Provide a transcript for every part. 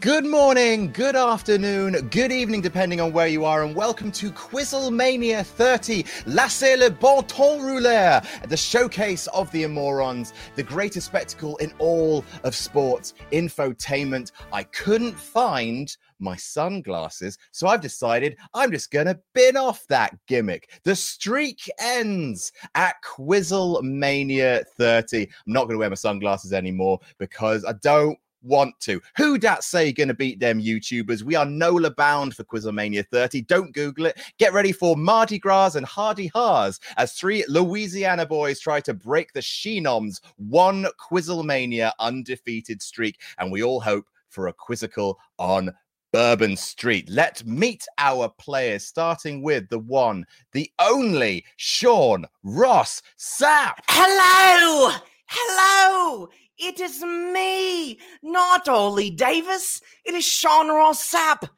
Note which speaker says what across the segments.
Speaker 1: Good morning, good afternoon, good evening, depending on where you are, and welcome to Quizzlemania 30, Laissez le bon temps rouler, the showcase of the Amorons, the greatest spectacle in all of sports, infotainment. I couldn't find my sunglasses, so I've decided I'm just going to bin off that gimmick. The streak ends at Quizzlemania 30. I'm not going to wear my sunglasses anymore because I don't want to. Who dat say gonna beat them YouTubers? We are NOLA bound for Quizlemania 30. Don't Google it. Get ready for Mardi Gras and Hardy Haas as three Louisiana boys try to break the Shenom's one Quizlemania undefeated streak. And we all hope for a quizzical on Bourbon Street. Let's meet our players, starting with the one, the only Sean Ross Sapp.
Speaker 2: Hello! Hello! It is me, not Ollie Davis. It is Sean Ross Sapp.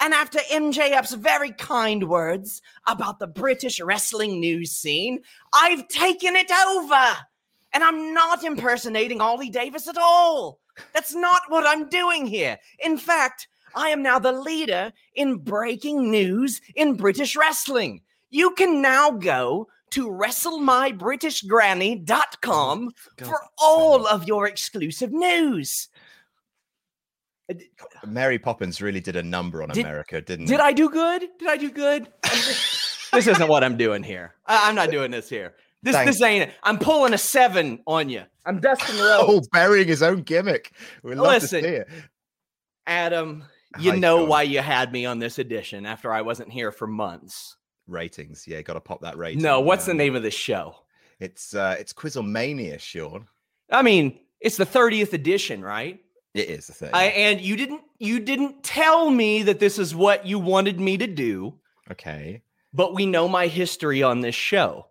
Speaker 2: And after MJF's very kind words about the British wrestling news scene, I've taken it over. And I'm not impersonating Ollie Davis at all. That's not what I'm doing here. In fact, I am now the leader in breaking news in British wrestling. You can now go to wrestlemybritishgranny.com for all of your exclusive news.
Speaker 1: Mary Poppins really did a number on
Speaker 2: Did-
Speaker 1: America, didn't
Speaker 2: Did
Speaker 1: it?
Speaker 2: I do good? Did I do good?
Speaker 3: this isn't what I'm doing here.
Speaker 2: I, I'm not doing this here. This
Speaker 1: Thanks.
Speaker 2: this ain't it. I'm pulling a seven on you. I'm Dustin Rhodes.
Speaker 1: Oh, burying his own gimmick. We love
Speaker 2: Listen.
Speaker 1: to see it.
Speaker 2: Adam, you
Speaker 1: Hi,
Speaker 2: know
Speaker 1: Sean.
Speaker 2: why you had me on this edition after I wasn't here for months.
Speaker 1: Ratings, yeah, got to pop that rating.
Speaker 2: No, what's the
Speaker 1: down.
Speaker 2: name of this show?
Speaker 1: It's uh, it's Quizlemania, Sean.
Speaker 2: I mean, it's the 30th edition, right?
Speaker 1: It is the thing.
Speaker 2: I, and you didn't you didn't tell me that this is what you wanted me to do,
Speaker 1: okay,
Speaker 2: but we know my history on this show.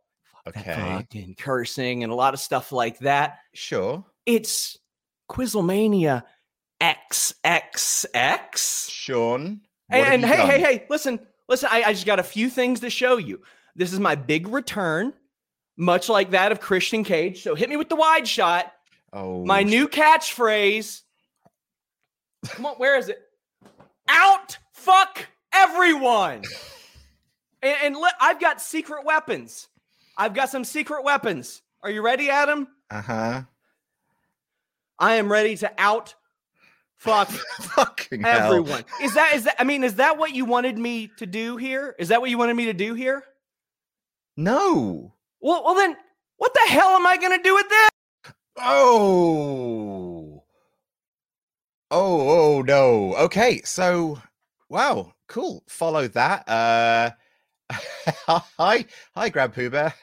Speaker 2: That
Speaker 1: okay,
Speaker 2: fucking cursing and a lot of stuff like that.
Speaker 1: sure,
Speaker 2: It's Quizlemania XXX.
Speaker 1: Sean. what have
Speaker 2: And, and
Speaker 1: you
Speaker 2: hey, hey,
Speaker 1: done?
Speaker 2: hey, listen, listen, I, I just got a few things to show you. This is my big return, much like that of Christian Cage. So hit me with the wide shot.
Speaker 1: Oh,
Speaker 2: My new catchphrase. Come on, where is it? Out fuck everyone. and and let, I've got secret weapons. I've got some secret weapons. Are you ready, Adam?
Speaker 1: Uh huh.
Speaker 2: I am ready to out fuck
Speaker 1: Fucking hell.
Speaker 2: everyone. Is that is that I mean, is that what you wanted me to do here? Is that what you wanted me to do here?
Speaker 1: No.
Speaker 2: Well, well then what the hell am I gonna do with this?
Speaker 1: Oh. Oh, oh no. Okay, so wow, cool. Follow that. Uh hi, hi, Grab Pooh Bear.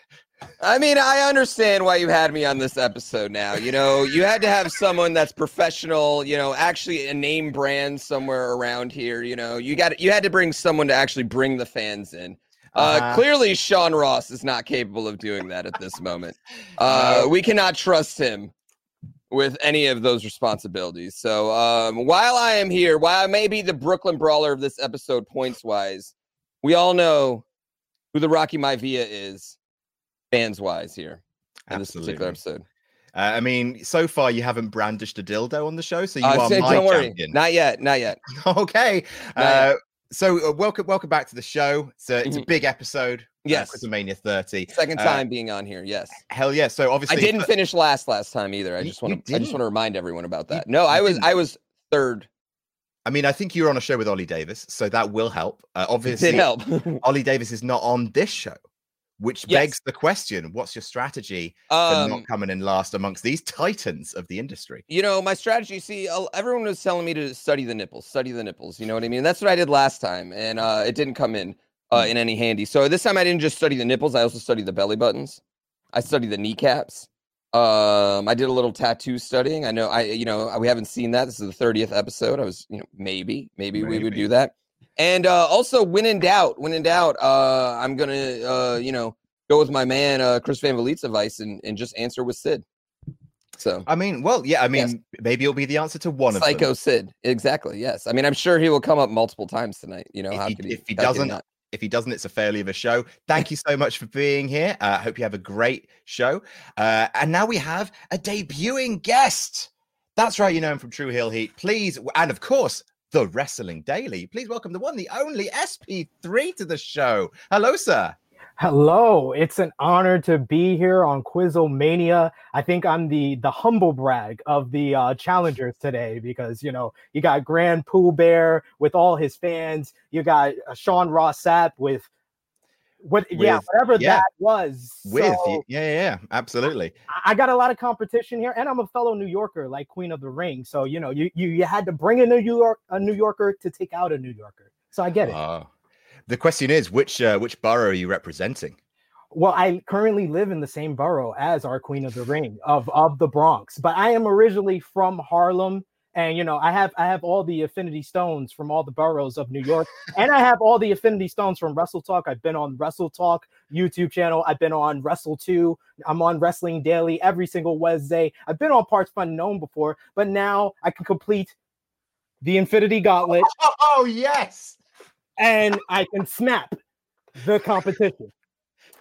Speaker 3: I mean, I understand why you had me on this episode now. You know, you had to have someone that's professional, you know, actually a name brand somewhere around here, you know. You got you had to bring someone to actually bring the fans in. Uh,
Speaker 1: Uh-huh.
Speaker 3: clearly Sean Ross is not capable of doing that at this moment. Uh,
Speaker 1: No.
Speaker 3: we cannot trust him with any of those responsibilities. So, um, while I am here, while I may be the Brooklyn brawler of this episode points wise, we all know who the Rocky Maivia is fans wise here in this particular
Speaker 1: Absolutely.
Speaker 3: episode.
Speaker 1: Uh, I mean, so far you haven't brandished a dildo on the show, so you
Speaker 3: Uh,
Speaker 1: are
Speaker 3: so
Speaker 1: my
Speaker 3: don't worry.
Speaker 1: champion.
Speaker 3: Not yet. Not yet.
Speaker 1: okay.
Speaker 3: No,
Speaker 1: Uh, so uh, welcome, welcome back to the show. It's a, it's a
Speaker 3: Mhm.
Speaker 1: big episode.
Speaker 3: Yes.
Speaker 1: uh, Quizmania 30.
Speaker 3: Second
Speaker 1: uh,
Speaker 3: time being on here. Yes.
Speaker 1: Hell yeah! So
Speaker 3: I
Speaker 1: obviously,
Speaker 3: didn't finish last last time either. I
Speaker 1: You-
Speaker 3: just want
Speaker 1: you
Speaker 3: to I just
Speaker 1: didn't.
Speaker 3: want to remind everyone about
Speaker 1: You-
Speaker 3: that. No, I
Speaker 1: you
Speaker 3: was
Speaker 1: didn't.
Speaker 3: I was third.
Speaker 1: I mean, I think you're on a show with Ollie Davis, so that will help. Uh,
Speaker 3: It
Speaker 1: obviously,
Speaker 3: did help.
Speaker 1: Ollie Davis is not on this show, which
Speaker 3: Yes.
Speaker 1: begs the question: What's your strategy for
Speaker 3: um,
Speaker 1: not coming in last amongst these titans of the industry?
Speaker 3: you know, my strategy. See, el- everyone was telling me to study the nipples, study the nipples. You know what I mean? That's what I did last time, and uh, it didn't come in uh, in any handy. So this time I didn't just study the nipples. I also studied the belly buttons. I studied the kneecaps. Um, I did a little tattoo studying. I know I, you know, I- we haven't seen that. This is the thirtieth episode. I was, you know, maybe, maybe, we would
Speaker 1: Maybe.
Speaker 3: do that. And uh, also, when in doubt, when in doubt, uh, I'm gonna, uh, you know, go with my man uh, Chris Van Vliet's advice and, and just answer with Sid. So
Speaker 1: I mean, well, yeah. I mean,
Speaker 3: Yes.
Speaker 1: maybe it'll be the answer to one of
Speaker 3: Psycho
Speaker 1: them.
Speaker 3: Sid, exactly. Yes, I mean, I'm sure he will come up multiple times tonight. You know,
Speaker 1: If
Speaker 3: how
Speaker 1: he-
Speaker 3: could he?
Speaker 1: if he
Speaker 3: how could
Speaker 1: doesn't,
Speaker 3: not?
Speaker 1: If he doesn't, it's a failure of a show. Thank you so much for being here. I uh, hope you have a great show. Uh, and now we have a debuting guest. That's right, you know him from True Hill Heat. Please, and of course, the Wrestling Daily. Please welcome the one, the only SP3 to the show. Hello, sir.
Speaker 4: Hello, it's an honor to be here on Quizlemania. I think I'm the the humble brag of the uh, challengers today because you know you got Grand Pooh Bear with all his fans, you got uh, Sean Ross Sapp with what yeah
Speaker 1: With-
Speaker 4: whatever
Speaker 1: yeah.
Speaker 4: that was.
Speaker 1: With
Speaker 4: So,
Speaker 1: you. yeah, yeah, yeah, absolutely.
Speaker 4: I- I got a lot of competition here, and I'm a fellow New Yorker like Queen of the Ring, so you know you you, you had to bring a New York a New Yorker to take out a New Yorker. So I get it.
Speaker 1: Oh. The question is, which uh, which borough are you representing?
Speaker 4: Well, I currently live in the same borough as our Queen of the Ring of of the Bronx, but I am originally from Harlem, and you know I have I have all the affinity stones from all the boroughs of New York, and I have all the affinity stones from Wrestle Talk. I've been on Wrestle Talk YouTube channel. I've been on Wrestle Two. I'm on Wrestling Daily every single Wednesday. I've been on Parts Unknown before, but now I can complete the Infinity Gauntlet,
Speaker 1: Oh yes.
Speaker 4: and I can snap the competition.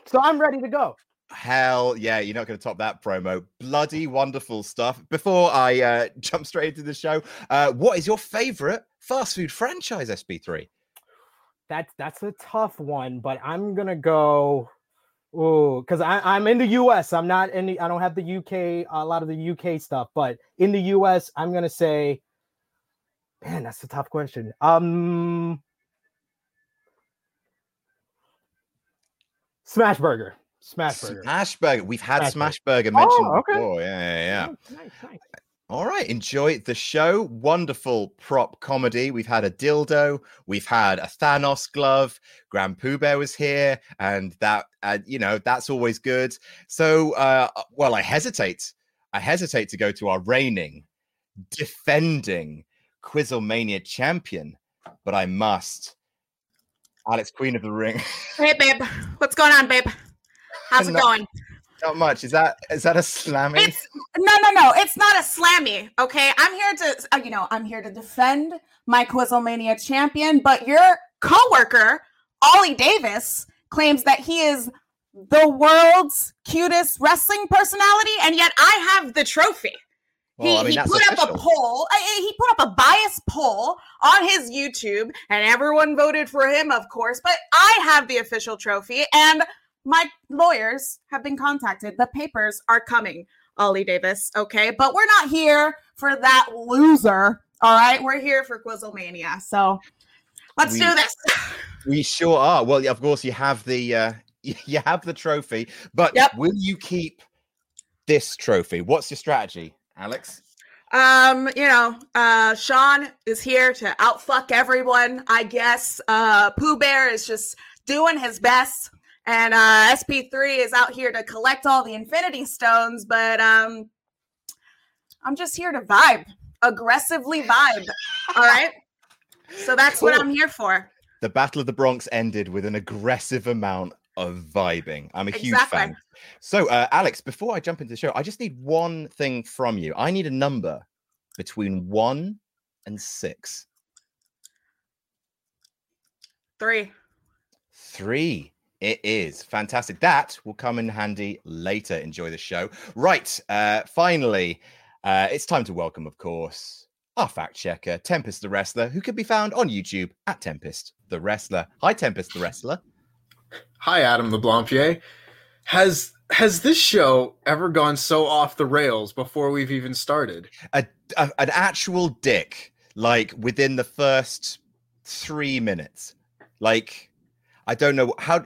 Speaker 4: So I'm ready to go.
Speaker 1: Hell yeah, you're not going to top that promo. Bloody wonderful stuff. Before I uh, jump straight into the show, uh, what is your favorite fast food franchise, SB3?
Speaker 4: That's that's a tough one, but I'm gonna go. Ooh, because I'm in the U.S. I'm not in. The, I don't have the U.K. A lot of the U.K. stuff, but in the U.S., I'm gonna say. Man, that's a tough question. Um, Smash Burger. Smash Burger.
Speaker 1: Smashburger. We've had
Speaker 4: Smashburger.
Speaker 1: Smashburger mentioned
Speaker 4: Oh, okay.
Speaker 1: before. Yeah, yeah, yeah. Uh,
Speaker 4: Nice, nice.
Speaker 1: All right, enjoy the show. Wonderful prop comedy. We've had a dildo, we've had a Thanos glove. Grand Pooh Bear was here, and that, uh, you know, that's always good. So, uh, uh, well, I hesitate. I hesitate to go to our reigning, defending Quizlemania champion, but I must. Alex, Queen of the Ring.
Speaker 5: Hey, babe. What's going on, babe? How's it
Speaker 1: No.
Speaker 5: going?
Speaker 1: Not much. Is that is that a slamming?
Speaker 5: It's no, no, no. It's not a slammy. Okay, I'm here to, uh, you know, I'm here to defend my Quizlemania champion. But your coworker, Ollie Davis, claims that he is the world's cutest wrestling personality, and yet I have the trophy. he he put up a poll. uh, uh, He put up a biased poll on his YouTube, and everyone voted for him, of course. But I have the official trophy, and my lawyers have been contacted. The papers are coming, Ollie Davis. Okay, but we're not here for that loser. All right, we're here for Quizzlemania. So let's
Speaker 1: We-
Speaker 5: do this.
Speaker 1: We sure are. Well, of course, you have the uh, you have the trophy, but
Speaker 5: Yep.
Speaker 1: will you keep this trophy? What's your strategy, Alex?
Speaker 5: Um, you know, uh Sean is here to outfuck everyone, I guess. Uh Pooh Bear is just doing his best. And uh SP3 is out here to collect all the infinity stones, but um I'm just here to vibe, aggressively vibe. all right. So that's what
Speaker 1: Cool.
Speaker 5: I'm here for.
Speaker 1: The Battle of the Bronx ended with an aggressive amount of vibing. I'm a huge
Speaker 5: Exactly.
Speaker 1: fan. So, uh, Alex, before I jump into the show, I just need one thing from you. I need a number between one and six.
Speaker 5: Three.
Speaker 1: Three It is fantastic. That will come in handy later. Enjoy the show. Right. Uh, finally, uh, it's time to welcome, of course, our fact checker, Tempest the Wrestler, who can be found on YouTube at Tempest the Wrestler. Hi, Tempest the Wrestler.
Speaker 6: Hi, Adam LeBlampier. Has has this show ever gone so off the rails before we've even started?
Speaker 1: A, a, an actual dick, like within the first three minutes. Like, I don't know how.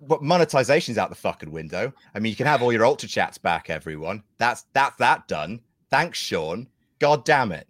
Speaker 1: But monetization's out the fucking window. I mean, you can have all your ultra chats back, everyone. That's that's that done. Thanks, Sean. God damn it.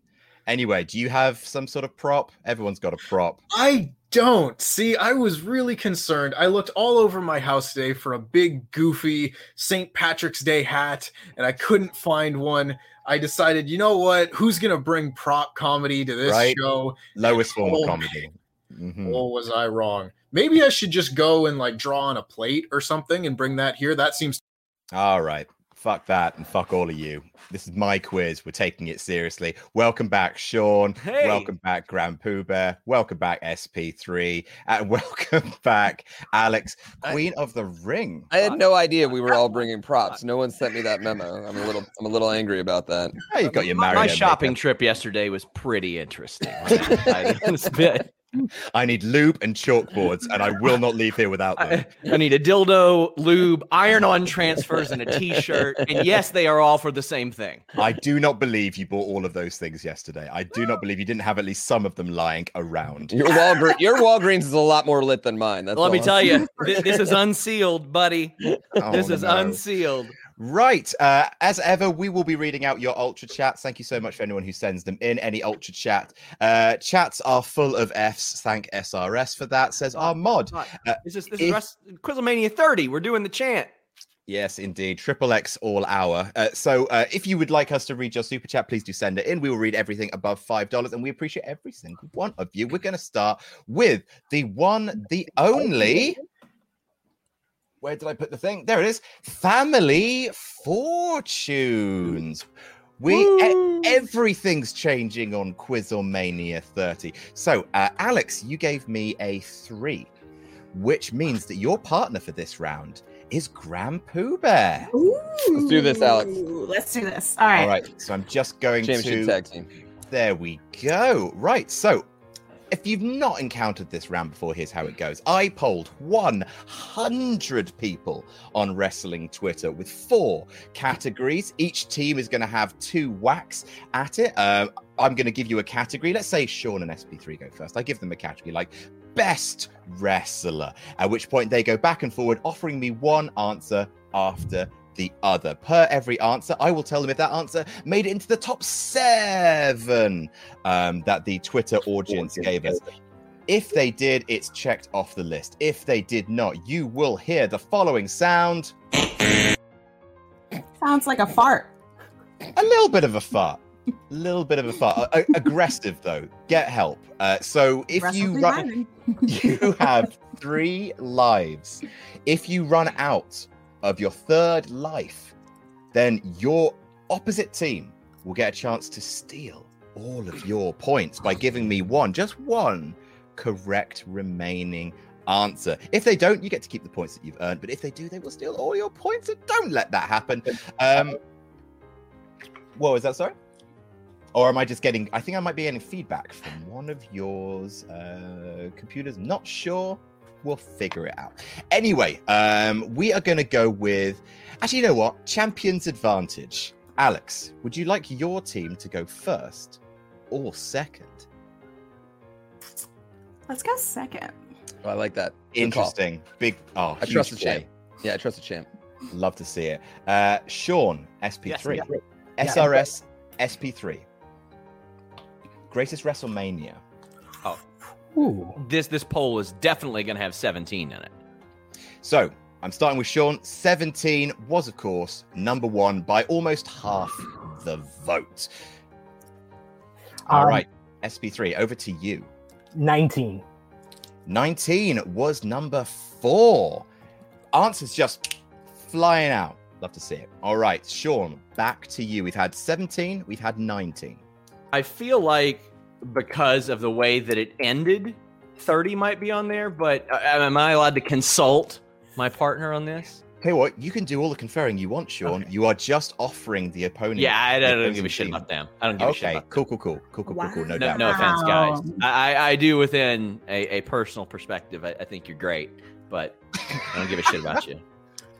Speaker 1: Anyway, do you have some sort of prop? Everyone's got a prop.
Speaker 6: I don't. See, I was really concerned. I looked all over my house today for a big, goofy St. Patrick's Day hat, and I couldn't find one. I decided, you know what? Who's going to bring prop comedy to this
Speaker 1: Right.
Speaker 6: show?
Speaker 1: Lowest form
Speaker 6: Oh,
Speaker 1: of comedy. Mhm.
Speaker 6: Oh, was I wrong? Maybe I should just go and like draw on a plate or something and bring that here. That seems
Speaker 1: All right. Fuck that and fuck all of you. This is my quiz. We're taking it seriously. Welcome back, Sean.
Speaker 2: Hey.
Speaker 1: Welcome back, Grand Pooh Bear. Welcome back, SP3. And welcome back, Alex,
Speaker 3: I-
Speaker 1: Queen of the Ring.
Speaker 3: I had no idea we were all bringing props. No one sent me that memo. I'm a little, I'm a little angry about that.
Speaker 1: Hey, you've got your
Speaker 2: My,
Speaker 1: Mario.
Speaker 2: my
Speaker 1: makeup.
Speaker 2: shopping trip yesterday was pretty interesting. I, it's been-
Speaker 1: I need lube and chalkboards, and I will not leave here without them.
Speaker 2: I- I need a dildo, lube, iron-on transfers, and a T-shirt. And yes, they are all for the same thing.
Speaker 1: I do not believe you bought all of those things yesterday. I do not believe you didn't have at least some of them lying around.
Speaker 3: Your Walgreens, your Walgreens is a lot more lit than mine. That's
Speaker 2: Let me
Speaker 3: all I'm
Speaker 2: tell
Speaker 3: saying.
Speaker 2: you, thi- this is unsealed, buddy. this
Speaker 1: Oh,
Speaker 2: is
Speaker 1: no.
Speaker 2: unsealed.
Speaker 1: Right. Uh, as ever, we will be reading out your ultra chats. Thank you so much for anyone who sends them in. Any ultra chat. Uh, chats are full of Fs. Thank SRS for that, says our mod. Uh,
Speaker 2: This is
Speaker 1: if-
Speaker 2: this is Rest- Quizlemania 30. We're doing the chant.
Speaker 1: Yes, indeed. Triple X all hour. Uh, so uh, if you would like us to read your super chat, please do send it in. We will read everything above $5, and we appreciate every single one of you. We're going to start with the one, the only. Where did I put the thing? There it is. Family Fortunes. We e- everything's changing on Quizlemania 30. So, uh, Alex, you gave me a three, which means that your partner for this round is Grand Pooh Bear.
Speaker 3: Let's do this, Alex.
Speaker 5: Ooh, Let's do this. All right.
Speaker 1: All right, so I'm just going to.
Speaker 3: Championship tag team.
Speaker 1: There we go. Right, so if you've not encountered this round before, here's how it goes. I polled 100 people on wrestling Twitter with four categories. Each team is going to have two whacks at it. Um, I'm going to give you a category. Let's say Sean and SP3 go first. I give them a category like best wrestler, at which point they go back and forward, offering me one answer after the other. Per every answer, I will tell them if that answer made it into the top seven um, that the Twitter audience gave us. If they did, it's checked off the list. If they did not, you will hear the following sound
Speaker 5: Sounds like a fart.
Speaker 1: a little bit of a fart. A little bit of a fart. A- a- aggressive, though. Get help. Uh, so if you
Speaker 5: Wrestle
Speaker 1: run.
Speaker 5: Revive.
Speaker 1: you have three lives. If you run out of your third life, then your opposite team will get a chance to steal all of your points by giving me one, just one correct remaining answer. If they don't, you get to keep the points that you've earned, but if they do, they will steal all your points. So don't let that happen. Um, what was that? Sorry? Or am I just getting? I think I might be getting feedback from one of yours uh, computers. Not sure. We'll figure it out. Anyway, um, we are going to go with. Actually, you know what? Champions advantage. Alex, would you like your team to go first or second?
Speaker 5: Let's go second.
Speaker 3: Oh, I like that. Good call.
Speaker 1: Interesting. Big. Oh,
Speaker 3: I
Speaker 1: huge
Speaker 3: trust the
Speaker 1: play.
Speaker 3: champ. Yeah, I trust the champ.
Speaker 1: Love to see it. Uh, Sean, SP3.
Speaker 2: Yes,
Speaker 1: SRS, SP3. Greatest WrestleMania.
Speaker 4: Ooh.
Speaker 2: Oh. This this poll is definitely going to have 17 in it.
Speaker 1: So I'm starting with Sean. 17 was, of course, number one by almost half the vote. All
Speaker 4: Um,
Speaker 1: right, SP3, over to you.
Speaker 4: 19.
Speaker 1: 19 was number four. Answers just flying out. Love to see it. All right, Sean, back to you. We've had 17, we've had 19.
Speaker 2: I feel like because of the way that it ended, 30 might be on there, but uh, am I allowed to consult my partner on this?
Speaker 1: Hey, what? You can do all the conferring you want, Sean.
Speaker 2: Okay.
Speaker 1: You are just offering the opponent.
Speaker 2: Yeah, I
Speaker 1: the
Speaker 2: don't, I don't give a
Speaker 1: opposing
Speaker 2: shit
Speaker 1: team.
Speaker 2: about them. I don't give a shit
Speaker 1: Okay,
Speaker 2: about
Speaker 1: cool, cool, cool, cool, cool, cool, cool. No
Speaker 2: No,
Speaker 5: Wow.
Speaker 1: doubt.
Speaker 2: no offense, guys.
Speaker 5: Wow.
Speaker 2: I, I, I do within a, a personal perspective. I, I think you're great, but I don't give a shit about you.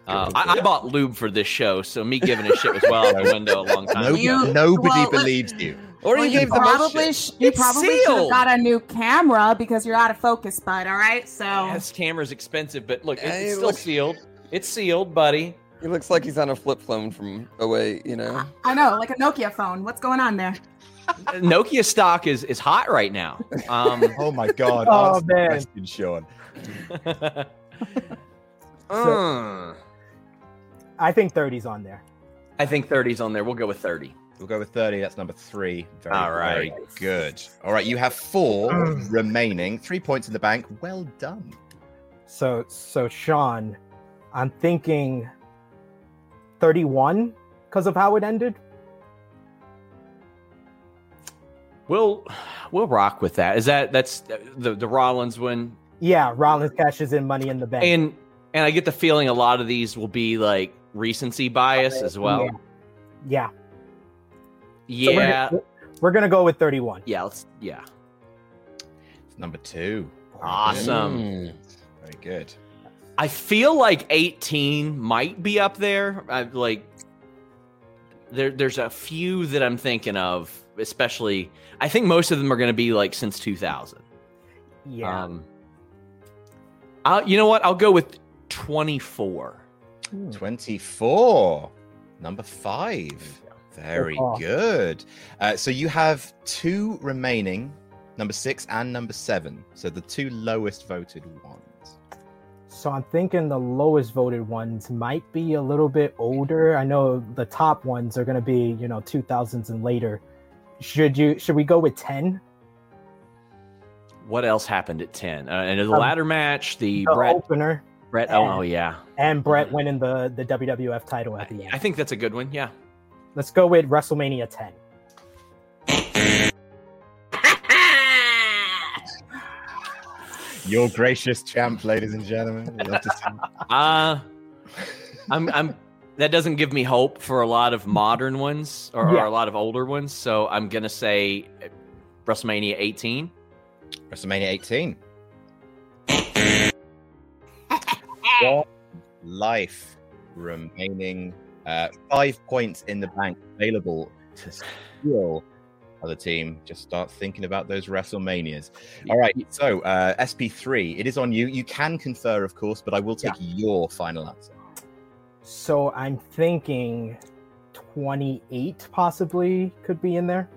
Speaker 2: Uh, I, I bought lube for this show, so me giving a shit was well out the window a long time
Speaker 1: Nobody,
Speaker 2: ago.
Speaker 5: You-
Speaker 1: nobody
Speaker 5: well, let-
Speaker 1: believes you.
Speaker 3: Or
Speaker 5: Well,
Speaker 3: you gave the most
Speaker 5: probably
Speaker 3: shit.
Speaker 5: sh- you
Speaker 2: It's
Speaker 5: probably should have
Speaker 2: sealed.
Speaker 5: got a new camera because you're out of focus, bud. All right, so
Speaker 2: Yes, camera's expensive, but look, it-
Speaker 3: Hey,
Speaker 2: it's still
Speaker 3: look.
Speaker 2: sealed. It's sealed, buddy. Ah,
Speaker 3: He looks like he's on a flip phone from away. You know.
Speaker 5: I know, like a Nokia phone. What's going on there?
Speaker 2: Nokia stock is is hot right now. Um,
Speaker 1: Oh my god!
Speaker 4: Oh,
Speaker 1: answer the
Speaker 4: man.
Speaker 1: question, Sean.
Speaker 2: Mm. Hmm.
Speaker 3: Uh,
Speaker 4: I think 30's on there.
Speaker 2: I think 30's on there. We'll go with 30.
Speaker 1: We'll go with thirty. That's number three. Very,
Speaker 2: All
Speaker 1: very good. All right, you have four remaining. Three points in the bank. Well done.
Speaker 4: So so Sean, I'm thinking 31 because of how it ended.
Speaker 2: We'll we'll rock with that. Is that that's the the Rollins one?
Speaker 4: Yeah, Rollins cashes in money in the bank.
Speaker 2: Mm. And and I get the feeling a lot of these will be like recency bias as well.
Speaker 4: yeah. So we're
Speaker 2: Yeah.
Speaker 4: gonna- we're gonna go with 31.
Speaker 2: Yeah, let's yeah.
Speaker 1: It's number two. Very
Speaker 2: Awesome.
Speaker 3: mm.
Speaker 1: good. Very good.
Speaker 2: I feel like 18 might be up there. I like there there's a few that I'm thinking of, especially I think most of them are going to be like since 2000.
Speaker 4: Yeah.
Speaker 2: Um I you know what? I'll go with 24.
Speaker 4: Hmm.
Speaker 1: Twenty-four. Number five. Very
Speaker 4: call.
Speaker 1: good. Uh, so you have two remaining. Number six and number seven. So the two lowest voted ones.
Speaker 4: So I'm thinking the lowest voted ones might be a little bit older. I know the top ones are going to be, you know, 2000s and later. Should you should we go with 10?
Speaker 2: What else happened at 10? Uh, and the
Speaker 4: Um,
Speaker 2: ladder match, the
Speaker 4: The
Speaker 2: Brett
Speaker 4: opener
Speaker 2: Brett oh, oh yeah.
Speaker 4: and
Speaker 2: Mm.
Speaker 4: Brett winning the the WWF title at the
Speaker 2: I
Speaker 4: end.
Speaker 2: think that's a good one. Yeah.
Speaker 4: Let's go with WrestleMania 10.
Speaker 1: Your gracious champ, ladies and gentlemen. We love to see-
Speaker 2: Uh I'm I'm that doesn't give me hope for a lot of modern ones or, or
Speaker 4: Yeah.
Speaker 2: a lot of older ones, so I'm going to say uh, WrestleMania 18.
Speaker 1: WrestleMania 18. One life remaining. Uh, five points in the bank available to steal. Other team, just start thinking about those WrestleManias. All right, so uh, SP3, it is on you. You can confer, of course, but I will take your final answer.
Speaker 4: So I'm thinking 28 possibly could be in there.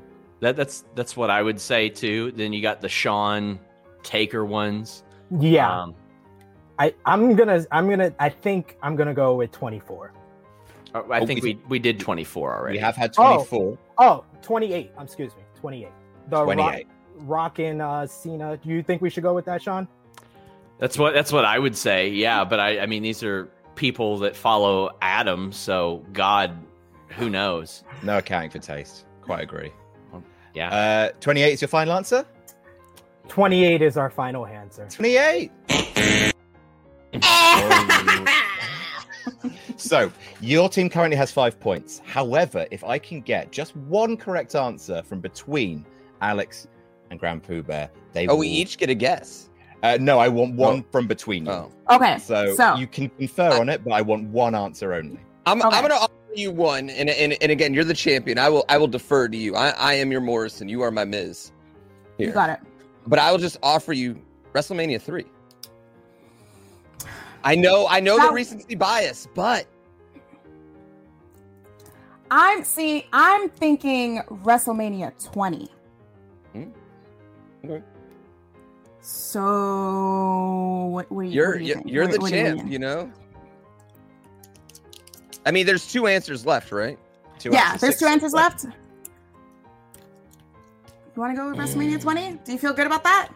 Speaker 2: That that's that's what I would say too. Then you got the Sean Taker ones.
Speaker 4: Yeah.
Speaker 2: Um,
Speaker 4: I I'm going to I'm going to I think I'm going to go with 24.
Speaker 2: I Uh, I
Speaker 1: Oh,
Speaker 2: think
Speaker 1: we-
Speaker 2: we we did 24 already.
Speaker 1: We have had
Speaker 4: Oh.
Speaker 1: 24.
Speaker 4: Oh, 28. Um, excuse me. 28. The Rock-
Speaker 1: 28.
Speaker 4: rocking uh Cena. Do you think we should go with that, Sean?
Speaker 2: That's what that's what I would say. Yeah, but I I mean these are people that follow Adam, so God who knows.
Speaker 1: No accounting for taste. Quite agree.
Speaker 2: Yeah.
Speaker 1: Uh, 28 is your final answer?
Speaker 4: 28 is our final answer.
Speaker 1: 28. So your team currently has five points. However, if I can get just one correct answer from between Alex and Grand Pooh Bear, they
Speaker 3: Oh,
Speaker 1: will-
Speaker 3: we each get a guess.
Speaker 1: Uh, no, I want one from between you.
Speaker 3: Oh,
Speaker 5: okay,
Speaker 1: So,
Speaker 5: so
Speaker 1: you can confer on it, but I want one answer only.
Speaker 3: I'm,
Speaker 5: Okay.
Speaker 3: I'm gonna offer you one, and, and and again, you're the champion. I will I will defer to you. I, I am your Morrison. You are my Miz.
Speaker 5: you got it.
Speaker 3: But I will just offer you WrestleMania three. I know I know the
Speaker 5: That-
Speaker 3: recency bias, but
Speaker 5: I'm see. I'm thinking WrestleMania 20.
Speaker 3: Hmm. Okay.
Speaker 5: So what, what do you?
Speaker 3: you're
Speaker 5: what do you
Speaker 3: you're,
Speaker 5: think?
Speaker 3: you're
Speaker 5: What-
Speaker 3: the
Speaker 5: what do you
Speaker 3: champ.
Speaker 5: mean?
Speaker 3: You know. I mean, there's two answers left, right?
Speaker 1: Two
Speaker 5: yeah, there's
Speaker 1: six.
Speaker 5: two answers left. You want to go with WrestleMania 20? Do you feel good about that?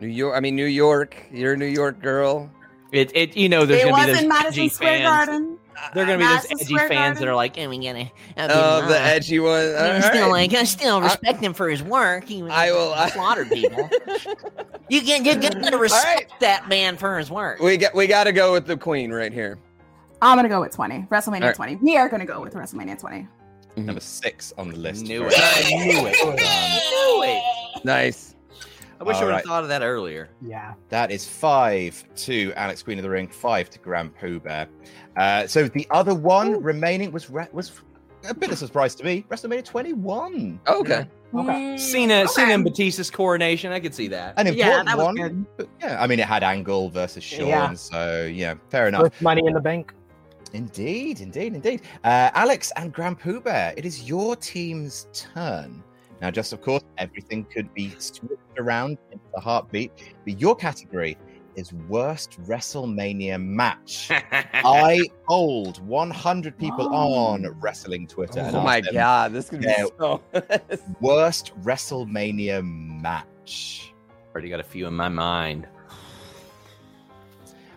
Speaker 3: New York. I mean, New York. You're a New York girl.
Speaker 2: It, it you know there's
Speaker 5: it
Speaker 2: gonna
Speaker 5: was
Speaker 2: be those
Speaker 5: in Madison
Speaker 2: edgy
Speaker 5: Square
Speaker 2: fans.
Speaker 5: Garden.
Speaker 7: They're gonna be those
Speaker 5: Madison
Speaker 7: edgy
Speaker 5: Square
Speaker 7: fans that
Speaker 5: Garden?
Speaker 7: are like, "Oh, we gotta." Oh,
Speaker 3: Oh, the
Speaker 7: edge.
Speaker 3: edgy one.
Speaker 7: I'm
Speaker 3: All
Speaker 7: still
Speaker 3: right.
Speaker 7: like, I still
Speaker 3: I-
Speaker 7: respect him for his work. He was
Speaker 3: I will- I-
Speaker 7: slaughtered people. you can you gotta respect that man for his work.
Speaker 3: We got we got to go with the queen right here.
Speaker 5: I'm gonna go with 20. WrestleMania
Speaker 3: All right.
Speaker 5: 20. We are gonna go with WrestleMania 20.
Speaker 1: Number six on the list.
Speaker 7: Mm-hmm. Knew
Speaker 1: for
Speaker 7: it.
Speaker 1: us.
Speaker 7: I knew it. I knew it.
Speaker 3: Nice.
Speaker 7: I wish I
Speaker 1: All
Speaker 7: would have
Speaker 1: right.
Speaker 7: thought of that earlier.
Speaker 4: Yeah.
Speaker 1: That is five to Alex Queen of the Ring, five to Grand Pooh Bear. Uh, so the other one remaining was re- was a bit of a surprise to me. WrestleMania 21,
Speaker 3: Okay.
Speaker 4: Okay.
Speaker 7: Cena,
Speaker 5: Okay.
Speaker 7: Cena and Batista's coronation. I could see that.
Speaker 1: an
Speaker 5: Yeah,
Speaker 1: important
Speaker 5: that was
Speaker 1: one.
Speaker 5: good.
Speaker 1: But yeah, I mean it had Angle versus Shawn,
Speaker 4: Yeah.
Speaker 1: so yeah, fair enough.
Speaker 4: With money in the bank.
Speaker 1: Indeed, indeed, indeed. Uh, Alex and Grand Pooh Bear, it is your team's turn. Now, just of course, everything could be switched around into the heartbeat, but your category is worst WrestleMania match. I polled 100 people
Speaker 4: Oh.
Speaker 1: on wrestling Twitter. and
Speaker 3: Oh my
Speaker 1: asked them,
Speaker 3: god, this could be
Speaker 1: Yeah.
Speaker 3: so.
Speaker 1: Worst WrestleMania match.
Speaker 7: Already got a few in my mind.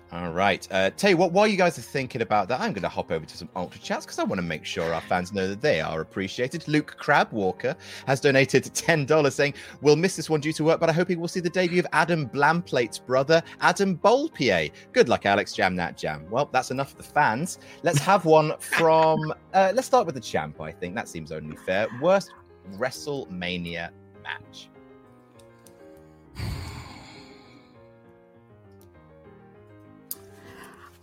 Speaker 1: All right. Uh, tell you what, while you guys are thinking about that, I'm going to hop over to some Ultra Chats because I want to make sure our fans know that they are appreciated. Luke Crab Walker has donated $10 saying, We'll miss this one due to work, but I hope he will see the debut of Adam Blamplate's brother, Adam Bolpier. Good luck, Alex. Jam that jam. Well, that's enough of the fans. Let's have one from, uh, let's start with the champ, I think. That seems only fair. Worst WrestleMania match.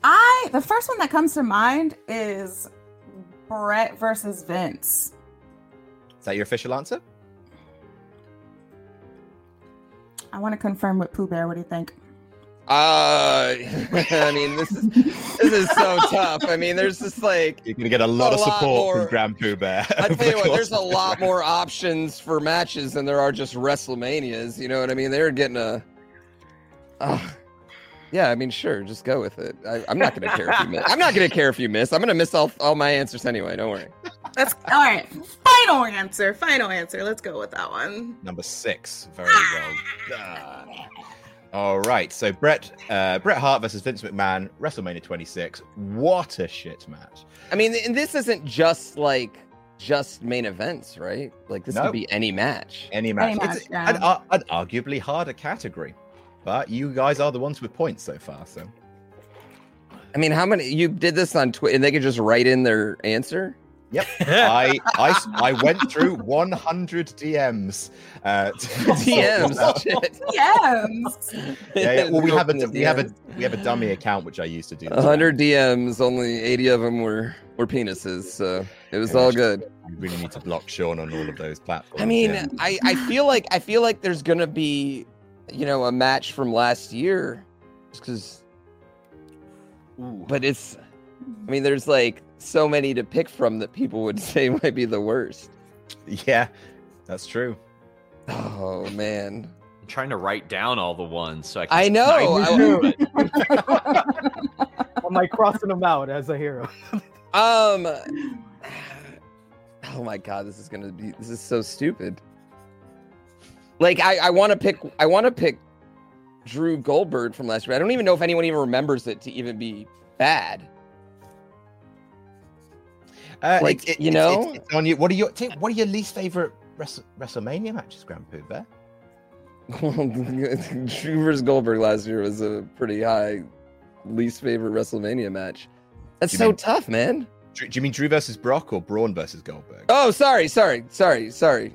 Speaker 5: I the first one that comes to mind is Brett versus Vince.
Speaker 1: Is that your official answer?
Speaker 5: I want to confirm with Pooh Bear. What do you think?
Speaker 3: Uh, I mean, this is this is so tough. I mean, there's just like
Speaker 1: You're going to get a lot
Speaker 3: A
Speaker 1: of
Speaker 3: lot
Speaker 1: support
Speaker 3: more-
Speaker 1: from Grand Pooh Bear.
Speaker 3: I tell you
Speaker 1: Of
Speaker 3: what, there's a
Speaker 1: course.
Speaker 3: lot more options for matches than there are just WrestleManias. You know what I mean? They're getting a. Uh, yeah, I mean, sure, just go with it. I, I'm not gonna care if you miss. I'm not gonna care if you miss. I'm gonna miss all, all my answers anyway. Don't worry.
Speaker 5: That's all right. Final answer. Final answer. Let's go with that one.
Speaker 1: number six. Very well done. All right, so Brett uh, Bret Hart versus Vince McMahon, WrestleMania 26. What a shit match!
Speaker 3: I mean, and this isn't just like just main events, right? Like this
Speaker 1: Nope.
Speaker 3: could be any match.
Speaker 1: Any match, it's
Speaker 5: match, yeah.
Speaker 1: an, ar- an arguably harder category, but you guys are the ones with points so far. So
Speaker 3: I mean, how many you did this on Twitter, and they could just write in their answer.
Speaker 1: I I, s- I went through 100 DMs. Uh, to sort this out.
Speaker 3: DMs. Shit.
Speaker 5: DMs.
Speaker 1: Yeah, yeah, Well, we have a
Speaker 3: Open the
Speaker 1: we have a
Speaker 3: DMs.
Speaker 1: we have a dummy account which I used to do. this
Speaker 3: A hundred DMs, only eighty of them were were penises, so it was all good.
Speaker 1: You really need to block Sean on all of those platforms.
Speaker 3: I mean,
Speaker 1: yeah.
Speaker 3: I I feel like I feel like there's gonna be, you know, a match from last year, because, but it's, I mean, there's like so many to pick from that people would say might be the worst.
Speaker 1: yeah, that's true.
Speaker 3: Oh man,
Speaker 7: I'm trying to write down all the ones so I can.
Speaker 3: I know. I-
Speaker 4: I'm like crossing them out as a hero.
Speaker 3: Um. Oh my god, this is gonna be. This is so stupid. Like I, I want to pick. I want to pick Drew Goldberg from last year. I don't even know if anyone even remembers it to even be bad.
Speaker 1: Uh,
Speaker 3: Like,
Speaker 1: it- it-
Speaker 3: you
Speaker 1: it's-
Speaker 3: know?
Speaker 1: it's, it's on you. What are your t- what are your least favorite Wrestle- WrestleMania matches, Grand Pooh Bear?
Speaker 3: Drew versus Goldberg last year was a pretty high least favorite WrestleMania match. That's
Speaker 1: You
Speaker 3: so
Speaker 1: mean-
Speaker 3: tough, man.
Speaker 1: Drew, do you mean Drew versus Brock or Braun versus Goldberg?
Speaker 3: Oh, sorry, sorry, sorry, sorry.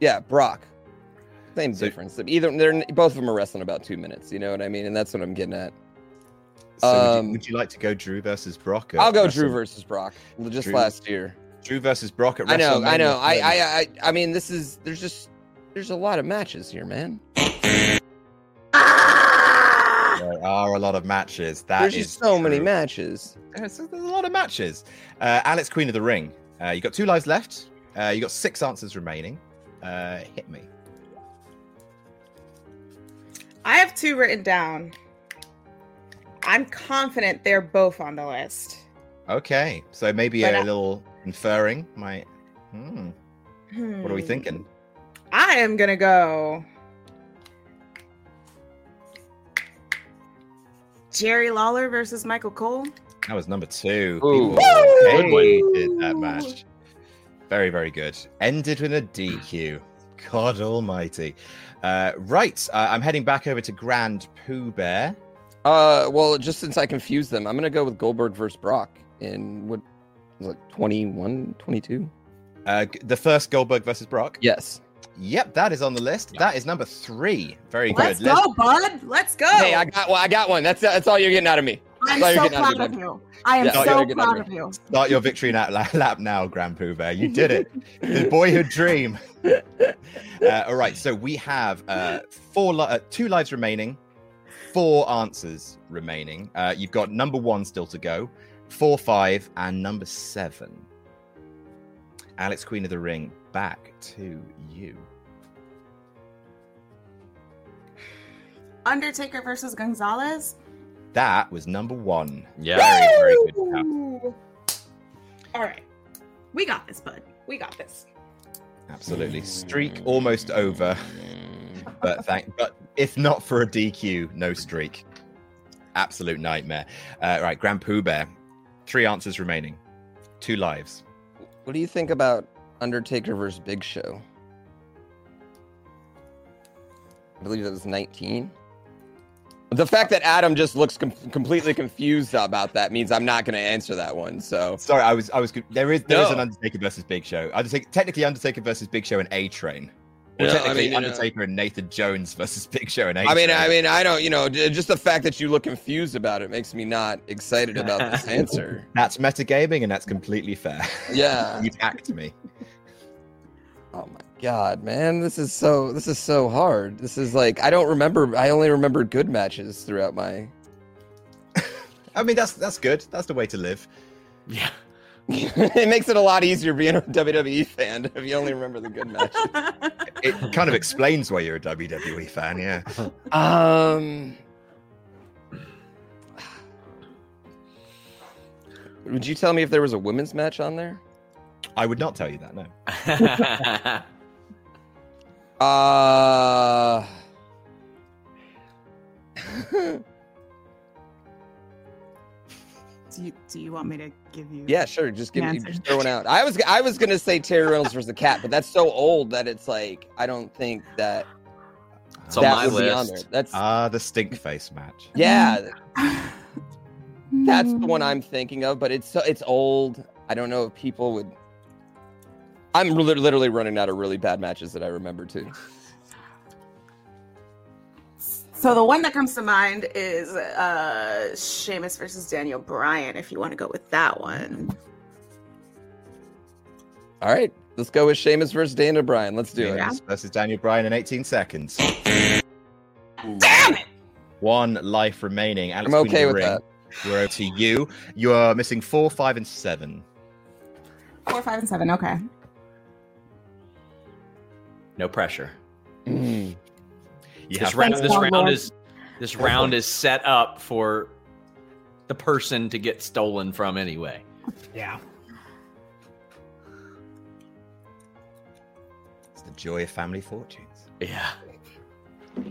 Speaker 3: Yeah, Brock. Same
Speaker 1: So-
Speaker 3: difference. Either they're both of them are wrestling about two minutes. You know what I mean? And that's what I'm getting at.
Speaker 1: So would,
Speaker 3: um,
Speaker 1: you, would you like to go Drew versus Brock? at
Speaker 3: I'll go
Speaker 1: Wrestle-
Speaker 3: Drew versus Brock. Just
Speaker 1: Drew-
Speaker 3: last year.
Speaker 1: Drew versus Brock at
Speaker 3: I know, I
Speaker 1: WrestleMania
Speaker 3: know. I,
Speaker 1: 30.
Speaker 3: I, I, I mean, this is there's just there's a lot of matches here, man.
Speaker 1: There are a lot of matches. That
Speaker 3: uh, There's
Speaker 1: is
Speaker 3: just so many
Speaker 1: true.
Speaker 3: matches.
Speaker 1: There's, there's a lot of matches. Uh, Alex, Queen of the Ring. Uh, you got two lives left. Uh, you got six answers remaining. Uh, hit me.
Speaker 5: I have two written down. I'm confident they're both on the list.
Speaker 1: Okay, so maybe
Speaker 5: But
Speaker 1: a
Speaker 5: I-
Speaker 1: little inferring might. Hmm, what are we
Speaker 5: Hmm.
Speaker 1: thinking?
Speaker 5: I am gonna go. Jerry Lawler versus Michael Cole.
Speaker 1: That was number two.
Speaker 3: Ooh.
Speaker 1: People
Speaker 5: Woo!
Speaker 1: hated that match. Very, very good. Ended with a DQ. God almighty. Uh, right. Uh, I'm heading back over to Grand Pooh Bear.
Speaker 3: Uh, well, just since I confused them, I'm gonna go with Goldberg versus Brock in what was it, 21, 22?
Speaker 1: Uh, g- the first Goldberg versus Brock.
Speaker 3: Yes.
Speaker 1: Yep, that is on the list. That is number three. Very
Speaker 5: Let's
Speaker 1: good. Les-
Speaker 5: go, bud. Let's go.
Speaker 3: Hey, I got one. I got one. That's that's all you're getting out of me.
Speaker 5: I'm
Speaker 3: Sorry,
Speaker 5: so
Speaker 3: you're getting out of
Speaker 5: proud of
Speaker 3: it.
Speaker 5: you. I am
Speaker 3: Yeah,
Speaker 5: so
Speaker 3: you're getting out
Speaker 5: proud
Speaker 3: of
Speaker 5: of you.
Speaker 1: Start your victory na- la- lap now, Grand Pooh Bear. You did it. the boyhood dream. Uh, all right. So we have uh, four, li- uh, two lives remaining, four answers remaining. Uh, you've got number one still to go, four, five, and number seven. Alex, Queen of the Ring, back to you.
Speaker 5: Undertaker versus Gonzalez.
Speaker 1: That was number one.
Speaker 2: Yeah.
Speaker 1: Very, very good cap.
Speaker 5: Woo! All right. We got this, bud. We got this.
Speaker 1: Absolutely. Streak almost over. But thank but if not for a DQ, no streak. Absolute nightmare. Uh, right, Grand Pooh Bear. Three answers remaining. Two lives.
Speaker 3: What do you think about Undertaker versus Big Show? I believe that was 19. The fact that Adam just looks com- completely confused about that means I'm not going to answer that one. So,
Speaker 1: Sorry, I was I was there is there is an
Speaker 3: No.
Speaker 1: Undertaker versus Big Show. Undertaker technically Undertaker versus Big Show and A Train. Or
Speaker 3: Yeah, I
Speaker 1: technically
Speaker 3: mean, you know-
Speaker 1: Undertaker and Nathan Jones versus Big Show and A Train.
Speaker 3: I mean, I mean, I don't, you know, j- just the fact that you look confused about it makes me not excited about this answer. Uh.
Speaker 1: that's metagaming and that's completely fair.
Speaker 3: Yeah.
Speaker 1: you packed me.
Speaker 3: Oh my god, man, this is so this is so hard. This is like I don't remember. I only remember good matches throughout my.
Speaker 1: I mean that's that's good. That's the way to live.
Speaker 2: Yeah.
Speaker 3: it makes it a lot easier being a WWE fan if you only remember the good matches.
Speaker 1: It kind of explains why you're a WWE fan, yeah.
Speaker 3: Um. Would you tell me if there was a women's match on there?
Speaker 1: I would not tell you that, no.
Speaker 3: Uh.
Speaker 5: do, you, do you want me to give you?
Speaker 3: yeah, sure. Just give me
Speaker 5: Answer.
Speaker 3: just throw one out. I was I was gonna say Terry Reynolds versus the cat, but that's so old that it's like I don't think that
Speaker 2: It's on
Speaker 3: that
Speaker 2: my
Speaker 3: would be on there.
Speaker 2: list.
Speaker 3: That's
Speaker 1: Ah, the stink face match.
Speaker 3: yeah. That's the one
Speaker 5: Hmm.
Speaker 3: I'm thinking of, but it's so it's old. I don't know if people would. I'm lit- literally running out of really bad matches that I remember too.
Speaker 5: So the one that comes to mind is uh Sheamus versus Daniel Bryan. If you want to go with that one,
Speaker 3: All right, let's go with Sheamus versus Dana Bryan. Let's do it.
Speaker 5: Yeah.
Speaker 1: Venus versus Daniel Bryan in 18 seconds.
Speaker 5: damn it!
Speaker 1: One life remaining. Alex
Speaker 3: I'm okay
Speaker 1: Queen
Speaker 3: with
Speaker 1: of the Ring,
Speaker 3: that.
Speaker 1: We're over to you. You are missing four, five, and seven.
Speaker 5: Four, five, and seven. Okay.
Speaker 2: No pressure.
Speaker 3: Mm.
Speaker 1: You
Speaker 2: This
Speaker 1: have
Speaker 2: round,
Speaker 5: Thanks,
Speaker 2: this
Speaker 5: Paul
Speaker 2: round
Speaker 5: Rudd.
Speaker 2: is this round is set up for the person to get stolen from anyway.
Speaker 4: Yeah.
Speaker 1: It's the joy of family fortunes.
Speaker 2: Yeah.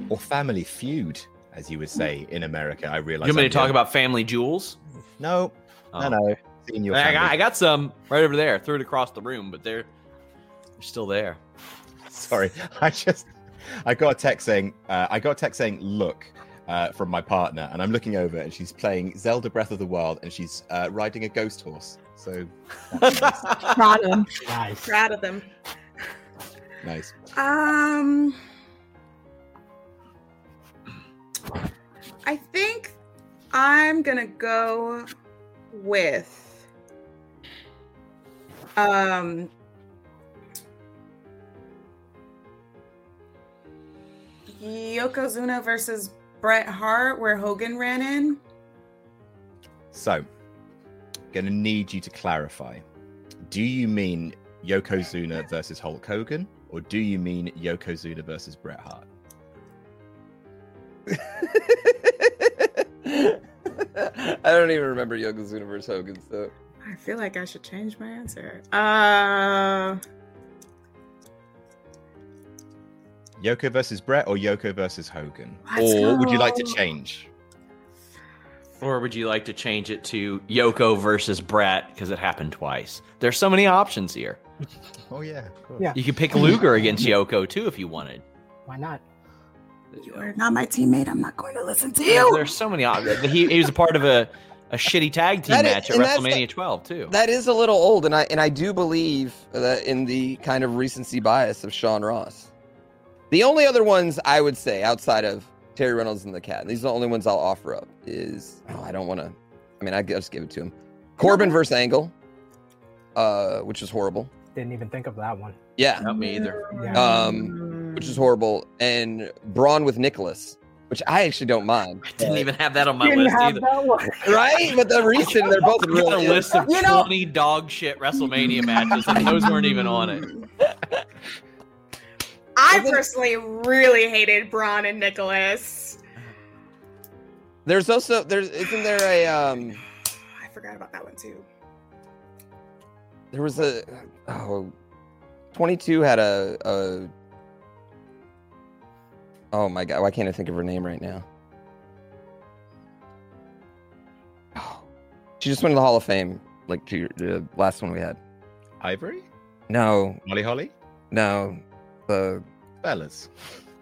Speaker 1: Or family feud, as you would say in America. I
Speaker 2: You
Speaker 1: realize.
Speaker 2: want me
Speaker 1: I'm
Speaker 2: to talk
Speaker 1: young.
Speaker 2: about family jewels?
Speaker 1: No,
Speaker 2: Oh.
Speaker 1: no, no. Seeing your
Speaker 2: I, got, I
Speaker 1: family.
Speaker 2: got some right over there. Threw it across the room, but they're they're still there.
Speaker 1: Sorry. I just. I got a text saying, uh, I got a text saying, look. Uh, from my partner, and I'm looking over, and she's playing Zelda Breath of the Wild, and she's uh, riding a ghost horse. So
Speaker 5: Proud of them.
Speaker 4: Nice.
Speaker 5: Proud of them.
Speaker 1: nice.
Speaker 5: Um, I think I'm gonna go with um. Yokozuna versus Bret Hart, where Hogan ran in.
Speaker 1: So, gonna need you to clarify. Do you mean Yokozuna versus Hulk Hogan, or do you mean Yokozuna versus Bret Hart?
Speaker 3: I don't even remember Yokozuna versus Hogan. So
Speaker 5: I feel like I should change my answer. Uh,
Speaker 1: Yoko versus Bret, or Yoko versus Hogan?
Speaker 5: Let's
Speaker 1: or would you like to
Speaker 5: go.
Speaker 1: change?
Speaker 2: Or would you like to change it to Yoko versus Brat because it happened twice? There's so many options here.
Speaker 8: Oh yeah. of course.
Speaker 4: Yeah.
Speaker 2: You could pick Luger against Yoko too if you wanted.
Speaker 4: Why not?
Speaker 5: You are not my teammate. I'm not going to listen to
Speaker 2: There's,
Speaker 5: you.
Speaker 2: there's so many options. He, he was a part of a, a shitty tag team
Speaker 3: That is-
Speaker 2: match at
Speaker 3: and that's the-
Speaker 2: WrestleMania 12 too.
Speaker 3: That is a little old, and I and I do believe that in the kind of recency bias of Sean Ross. The only other ones I would say outside of Terry Reynolds and the Cat, and these are the only ones I'll offer up. Is oh, I don't want to. I mean, I g- I'll just give it to him. Corbin versus Angle, uh, which is horrible.
Speaker 4: Didn't even think of that one.
Speaker 3: Yeah,
Speaker 2: Not me either.
Speaker 4: Yeah.
Speaker 3: um, which is horrible, and Braun with Nicholas, which I actually don't mind.
Speaker 2: I didn't even have that on my
Speaker 4: Didn't
Speaker 2: list
Speaker 4: have
Speaker 2: either.
Speaker 4: that one.
Speaker 3: right, but the recent they're both
Speaker 2: I've got a
Speaker 3: really
Speaker 2: list of
Speaker 5: You know-
Speaker 2: 20 dog shit WrestleMania matches, and those weren't even on it.
Speaker 5: I
Speaker 3: Wasn't-
Speaker 5: personally really hated Braun and Nicholas.
Speaker 3: There's also there's isn't there a um
Speaker 5: I forgot about that one too.
Speaker 3: there was a oh 22 had a, a oh my god why can't i think of her name right now Oh, she just went to the hall of fame like to the last one we had
Speaker 1: Ivory?
Speaker 3: no
Speaker 1: Molly Holly?
Speaker 3: no the
Speaker 1: Bellas.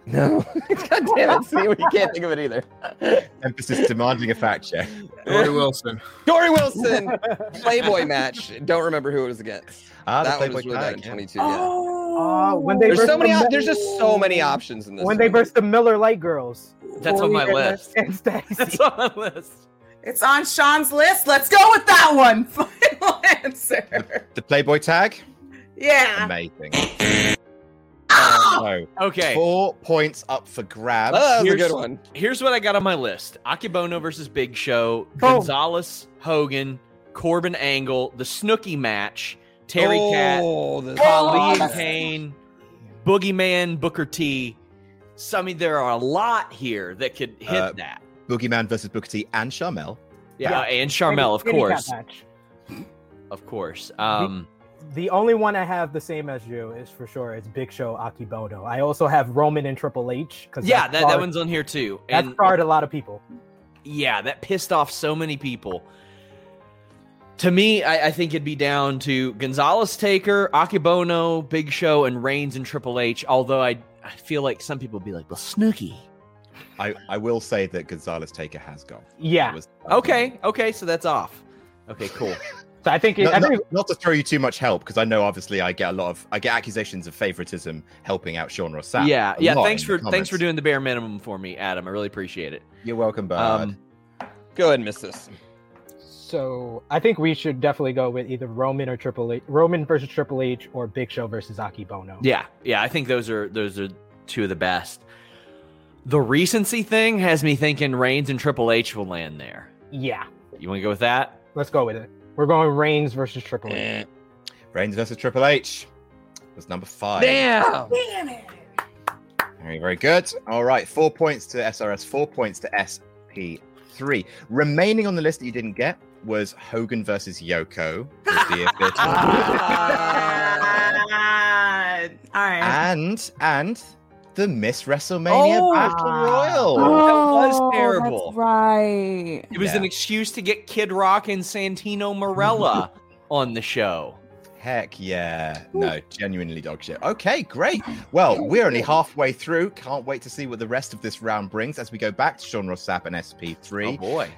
Speaker 3: no god damn it see we can't think of it either
Speaker 1: Emphasis demanding a fact check.
Speaker 6: Dory Wilson.
Speaker 3: dory wilson playboy match don't remember who it was against
Speaker 1: Ah, the
Speaker 3: that one was
Speaker 1: Playboy
Speaker 3: really bad
Speaker 1: tag,
Speaker 3: in
Speaker 1: yeah.
Speaker 3: 22 yeah
Speaker 5: Oh,
Speaker 4: Oh, when they
Speaker 3: There's
Speaker 4: versus
Speaker 3: so many.
Speaker 4: the
Speaker 3: Op-
Speaker 4: Mil-
Speaker 3: there's just so many options in this.
Speaker 4: When they
Speaker 3: one.
Speaker 4: burst the Miller Light girls.
Speaker 2: That's on
Speaker 4: Corey
Speaker 2: my
Speaker 4: and-
Speaker 2: list.
Speaker 4: and Stacy.
Speaker 2: That's on my list.
Speaker 5: It's on Sean's list. Let's go with that one. Final answer.
Speaker 1: The Playboy tag?
Speaker 3: Ah.
Speaker 5: Yeah.
Speaker 1: Amazing.
Speaker 5: Oh,
Speaker 1: So,
Speaker 2: Okay,
Speaker 1: four points up for grabs.
Speaker 3: Oh, that's a
Speaker 2: Uh, Here's-
Speaker 3: good one.
Speaker 2: here's what I got on my list: Akibono versus Big Show,
Speaker 4: Boom.
Speaker 2: Gonzalez, Hogan, Corbin Angle, the Snooky match, Terry Cat,
Speaker 3: Oh, this-
Speaker 2: Kali and
Speaker 5: that's-
Speaker 2: Kane, Boogeyman, Booker T. So I mean, there are a lot here that could hit
Speaker 1: Uh,
Speaker 2: that.
Speaker 1: Boogeyman versus Booker T and Charmel.
Speaker 2: Yeah,
Speaker 4: yeah.
Speaker 2: and Charmel, of
Speaker 4: Handicap
Speaker 2: course,
Speaker 4: match.
Speaker 2: of course. Um,
Speaker 4: The only one I have the same as you is for sure is Big Show Akibono. I also have Roman and Triple H because
Speaker 2: yeah, that, that one's on here too.
Speaker 4: that
Speaker 2: And
Speaker 4: scarred a lot of people.
Speaker 2: yeah, that pissed off so many people. To me, I, I think it'd be down to Gonzalez Taker, Akibono, Big Show, and Reigns and Triple H. Although I, I feel like some people would be like, well, Snooky.
Speaker 1: I, I will say that Gonzalez Taker has gone. That
Speaker 4: Yeah,
Speaker 1: was-
Speaker 2: Okay, okay, so that's off. Okay, cool.
Speaker 4: so I think it,
Speaker 1: Not,
Speaker 4: I
Speaker 1: not-
Speaker 4: think
Speaker 1: not to throw you too much help, because I know obviously I get a lot of I get accusations of favoritism helping out Sean Rossap.
Speaker 2: yeah,
Speaker 1: a
Speaker 2: yeah.
Speaker 1: lot
Speaker 2: Thanks
Speaker 1: in
Speaker 2: for
Speaker 1: the
Speaker 2: thanks for
Speaker 1: comments.
Speaker 2: doing the bare minimum for me, Adam. I really appreciate it.
Speaker 1: You're welcome, bud.
Speaker 2: Um,
Speaker 3: Go ahead, miss this.
Speaker 4: so. I think we should definitely go with either Roman or Triple H, Roman versus Triple H, or Big Show versus Akibono.
Speaker 2: Yeah, yeah. I think those are those are two of the best. The recency thing has me thinking Reigns and Triple H will land there.
Speaker 4: yeah.
Speaker 2: You want to go with that?
Speaker 4: Let's go with it. We're going Reigns versus Triple H.
Speaker 3: Eh.
Speaker 1: Reigns versus Triple H was number five.
Speaker 3: Damn.
Speaker 5: damn it.
Speaker 1: Very, very good. All right, four points to SRS, four points to SP3. Remaining on the list that you didn't get was Hogan versus Yoko. was the
Speaker 2: Uh,
Speaker 1: official.
Speaker 5: God. All right.
Speaker 1: and and the Miss WrestleMania
Speaker 2: Oh.
Speaker 1: Battle Royal.
Speaker 2: was terrible.
Speaker 5: Oh, That's right.
Speaker 2: It was
Speaker 1: Yeah.
Speaker 2: an excuse to get Kid Rock and Santino Morella on the show.
Speaker 1: Heck yeah. No, genuinely dog shit. Okay, great. Well, we're only halfway through. Can't wait to see what the rest of this round brings as we go back to Sean Rossap and SP3.
Speaker 2: Oh, boy.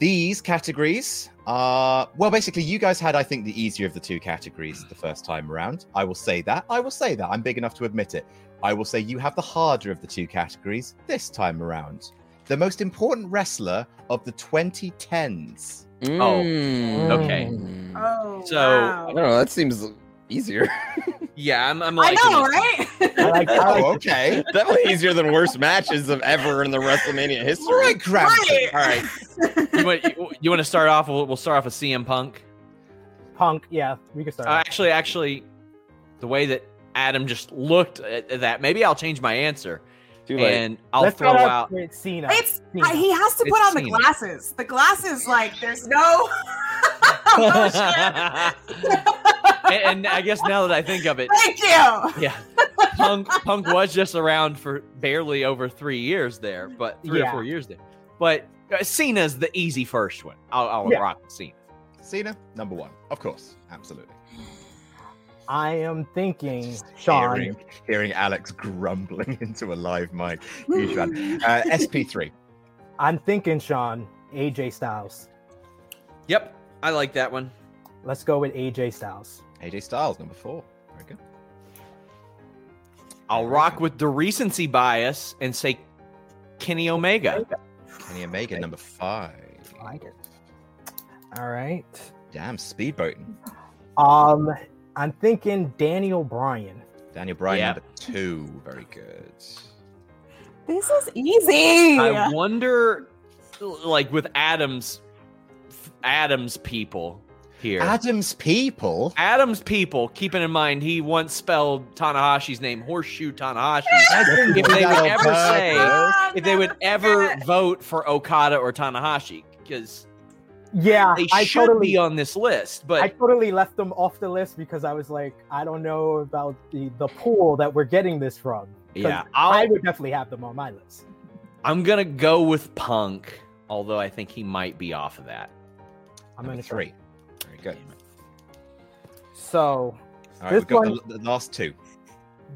Speaker 1: these categories are well basically you guys had i think the easier of the two categories the first time around i will say that i will say that i'm big enough to admit it i will say you have the harder of the two categories this time around the most important wrestler of the 2010s
Speaker 2: Oh, okay.
Speaker 3: Mm.
Speaker 5: Oh.
Speaker 2: So-
Speaker 3: I
Speaker 5: wow.
Speaker 3: don't know. That seems easier.
Speaker 2: Yeah, I'm, I'm
Speaker 5: I
Speaker 2: liking
Speaker 5: know,
Speaker 2: this.
Speaker 4: I like,
Speaker 5: right?
Speaker 4: I like-
Speaker 1: oh okay
Speaker 3: Definitely easier than worst matches of ever in the WrestleMania history.
Speaker 1: all right Gramsci.
Speaker 5: All right.
Speaker 2: You want, you, you want to start off? We'll, we'll start off with CM Punk.
Speaker 4: Punk. Yeah, we can start.
Speaker 2: Uh, actually, actually, the way that Adam just looked at at that, maybe I'll change my answer
Speaker 3: Too late.
Speaker 2: and I'll
Speaker 4: Let's
Speaker 2: throw
Speaker 4: start off
Speaker 2: out.
Speaker 4: with Cena.
Speaker 5: It's
Speaker 4: Cena.
Speaker 5: he has to put
Speaker 2: It's
Speaker 5: on the
Speaker 2: Cena.
Speaker 5: glasses. The glasses, like there's no emotion.
Speaker 2: and, and I guess now that I think of it,
Speaker 5: Thank
Speaker 4: Oh
Speaker 5: you.
Speaker 2: yeah, Punk Punk was just around for barely over three years there, but three
Speaker 4: Yeah.
Speaker 2: or four years there. But Uh, Cena's the easy first one. I'll, I'll
Speaker 4: Yeah.
Speaker 2: rock Cena.
Speaker 1: Cena, number one, of course, absolutely.
Speaker 4: I am thinking, Sean.
Speaker 1: Hearing, hearing Alex grumbling into a live mic. Huge fan. Uh, SP3.
Speaker 4: I'm thinking, Sean. AJ Styles.
Speaker 2: Yep, I like that one.
Speaker 4: Let's go with AJ Styles.
Speaker 1: AJ Styles, number four. Very good.
Speaker 2: I'll rock with the recency bias and say Kenny Omega.
Speaker 1: Kenny Omega, number five.
Speaker 4: I like it. All right.
Speaker 1: Damn, speedboating.
Speaker 4: Um, I'm thinking Daniel Bryan.
Speaker 1: Daniel Bryan,
Speaker 2: Yeah.
Speaker 1: number two. Very good.
Speaker 5: This is easy.
Speaker 2: I wonder, like with Adams, Adams people here.
Speaker 1: Adam's people.
Speaker 2: Adams people, keeping in mind he once spelled Tanahashi's name Horseshoe Tanahashi.
Speaker 1: Adam
Speaker 2: If
Speaker 1: did
Speaker 2: they
Speaker 1: that
Speaker 2: would
Speaker 1: on
Speaker 2: ever say,
Speaker 1: purpose.
Speaker 5: Oh,
Speaker 2: if they would
Speaker 5: never
Speaker 2: ever
Speaker 5: forget it.
Speaker 2: vote for Okada or Tanahashi, because
Speaker 4: Yeah,
Speaker 2: they
Speaker 4: I
Speaker 2: should
Speaker 4: totally,
Speaker 2: be on this list.
Speaker 4: I
Speaker 2: But
Speaker 4: totally left them off the list because I was like, I don't know about the the pool that we're getting this from. 'Cause
Speaker 2: yeah,
Speaker 4: I
Speaker 2: I'll,
Speaker 4: would definitely have them on my list.
Speaker 2: I'm gonna go with Punk, although I think he might be off of that.
Speaker 4: I'm
Speaker 1: Number
Speaker 4: gonna
Speaker 1: three. Very good.
Speaker 4: So
Speaker 1: All right,
Speaker 4: This
Speaker 1: we've got
Speaker 4: one-
Speaker 1: the, the last two.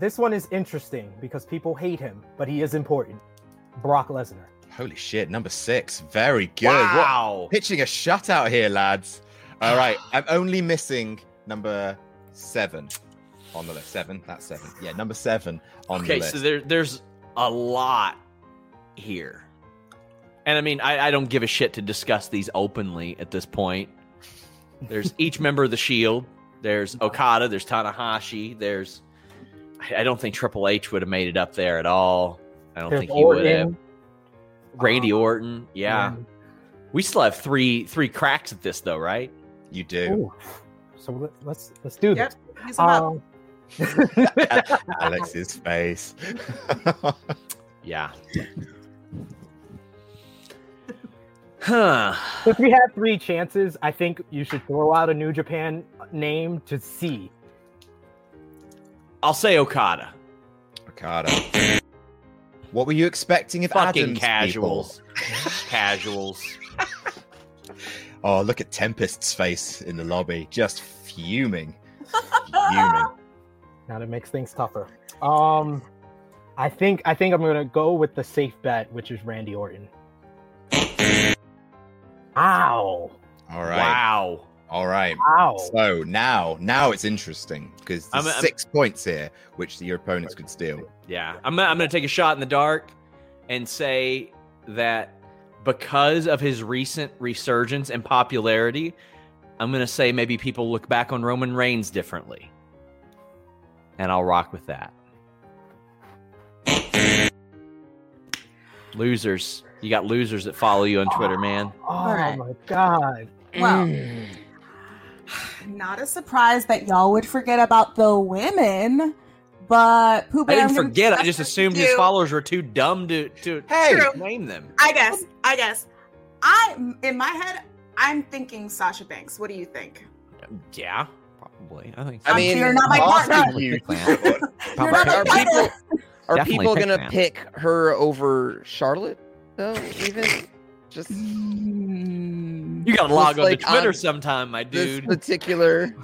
Speaker 4: this one is interesting because people hate him, but he is important. Brock Lesnar.
Speaker 1: Holy shit, number six. Very good. What-
Speaker 2: Wow.
Speaker 1: pitching a shutout here, lads. All right, I'm only missing number seven on the list. Seven, that's seven. Yeah, number seven on
Speaker 2: Okay,
Speaker 1: the list.
Speaker 2: so there, there's a lot here. And I mean, I, I don't give a shit to discuss these openly at this point. There's each member of the Shield. E There's Okada. There's Tanahashi. There's. I- I don't think Triple H would have made it up there at all. I don't
Speaker 4: There's
Speaker 2: think he would have.
Speaker 4: Orton.
Speaker 2: Randy Orton. Yeah.
Speaker 4: Um,
Speaker 2: We still have three three cracks at this though, right?
Speaker 1: you do.
Speaker 4: ooh. So let, let's let's do
Speaker 5: Yep,
Speaker 4: this.
Speaker 5: use 'em up.
Speaker 4: Um,
Speaker 1: Alex's face.
Speaker 2: Yeah. huh.
Speaker 4: Since we had three chances, I think you should throw out a New Japan name to see.
Speaker 2: I'll say Okada.
Speaker 1: Ricardo. What were you expecting if
Speaker 2: Fucking
Speaker 1: Adam's
Speaker 2: casuals. casuals.
Speaker 1: people- Oh, look at Tempest's face in the lobby, just fuming. fuming.
Speaker 4: Now that makes things tougher. Um, I think I think I'm gonna go with the safe bet, which is Randy Orton. Ow!
Speaker 1: All right.
Speaker 2: Wow.
Speaker 1: All right.
Speaker 4: Ow!
Speaker 1: So now, now it's interesting because there's
Speaker 2: I'm- I'm-
Speaker 1: 6 points here, which your opponents could steal.
Speaker 2: Yeah. I'm, gonna- I'm going to take a shot in the dark and say that because of his recent resurgence and popularity, I'm going to say maybe people look back on Roman Reigns differently. And I'll rock with that. losers. You got losers that follow you on Twitter, man.
Speaker 4: Oh
Speaker 5: Alright.
Speaker 4: my god!
Speaker 5: Well,
Speaker 2: Mm.
Speaker 5: not a surprise that y'all would forget about the women, but Pooh
Speaker 2: I
Speaker 5: Bear,
Speaker 2: didn't
Speaker 5: I'm gonna
Speaker 2: forget. I
Speaker 5: discuss
Speaker 2: just
Speaker 5: with
Speaker 2: assumed his
Speaker 5: you.
Speaker 2: followers were too dumb to, to
Speaker 1: Hey!
Speaker 5: True.
Speaker 2: name them.
Speaker 5: I guess. I guess. I in my head, I'm thinking Sasha Banks. What do you think?
Speaker 2: Yeah, probably. I think.
Speaker 3: I
Speaker 5: Um,
Speaker 3: mean,
Speaker 5: you're not my
Speaker 1: Martha,
Speaker 5: partner.
Speaker 1: you-
Speaker 5: You're not my
Speaker 3: Are people
Speaker 5: partner.
Speaker 3: are
Speaker 2: Definitely
Speaker 3: people
Speaker 2: pick
Speaker 3: gonna
Speaker 2: Sam.
Speaker 3: pick her over Charlotte though? Even just
Speaker 2: You gotta log
Speaker 3: Just
Speaker 2: on
Speaker 3: like
Speaker 2: to Twitter
Speaker 3: on
Speaker 2: sometime, my
Speaker 3: this
Speaker 2: dude.
Speaker 3: particular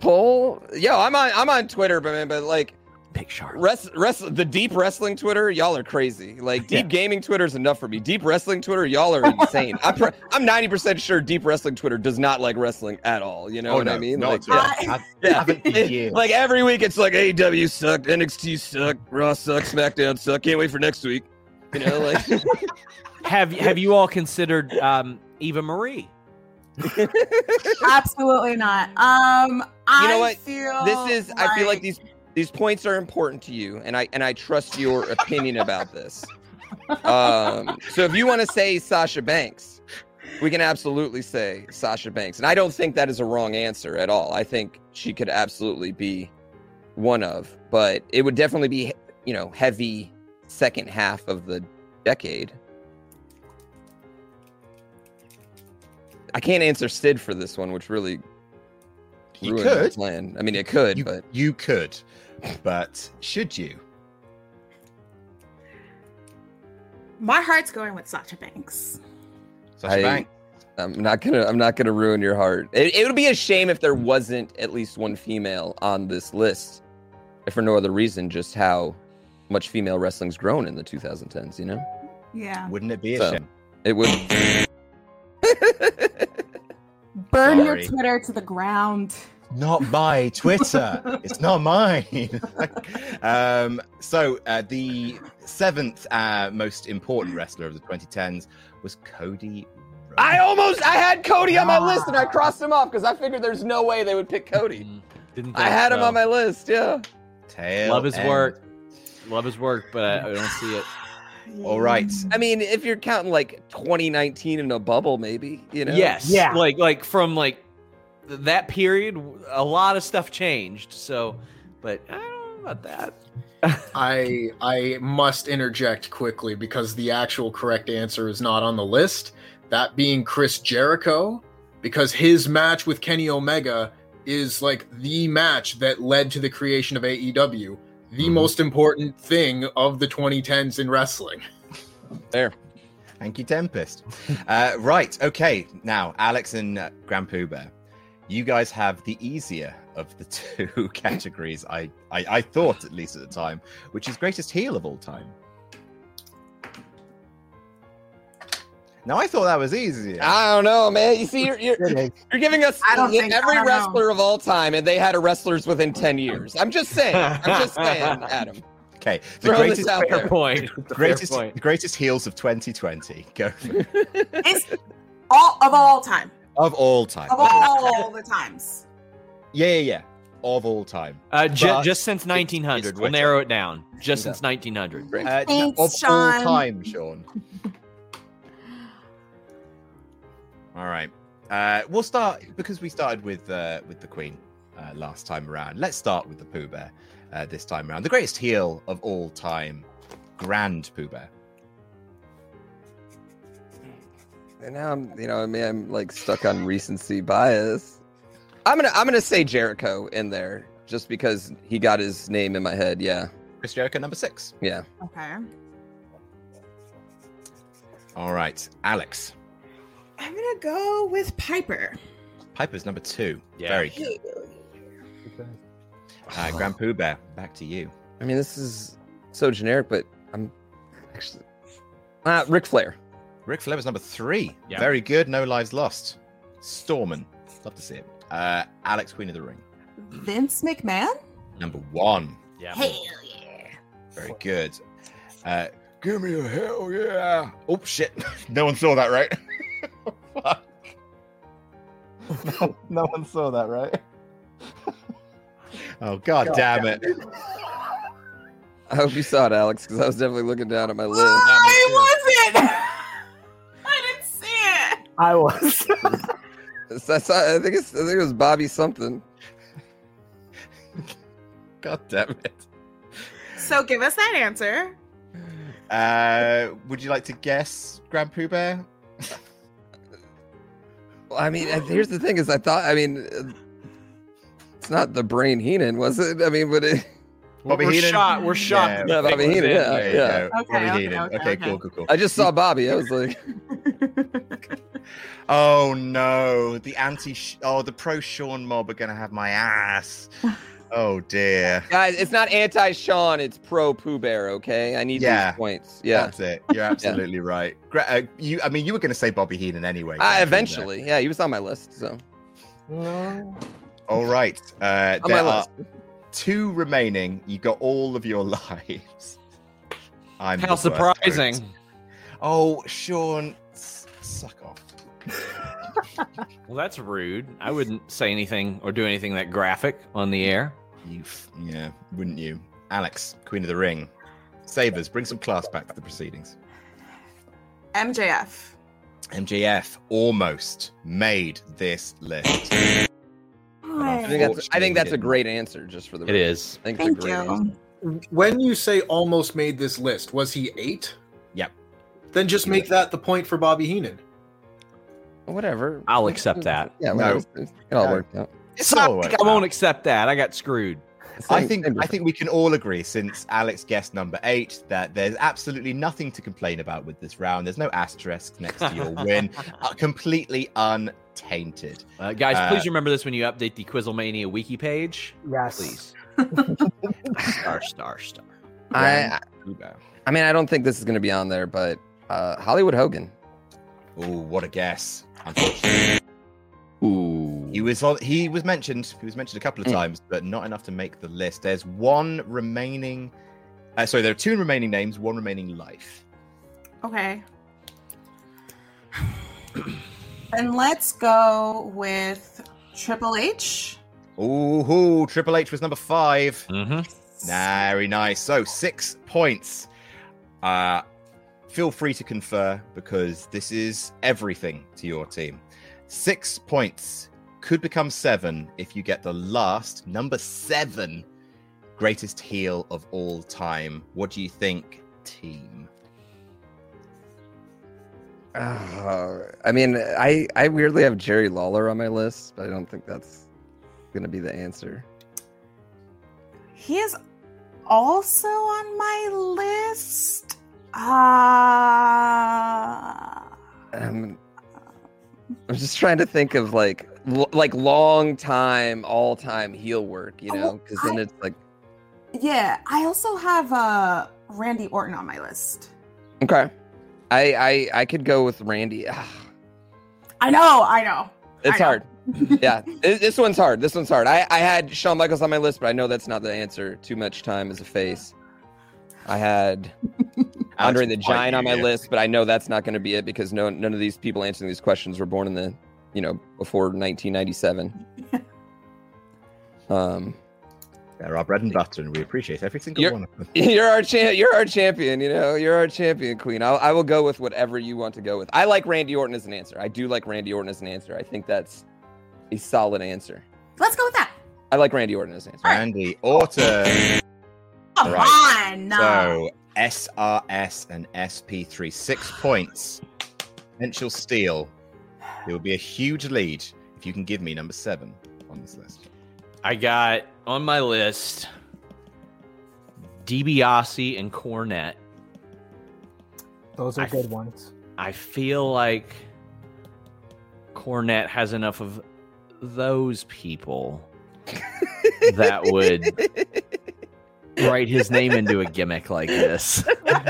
Speaker 3: poll. Yo, I'm on I'm on Twitter, but man, but like
Speaker 2: Pick Charlotte.
Speaker 3: Rest, rest, the deep wrestling Twitter, y'all are crazy. Like deep gaming Twitter is enough for me. Deep wrestling Twitter, y'all are insane. I'm pr- I'm ninety percent sure deep wrestling Twitter does not like wrestling at all. You know
Speaker 1: Oh,
Speaker 3: what
Speaker 1: no,
Speaker 3: I mean?
Speaker 1: no,
Speaker 3: like,
Speaker 1: it's all.
Speaker 5: yeah.
Speaker 1: I-
Speaker 3: Yeah.
Speaker 1: haven't in years.
Speaker 3: like every week, it's like AEW sucked, NXT sucked, Raw sucked, SmackDown sucked. Can't wait for next week. You know, like
Speaker 2: Have Have you all considered um, Eva Marie?
Speaker 5: Absolutely not. Um, I
Speaker 3: what?
Speaker 5: feel
Speaker 3: this is. I feel like these these points are important to you, and I and I trust your opinion about this. Um, so if you want to say Sasha Banks, we can absolutely say Sasha Banks, and I don't think that is a wrong answer at all. I think she could absolutely be one of, but it would definitely be you know heavy second half of the decade. I can't answer Sid for this one, which really
Speaker 1: You
Speaker 3: ruined my
Speaker 1: could.
Speaker 3: plan. I mean, it could,
Speaker 1: You,
Speaker 3: but
Speaker 1: you could, but should you?
Speaker 5: My heart's going with Sasha Banks.
Speaker 1: Sasha
Speaker 3: I-
Speaker 1: Banks.
Speaker 3: I'm not gonna. I'm not gonna ruin your heart. It, it would be a shame if there wasn't at least one female on this list, if for no other reason, just how much female wrestling's grown in the 2010s. You know,
Speaker 5: Yeah.
Speaker 1: Wouldn't it be a
Speaker 3: So-
Speaker 1: shame?
Speaker 3: it would.
Speaker 5: Burn
Speaker 1: Sorry.
Speaker 5: your Twitter to the ground.
Speaker 1: Not my Twitter. it's not mine. um, so uh, the seventh uh, most important wrestler of the 2010s was Cody. Rhodes.
Speaker 3: I almost. I had Cody on my list and I crossed him off because I figured there's no way they would pick Cody.
Speaker 1: Mm-hmm.
Speaker 2: Didn't
Speaker 3: I had him on my list. Yeah.
Speaker 1: Tail
Speaker 2: Love his
Speaker 1: end.
Speaker 2: work. Love his work, but I, I don't see it.
Speaker 1: All right.
Speaker 3: I mean, if you're counting like 2019 in a bubble, maybe you know.
Speaker 2: Yes.
Speaker 4: Yeah.
Speaker 2: Like like from like th- that period, a lot of stuff changed. So, but I don't know about that.
Speaker 6: I I must interject quickly because the actual correct answer is not on the list. That being Chris Jericho, because his match with Kenny Omega is like the match that led to the creation of AEW, the
Speaker 1: Mhm.
Speaker 6: most important thing of the 2010s in wrestling.
Speaker 1: Thank you, Tempest. uh, right. Okay. Now, Alex and uh, Grand Pooh Bear, you guys have the easier of the two categories. I, I I thought at least at the time, which is greatest heel of all time. Now I thought that was easier.
Speaker 3: I don't know, man. You see, you're, you're, you're giving us
Speaker 5: I don't think-
Speaker 3: every
Speaker 5: I don't know.
Speaker 3: wrestler of all time, and they had a wrestlers within 10 years. I'm just saying. I'm just saying, Adam.
Speaker 1: okay. The
Speaker 3: Throw
Speaker 1: greatest
Speaker 3: this out
Speaker 2: Fair
Speaker 3: there.
Speaker 2: point.
Speaker 1: greatest
Speaker 2: Fair point.
Speaker 1: the greatest heels of 2020 go for it.
Speaker 5: It's all of all time.
Speaker 1: of all time.
Speaker 5: Of all the times.
Speaker 1: Yeah, yeah, yeah. Of all time.
Speaker 2: Uh, ju-
Speaker 1: But
Speaker 2: just since 1900,
Speaker 1: it's
Speaker 2: we'll
Speaker 1: Twitter.
Speaker 2: narrow it down. Just since 1900.
Speaker 1: Uh,
Speaker 5: Thanks,
Speaker 1: of
Speaker 5: Sean.
Speaker 1: all time, Sean. all right. Uh, we'll start because we started with uh, with the Queen uh, last time around. Let's start with the Pooh Bear uh, this time around. The greatest heel of all time, Grand Pooh Bear.
Speaker 3: And now I'm, you know, I mean, I'm like stuck on recency bias. I'm gonna, I'm gonna say Jericho in there just because he got his name in my head. Yeah,
Speaker 1: Chris Jericho number six.
Speaker 3: yeah.
Speaker 5: Okay.
Speaker 1: All right, Alex.
Speaker 5: I'm gonna go with Piper.
Speaker 1: Piper's number two.
Speaker 2: Yeah.
Speaker 1: Very good. Uh, Grand Pooh Bear, back to you.
Speaker 3: I mean, this is so generic, but I'm actually uh, Ric Flair.
Speaker 1: Rick Flair was number three.
Speaker 2: Yeah.
Speaker 1: Very good. No lives lost. Storman. Love to see it. Uh, Alex, Queen of the Ring.
Speaker 5: Vince McMahon?
Speaker 1: Number one.
Speaker 2: Yeah.
Speaker 5: Hell yeah.
Speaker 1: Very good. Uh, Give me a hell yeah. Oh, shit. no one saw that, right? Fuck. no, no one saw that, right? oh, god, damn it.
Speaker 3: I hope you saw it, Alex, because I was definitely looking down at my list.
Speaker 5: I wasn't! I didn't see it!
Speaker 4: I was.
Speaker 3: So I, saw, I think it's, I think it was Bobby something.
Speaker 1: God damn it.
Speaker 5: So give us that answer.
Speaker 1: Uh, would you like to guess, Grand Pooh Bear?
Speaker 3: Well, I mean, uh, here's the thing: is I thought, I mean, uh, it's not the brain Heenan, was it? I mean, but it,
Speaker 1: Bobby
Speaker 2: we're
Speaker 1: Heenan?
Speaker 2: shot. We're shot.
Speaker 1: Yeah.
Speaker 2: that
Speaker 3: Yeah,
Speaker 2: the
Speaker 3: Bobby
Speaker 2: thing was
Speaker 3: Heenan,
Speaker 2: in.
Speaker 1: There
Speaker 3: yeah.
Speaker 1: you go.
Speaker 5: Okay,
Speaker 1: Bobby
Speaker 5: okay,
Speaker 1: Heenan.
Speaker 5: okay, okay.
Speaker 1: cool, cool, cool.
Speaker 3: I just saw Bobby. I was like,
Speaker 1: Oh no, the anti, oh the pro Sean mob are gonna have my ass. Oh dear.
Speaker 3: guys, it's not anti Sean, it's pro Pooh Bear. Okay, I need
Speaker 1: Yeah.
Speaker 3: these points. Yeah,
Speaker 1: that's it. You're absolutely right. Gra- uh, you, I mean, you were gonna say Bobby Heenan anyway.
Speaker 3: I
Speaker 1: Graham,
Speaker 3: Ah, eventually, yeah, he was on my list. So
Speaker 4: No.
Speaker 1: there. All right. Uh,
Speaker 3: on
Speaker 1: there
Speaker 3: my
Speaker 1: are
Speaker 3: list,
Speaker 1: two remaining. You got all of your lives. I'm the
Speaker 2: How
Speaker 1: worst
Speaker 2: surprising.
Speaker 1: host. Oh, Sean, s- suck off.
Speaker 2: Well, that's rude. I wouldn't say anything or do anything that graphic on the air.
Speaker 1: You, f- yeah, wouldn't you, Alex, Queen of the Ring? Savers, bring some class back to the proceedings.
Speaker 5: MJF.
Speaker 1: MJF almost made this list.
Speaker 3: I think that's, I think
Speaker 1: Unfortunately,
Speaker 3: that's a great answer, just for the
Speaker 2: It is.
Speaker 3: I think it's a
Speaker 5: Thank
Speaker 3: great
Speaker 5: you.
Speaker 3: answer.
Speaker 6: When you say almost made this list, was he eight?
Speaker 1: Yep.
Speaker 6: Then just make that the point for Bobby Heenan.
Speaker 3: Whatever,
Speaker 2: I'll accept that.
Speaker 3: Yeah,
Speaker 1: No.
Speaker 3: whatever. it all
Speaker 1: No.
Speaker 3: worked out.
Speaker 1: It's not
Speaker 2: I won't accept that. I got screwed.
Speaker 1: Oh, I
Speaker 3: Same-
Speaker 1: think
Speaker 3: same
Speaker 1: I think we can all agree, since Alex guessed number eight, that there's absolutely nothing to complain about with this round. There's no asterisks next to your win. Uh, completely untainted.
Speaker 2: Uh, guys,
Speaker 1: Uh,
Speaker 2: please remember this when you update the Quizzlemania wiki page.
Speaker 4: Yes.
Speaker 2: Please. star, star, star.
Speaker 3: I, I mean, I don't think this is going to be on there, but uh, Hollywood Hogan.
Speaker 1: Oh, what a guess! Unfortunately,
Speaker 3: Ooh.
Speaker 1: he was on, he was mentioned. He was mentioned a couple of
Speaker 3: Mm.
Speaker 1: times, but not enough to make the list. There's one remaining. Uh, sorry, there are two remaining names. One remaining life.
Speaker 5: Okay. Then let's go with Triple H.
Speaker 1: Ooh, Triple H was number five.
Speaker 2: Mm-hmm.
Speaker 1: Very nice. So six points. Uh, feel free to confer because this is everything to your team. Six points could become seven if you get the last number seven greatest heel of all time. What do you think, team?
Speaker 3: Uh, I mean, I, I weirdly have Jerry Lawler on my list, but I don't think that's going to be the answer.
Speaker 5: He is also on my list. Uh,
Speaker 3: Um, I'm just trying to think of like l- like long time, all time heel work, you know? Because then it's like,
Speaker 5: yeah, I also have uh, Randy Orton on my list.
Speaker 3: okay, I I, I could go with Randy. Ah,
Speaker 5: I know, I know.
Speaker 3: it's
Speaker 5: I know.
Speaker 3: hard. yeah, this, this one's hard. This one's hard. I, I had Shawn Michaels on my list, but I know that's not the answer. Too much time as a face. I had Andre the
Speaker 1: Alex,
Speaker 3: Giant on my
Speaker 1: yeah.
Speaker 3: list, but I know that's not going to be it because no none of these people answering these questions were born in the you know before 1997. um,
Speaker 1: They're our bread and butter, and we appreciate every single
Speaker 3: You're-
Speaker 1: one of them.
Speaker 3: you're our champ. You're our champion. You know, you're our champion, Queen. I'll, I will go with whatever you want to go with. I like Randy Orton as an answer. I do like Randy Orton as an answer. I think that's a solid answer.
Speaker 5: Let's go with that.
Speaker 3: I like Randy Orton as an answer.
Speaker 1: Randy Orton.
Speaker 5: Come
Speaker 1: Right.
Speaker 5: on.
Speaker 1: So SRS and SP3, six points. Potential steal. It would be a huge lead if you can give me number seven on this list.
Speaker 2: I got on my list DiBiase and Cornette.
Speaker 4: Those are
Speaker 2: I-
Speaker 4: good ones.
Speaker 2: I feel like Cornette has enough of those people that would write his name into a gimmick like this.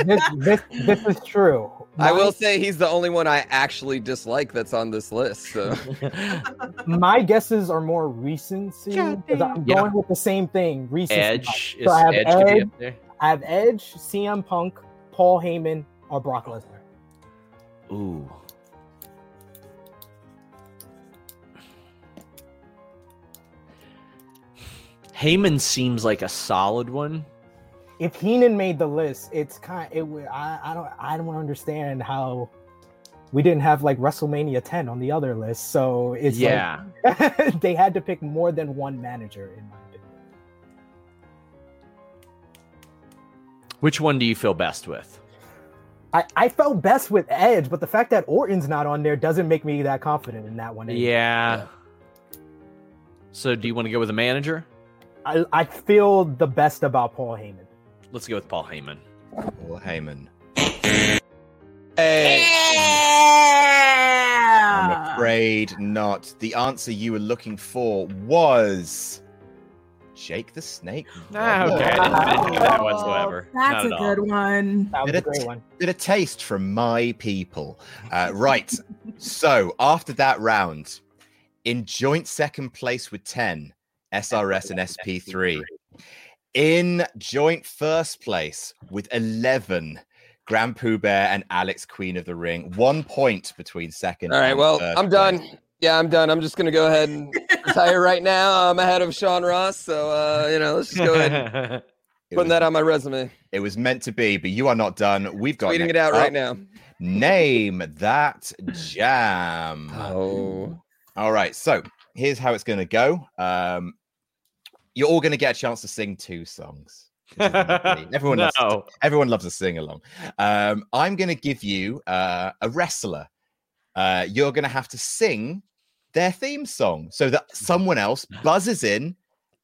Speaker 4: This, this, this is true.
Speaker 3: I
Speaker 4: My-
Speaker 3: will say he's the only one I actually dislike that's on this list. So
Speaker 4: My guesses are more recency. 'cause I'm
Speaker 2: Yeah.
Speaker 4: going with the same thing. Recency.
Speaker 2: Edge is
Speaker 4: So I have
Speaker 2: Edge could be
Speaker 4: Edge.
Speaker 2: up there.
Speaker 4: I have Edge, CM Punk, Paul Heyman, or Brock Lesnar.
Speaker 2: Ooh. Heyman seems like a solid one.
Speaker 4: If Heenan made the list, it's kind. It would. I, I don't. I don't understand how we didn't have like WrestleMania 10 on the other list. So it's like,
Speaker 2: yeah.
Speaker 4: they had to pick more than one manager, in my opinion.
Speaker 2: Which one do you feel best with?
Speaker 4: I, I felt best with Edge, but the fact that Orton's not on there doesn't make me that confident in that one. anymore.
Speaker 2: Yeah. So do you want to go with a manager?
Speaker 4: I, I feel the best about Paul Heyman.
Speaker 2: Let's go with Paul Heyman.
Speaker 1: Paul Heyman. I'm
Speaker 5: Yeah.
Speaker 1: afraid not. The answer you were looking for was Jake the Snake. Roberts.
Speaker 2: Ah, okay. I didn't, I didn't do that whatsoever. Not
Speaker 5: That's a
Speaker 2: at all.
Speaker 5: good one.
Speaker 4: That was
Speaker 1: Did
Speaker 4: a
Speaker 1: it-
Speaker 4: great one.
Speaker 1: bit of taste from my people. Uh, right. so after that round, in joint second place with 10, SRS and SP3. In joint first place with 11, Grand Pooh Bear and Alex Queen of the Ring. One point between second.
Speaker 3: all right,
Speaker 1: and
Speaker 3: well,
Speaker 1: third
Speaker 3: I'm
Speaker 1: place.
Speaker 3: done. Yeah, I'm done. I'm just gonna go ahead and retire right now. I'm ahead of Sean Ross, so uh, you know, let's just go ahead and
Speaker 1: It
Speaker 3: put
Speaker 1: was,
Speaker 3: that on my resume.
Speaker 1: it was meant to be, but you are not done. We've got
Speaker 3: Tweeting it
Speaker 1: next
Speaker 3: out
Speaker 1: up,
Speaker 3: right now.
Speaker 1: Name that jam.
Speaker 3: Oh,
Speaker 1: All right, so here's how it's going to go. Um, you're all going to get a chance to sing two songs. which is lovely. Everyone, loves,
Speaker 2: no.
Speaker 1: everyone loves a sing along. Um, I'm going to give you uh, a wrestler. Uh, you're going to have to sing their theme song so that someone else buzzes in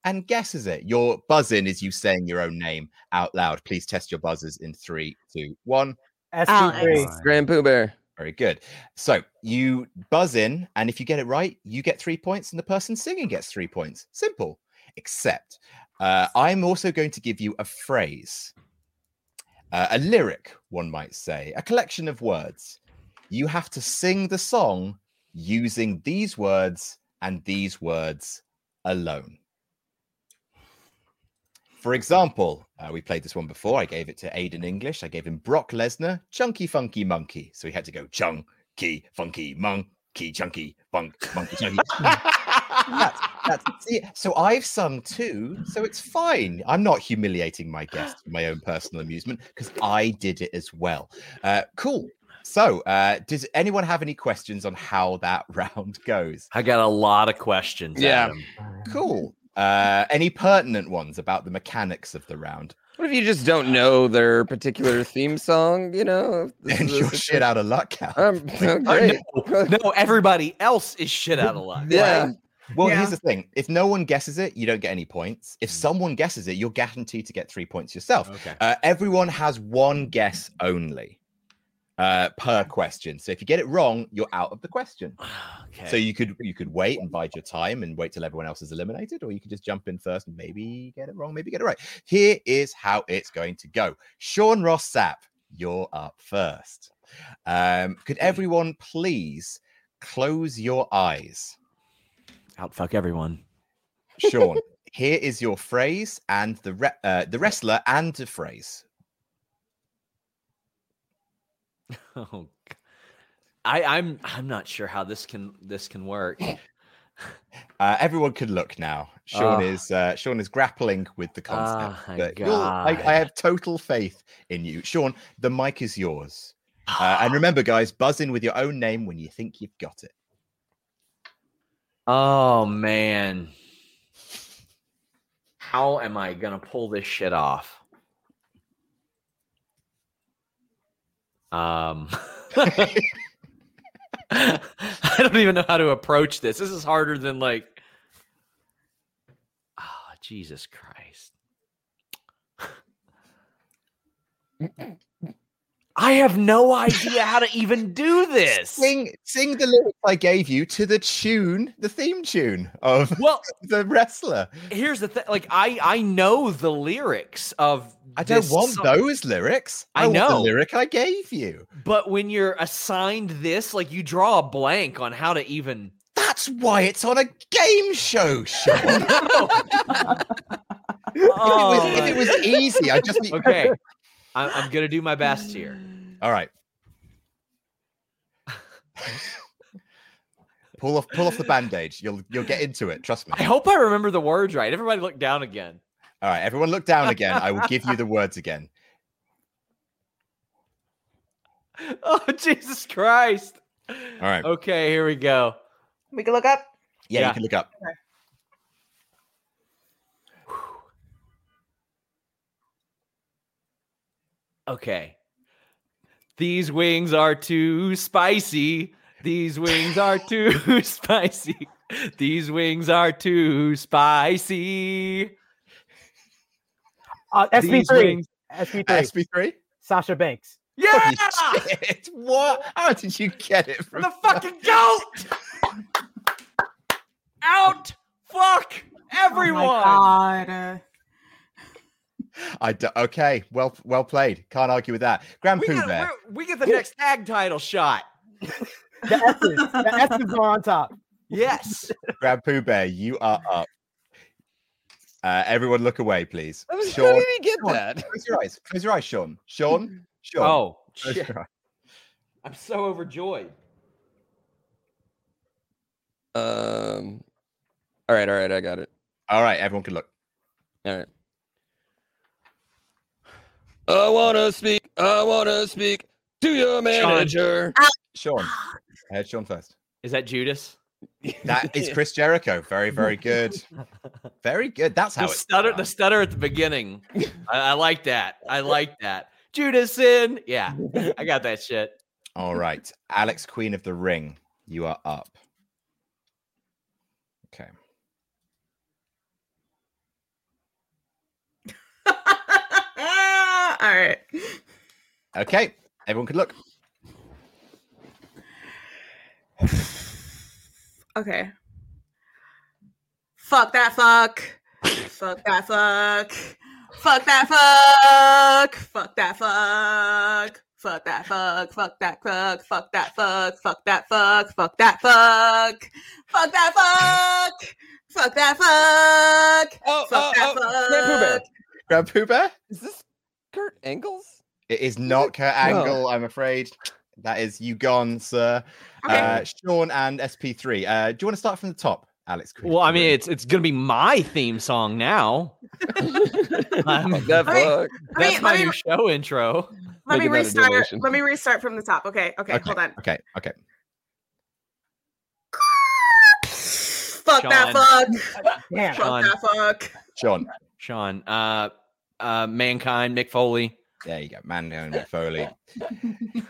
Speaker 1: and guesses it. Your buzz in is you saying your own name out loud. Please test your buzzers in three, two, one.
Speaker 4: SP3.
Speaker 3: It's Grand Pooh Bear.
Speaker 1: Very good. So you buzz in, and if you get it right, you get three points, and the person singing gets three points. Simple. Except, uh, I'm also going to give you a phrase, uh, a lyric, one might say, a collection of words. You have to sing the song using these words and these words alone. For example, uh, we played this one before. I gave it to Aiden English. I gave him Brock Lesnar, Chunky Funky Monkey. So he had to go Chunky Funky Monkey, Chunky Funk Monkey Chunky. that's, that's it. So I've sung two, so it's fine. I'm not humiliating my guests for my own personal amusement because I did it as well. Uh, cool. So, uh, does anyone have any questions on how that round goes?
Speaker 2: I got a lot of questions.
Speaker 3: Yeah.
Speaker 2: Adam.
Speaker 1: Cool. Uh, any pertinent ones about the mechanics of the round?
Speaker 3: What if you just don't know their particular theme song? You know, This
Speaker 1: And
Speaker 3: is-
Speaker 1: you're shit out of luck, Cal.
Speaker 3: Um, oh, great.
Speaker 2: No, everybody else is shit out of luck.
Speaker 3: yeah.
Speaker 2: Like,
Speaker 1: well,
Speaker 7: Yeah.
Speaker 1: here's the thing: if no one guesses it, you don't get any points. If someone guesses it, you're guaranteed to get three points yourself.
Speaker 2: Hmm. Okay.
Speaker 1: Uh, everyone has one guess only uh, per question. So if you get it wrong, you're out of the question.
Speaker 2: okay.
Speaker 1: So you could you could wait and bide your time and wait till everyone else is eliminated, or you could just jump in first and maybe get it wrong, maybe get it right. Here is how it's going to go. Sean Ross Sapp, you're up first. Um, could everyone please close your eyes?
Speaker 2: outfuck everyone.
Speaker 1: Sean, here is your phrase and the re- uh, the wrestler and the phrase.
Speaker 2: Oh, g- I, I'm I'm not sure how this can this can work.
Speaker 1: Uh, everyone can look now. Sean
Speaker 2: Ah.
Speaker 1: is uh, Sean is grappling with the concept.
Speaker 2: Ah, my
Speaker 1: but you'll- I, I
Speaker 2: God.
Speaker 1: have total faith in you, Sean. The mic is yours. Uh, and remember, guys, buzz in with your own name when you think you've got it.
Speaker 2: Oh man. How am I gonna pull this shit off? Um I don't even know how to approach this. This is harder than like Ah, Jesus Christ. I have no idea how to even do this.
Speaker 1: Sing, sing the lyrics I gave you to the tune, the theme tune of
Speaker 2: Well,
Speaker 1: the wrestler.
Speaker 2: here's the thing like i i know the lyrics of
Speaker 1: I don't
Speaker 2: this
Speaker 1: want
Speaker 2: song,
Speaker 1: those lyrics. I,
Speaker 2: I
Speaker 1: want
Speaker 2: know.
Speaker 1: the lyric I gave you.
Speaker 2: but when you're assigned this like you draw a blank on how to even
Speaker 1: That's why it's on a game show, Sean. if,
Speaker 2: oh,
Speaker 1: it was,
Speaker 2: my-
Speaker 1: if it was easy, I'd just be
Speaker 2: okay I, i'm gonna do my best here
Speaker 1: All right. pull off pull off the bandage. You'll you'll get into it, trust me.
Speaker 2: i hope i remember the words right everybody look down again
Speaker 1: All right, everyone look down again. I will give you the words again.
Speaker 2: oh jesus christ all
Speaker 1: right.
Speaker 2: okay here we go
Speaker 5: We can look up.
Speaker 1: Yeah,
Speaker 2: Yeah.
Speaker 1: you can look up.
Speaker 2: okay these wings are too spicy these wings are too spicy these wings are too spicy
Speaker 4: Uh,
Speaker 2: These
Speaker 4: SP3.
Speaker 2: wings-
Speaker 4: SP3.
Speaker 1: SB3.
Speaker 4: Sasha Banks.
Speaker 2: Yeah,
Speaker 1: Shit, what? How did you get it from
Speaker 2: Ah! the fucking goat. Out, fuck everyone.
Speaker 5: Oh my god.
Speaker 1: I d- okay, well well played. Can't argue with that. Grand
Speaker 2: we,
Speaker 1: Pooh
Speaker 2: get,
Speaker 1: Bear.
Speaker 2: we're- we get the next tag title shot.
Speaker 4: The S's. the S's are on top.
Speaker 2: Yes.
Speaker 1: Grand Pooh Bear, you are up. Uh, everyone look away, please.
Speaker 3: I was- How
Speaker 1: Sean,
Speaker 3: did he get
Speaker 1: Sean,
Speaker 3: that?
Speaker 1: close your eyes. Close your eyes, Sean. Sean, Sean.
Speaker 2: Oh
Speaker 1: close
Speaker 2: shit!
Speaker 1: your eyes.
Speaker 2: I'm so overjoyed.
Speaker 3: Um. All right, all right, I got it.
Speaker 1: All right, everyone can look.
Speaker 3: All right. I wanna speak. I wanna speak to your manager.
Speaker 1: Sean. I had Sean first.
Speaker 2: Is that Judas?
Speaker 1: That is Chris Jericho. Very, very good. Very good. That's how
Speaker 2: The
Speaker 1: it's
Speaker 2: stutter, the
Speaker 1: done.
Speaker 2: stutter at the beginning. I, I like that. I like that. Judas in. Yeah, I got that shit.
Speaker 1: All right. Alex, Queen of the Ring, you are up. Okay.
Speaker 5: All right.
Speaker 1: Okay, everyone could look.
Speaker 5: Okay. Fuck that fuck. fuck that fuck. Fuck that fuck. Fuck that fuck. Fuck that fuck. Fuck that fuck. Fuck that fuck. Fuck that fuck. Fuck that fuck. Fuck that fuck. Fuck that fuck.
Speaker 3: Oh,
Speaker 5: Fuck that
Speaker 3: Grand Pooh Bear.
Speaker 5: fuck.
Speaker 1: Grab Pooh Bear.
Speaker 3: Is this Kurt Angles?
Speaker 1: It is not Kurt
Speaker 3: No.
Speaker 1: Angle, I'm afraid. That is you gone, sir.
Speaker 5: Okay.
Speaker 1: Uh, Sean and SP3. Uh, do you want to start from the top, Alex? Queen?
Speaker 2: Well, I mean, it's it's gonna be my theme song now. Um,
Speaker 3: Fuck that
Speaker 5: Alright.
Speaker 3: fuck.
Speaker 5: Let me-
Speaker 2: that's my
Speaker 5: let me-
Speaker 2: new show intro.
Speaker 5: Let
Speaker 3: Make
Speaker 5: me
Speaker 3: another
Speaker 5: restart.
Speaker 3: donation.
Speaker 5: Let me restart from the top. Okay. Okay.
Speaker 1: okay,
Speaker 5: Hold on.
Speaker 1: Okay, okay.
Speaker 5: Fuck
Speaker 2: Sean.
Speaker 5: that fuck.
Speaker 4: Damn.
Speaker 5: Fuck
Speaker 2: Sean.
Speaker 5: that fuck.
Speaker 1: Sean.
Speaker 2: Sean, uh, uh, mankind, Mick Foley.
Speaker 1: There you go. Mando and Mick Foley.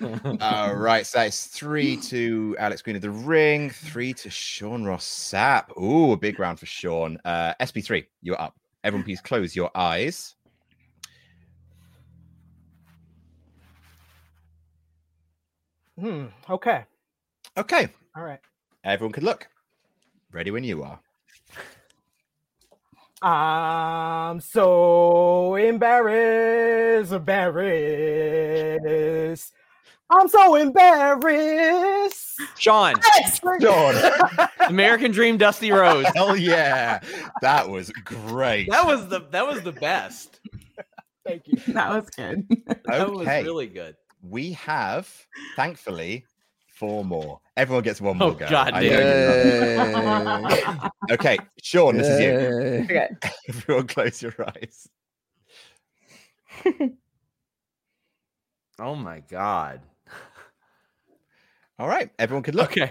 Speaker 1: Oh. All right. So it's three to Alex Green of the Ring, three to Sean Ross Sapp. Ooh, a big round for Sean. Uh, SP3, you're up. Everyone, please close your eyes.
Speaker 4: Hmm. Okay.
Speaker 1: Okay.
Speaker 4: All right.
Speaker 1: Everyone can look. Ready when you are.
Speaker 4: I'm Um, so embarrassed, embarrassed. I'm so embarrassed.
Speaker 2: Sean,
Speaker 1: Sean.
Speaker 2: American Dream, Dusty Rose.
Speaker 1: Hell yeah. That was great.
Speaker 2: That was the that was the best.
Speaker 4: Thank you.
Speaker 5: That was good.
Speaker 2: That was
Speaker 1: okay.
Speaker 2: really good.
Speaker 1: we have, thankfully, four more. Everyone gets one more
Speaker 2: Oh,
Speaker 1: go.
Speaker 2: God
Speaker 1: I know you're not-
Speaker 3: Yay.
Speaker 1: Okay, Sean, this is you.
Speaker 3: Yay.
Speaker 1: Everyone close your eyes.
Speaker 2: Oh my god.
Speaker 1: All right, everyone could look.
Speaker 2: Okay.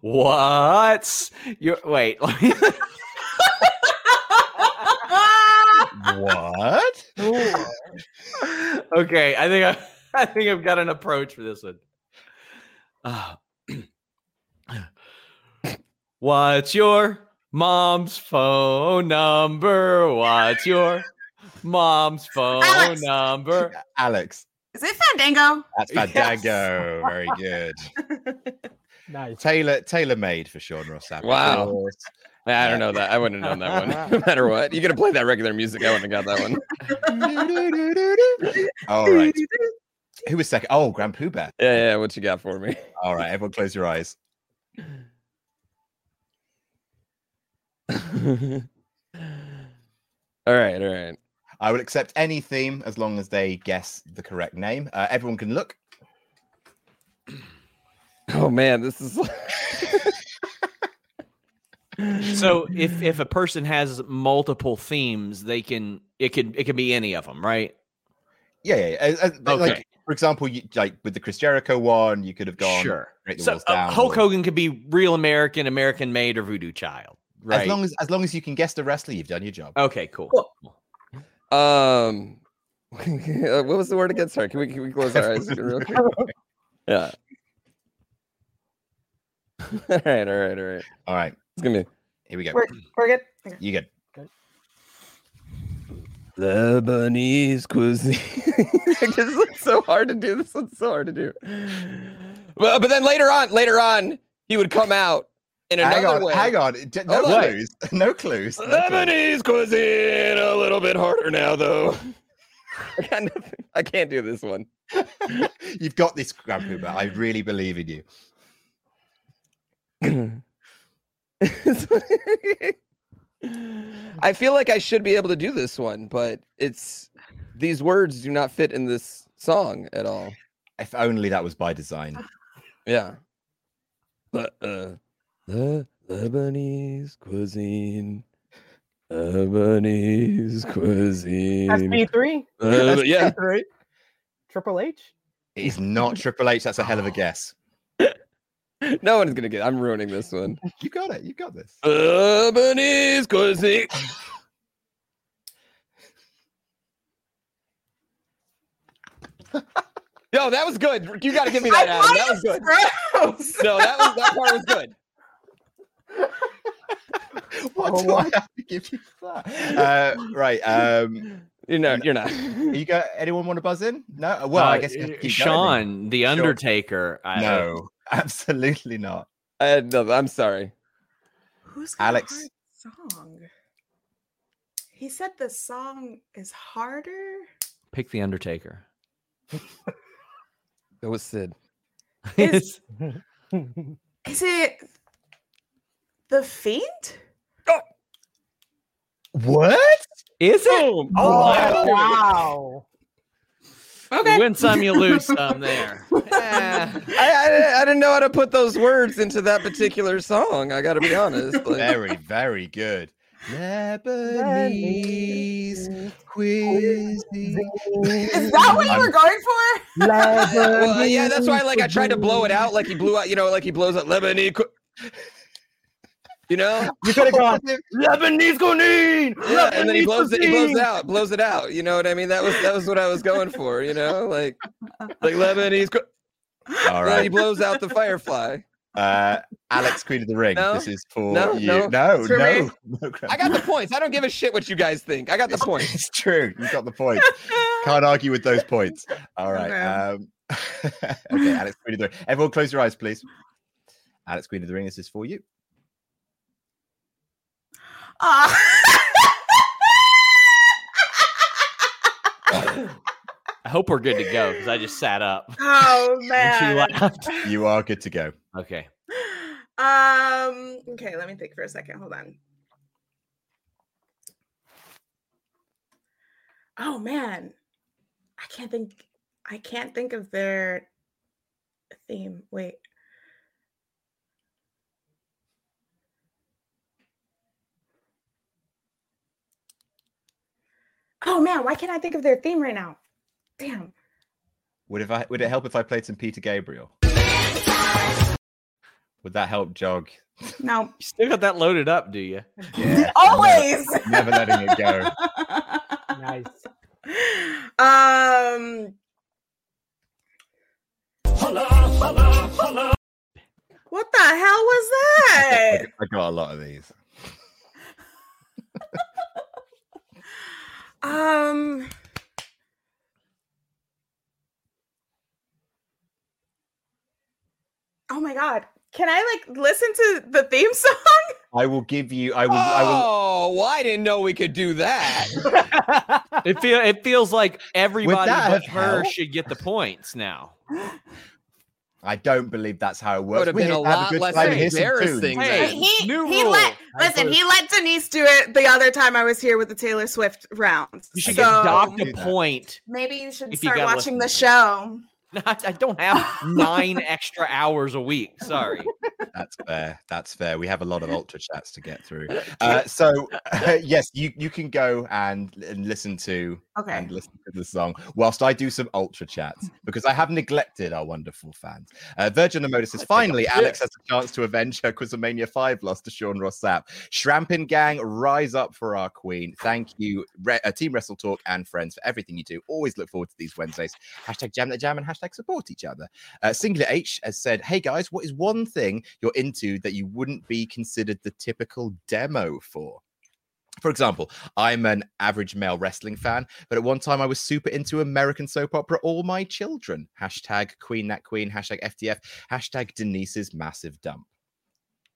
Speaker 2: What's your wait? let me-
Speaker 1: What?
Speaker 2: okay, I think I, I think I've got an approach for this one. Ah. What's your mom's phone number? What's your mom's phone
Speaker 5: Alex.
Speaker 2: number?
Speaker 1: Alex,
Speaker 5: Is it Fandango?
Speaker 1: that's
Speaker 2: Yes.
Speaker 1: Fandango. Very good.
Speaker 4: Nice.
Speaker 1: Taylor, tailor made for Sean Ross. Sapp, of
Speaker 3: Wow.
Speaker 1: course.
Speaker 3: I don't know that. I wouldn't have known that one. No matter what. You're gonna play that regular music. I wouldn't have got that one.
Speaker 1: All right. Who was second? Oh, Grand Pooh Bear.
Speaker 3: Yeah, yeah. What you got for me?
Speaker 1: All right, everyone close your eyes.
Speaker 3: all right, all right.
Speaker 1: I will accept any theme as long as they guess the correct name. Uh, everyone can look.
Speaker 3: Oh man, this is
Speaker 2: So if if a person has multiple themes, they can it could it could be any of them, right?
Speaker 1: Yeah, yeah. yeah. As- as-
Speaker 2: Okay.
Speaker 1: Like for example, you, like with the Chris Jericho one, you could have gone
Speaker 2: sure.
Speaker 1: Break the
Speaker 2: So
Speaker 1: Walls
Speaker 2: uh,
Speaker 1: Down
Speaker 2: Hulk
Speaker 1: or-
Speaker 2: Hogan could be real American, American made, or Voodoo Child, right?
Speaker 1: as long as as long as you can guess the wrestler, you've done your job.
Speaker 3: Uh,
Speaker 2: okay, cool.
Speaker 5: Cool.
Speaker 3: um. uh, what was the word again? Sorry, can we can we close our eyes real quick? Yeah. all right, all right, all right.
Speaker 1: All right,
Speaker 3: It's gonna be
Speaker 1: here we go.
Speaker 5: We're good.
Speaker 1: You good?
Speaker 3: Lebanese cuisine. this is so hard to do. This one's so hard to do. But, but then later on, later on, he would come out in another
Speaker 1: Hang on,
Speaker 3: way.
Speaker 1: hang on. D- No
Speaker 3: Hold on.
Speaker 1: clues. No clues. no clues.
Speaker 3: Lebanese cuisine, a little bit harder now though. I got nothing. I can't do this one.
Speaker 1: You've got this, Grand Pooh Bear. I really believe in you.
Speaker 3: I feel like I should be able to do this one, but it's these words do not fit in this song at all.
Speaker 1: If only that was by design.
Speaker 3: Yeah. But uh the Lebanese cuisine. Lebanese cuisine.
Speaker 4: SP3,
Speaker 3: Uh, yeah.
Speaker 1: right.
Speaker 4: Triple H.
Speaker 1: It is not Triple H. That's a hell of a guess.
Speaker 3: No one's gonna get I'm ruining this one.
Speaker 1: You got it. You got this.
Speaker 3: Lebanese cuisine. Yo, that was good. You gotta give me that, Adam. That was good.
Speaker 5: Gross.
Speaker 3: No, that was that part was good.
Speaker 1: what
Speaker 8: Oh
Speaker 1: do I
Speaker 8: my-
Speaker 1: have to give you for that? Uh, right. Um,
Speaker 3: You know, you're not.
Speaker 1: you got anyone want to buzz in? No. Well, I
Speaker 2: Uh,
Speaker 1: guess you have to keep
Speaker 2: Sean,
Speaker 1: Going.
Speaker 2: the
Speaker 1: Sure.
Speaker 2: Undertaker. I, Oh.
Speaker 1: No, absolutely not.
Speaker 3: Uh, no, I'm sorry.
Speaker 5: Who's got a
Speaker 1: Alex.
Speaker 5: hard song? He said the song is harder.
Speaker 2: pick the Undertaker.
Speaker 1: Oh,
Speaker 3: That was Sid.
Speaker 5: Is, is it the Fiend?
Speaker 1: What?
Speaker 2: Is it?
Speaker 3: Boom.
Speaker 4: Oh, wow.
Speaker 2: You win some, you lose some. There. Eh.
Speaker 3: I, I, didn't- I didn't know how to put those words into that particular song. I got to be honest. Like,
Speaker 1: Very, very good. Lebanese cuisine.
Speaker 5: Is that what you were going for?
Speaker 3: I- well, yeah, that's why. Like, I tried to blow it out, like he blew out. You know, like he blows out Lebanese. cu- You know,
Speaker 1: You could have gone.
Speaker 3: Lebanese cuisine. Yeah, and then he blows it. He blows it out. Blows it out. You know what I mean? That was that was what I was going for. You know, like like Lebanese. cu-
Speaker 1: All
Speaker 3: Yeah, he
Speaker 1: right.
Speaker 3: blows out the firefly.
Speaker 1: Uh, Alex, Queen of the Ring.
Speaker 3: No,
Speaker 1: This is for
Speaker 3: no,
Speaker 1: you.
Speaker 3: no,
Speaker 1: No, no,
Speaker 3: for me.
Speaker 1: no. crap.
Speaker 3: I got the points. I don't give a shit what you guys think. I got the points.
Speaker 1: It's true. You got the point. Can't argue with those points. All right.
Speaker 5: Okay.
Speaker 1: Um, okay, Alex, Queen of the Ring. Everyone, close your eyes, please. Alex, Queen of the Ring. This is for you.
Speaker 5: Aw.
Speaker 2: I hope we're good to go because I just sat up.
Speaker 5: oh
Speaker 2: And she
Speaker 5: man.
Speaker 2: laughed.
Speaker 1: You are good to go.
Speaker 2: Okay.
Speaker 5: Um. Okay, let me think for a second. Hold on. Oh man, I can't think. I can't think of their theme. Wait. Oh man, why can't I think of their theme right now? Damn.
Speaker 1: Would if I would it help if I played some Peter Gabriel? Would that help jog?
Speaker 5: No.
Speaker 2: You still got that loaded up, do you?
Speaker 1: Yeah.
Speaker 5: Always.
Speaker 1: Never letting it go.
Speaker 4: Nice.
Speaker 5: um what the hell was
Speaker 1: I
Speaker 5: that
Speaker 1: got- I got a lot of these.
Speaker 5: um oh my god can i like listen to the theme song
Speaker 1: I will give you. I will. I will.
Speaker 3: Oh, well, I didn't know we could do that.
Speaker 2: It feel it feels like everybody
Speaker 1: that
Speaker 2: but
Speaker 1: have
Speaker 2: her
Speaker 1: helped?
Speaker 2: should get the points now.
Speaker 1: I don't believe that's how it works.
Speaker 3: Would have
Speaker 1: We're
Speaker 3: been a
Speaker 1: here to have
Speaker 3: lot
Speaker 1: good
Speaker 3: less
Speaker 1: time. Here's some tunes.
Speaker 3: embarrassing.
Speaker 2: Hey,
Speaker 3: then.
Speaker 5: he,
Speaker 2: new
Speaker 5: he
Speaker 2: rule.
Speaker 5: let
Speaker 2: I
Speaker 5: listen
Speaker 2: vote.
Speaker 5: he let denise do it the other time i was here with the taylor swift round
Speaker 2: You should
Speaker 5: so
Speaker 2: get docked
Speaker 1: Do
Speaker 2: a
Speaker 1: that.
Speaker 2: point.
Speaker 5: maybe you should
Speaker 2: if you
Speaker 5: start
Speaker 2: gotta
Speaker 5: watching the
Speaker 2: listen
Speaker 5: show
Speaker 2: I I don't have nine extra hours a week. Sorry.
Speaker 1: That's fair. That's fair. We have a lot of ultra chats to get through. Uh, so yes, you you can go and, and listen to
Speaker 5: okay
Speaker 1: and listen to the song whilst I do some ultra chats because I have neglected our wonderful fans. Uh, Virgin Emodus says finally Alex has a chance to avenge her Quizmania 5 loss to Sean Rossap. Shrampin Gang, rise up for our queen. Thank you, Re- uh, Team Wrestle Talk and friends for everything you do. Always look forward to these Wednesdays. Hashtag jam that jam and hashtag support each other. Uh, Singular H has said, Hey guys, what is one thing you're into that you wouldn't be considered the typical demo for? For example, I'm an average male wrestling fan, but at one time I was super into American soap opera All My Children. Hashtag Queen That Queen, hashtag FTF, hashtag Denise's massive dump.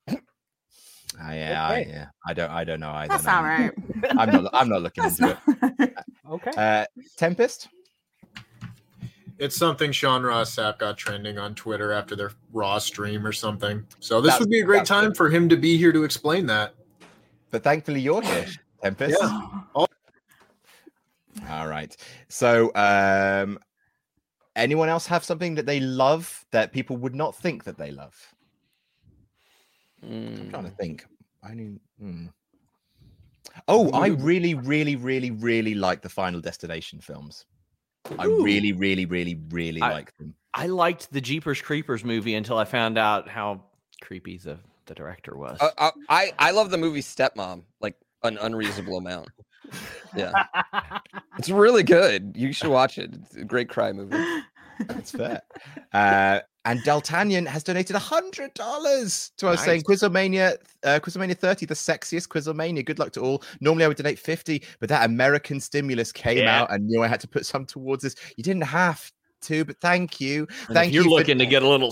Speaker 1: I, yeah, I, yeah, I don't, I don't know. I
Speaker 5: that's
Speaker 1: don't know.
Speaker 5: not right
Speaker 1: I'm not, I'm not looking
Speaker 5: that's
Speaker 1: into it.
Speaker 5: not right
Speaker 4: Okay.
Speaker 1: Uh, Tempest,
Speaker 6: It's something Sean Ross Sapp got trending on Twitter after their Raw stream or something. So this
Speaker 1: That's-
Speaker 6: would be a great
Speaker 1: that's
Speaker 6: time
Speaker 1: it.
Speaker 6: for him to be here to explain that.
Speaker 1: but thankfully you're here, Tempest. All right. So, um, anyone else have something that they love that people would not think that they love? I'm trying to think. I knew. hmm. Oh, I really, really, really, really like the Final Destination films. I really, really, really, really
Speaker 2: I-
Speaker 1: like them.
Speaker 2: I liked the Jeepers Creepers movie until I found out how creepy the, the director was.
Speaker 3: Uh, I, I I love the movie Stepmom like an unreasonable amount. Yeah, it's really good. You should watch it. It's a great cry movie.
Speaker 1: That's fair. uh, And D'Altagnan has donated $100 to us
Speaker 8: Nice.
Speaker 1: saying Quizomania, uh, Quizomania 30, the sexiest Quizomania. Good luck to all. Normally I would donate 50, but that American stimulus came
Speaker 2: Yeah.
Speaker 1: out and knew I had to put some towards this. You didn't have to, but thank you.
Speaker 2: And
Speaker 1: thank
Speaker 2: if you're
Speaker 1: you. for-
Speaker 2: looking to get a little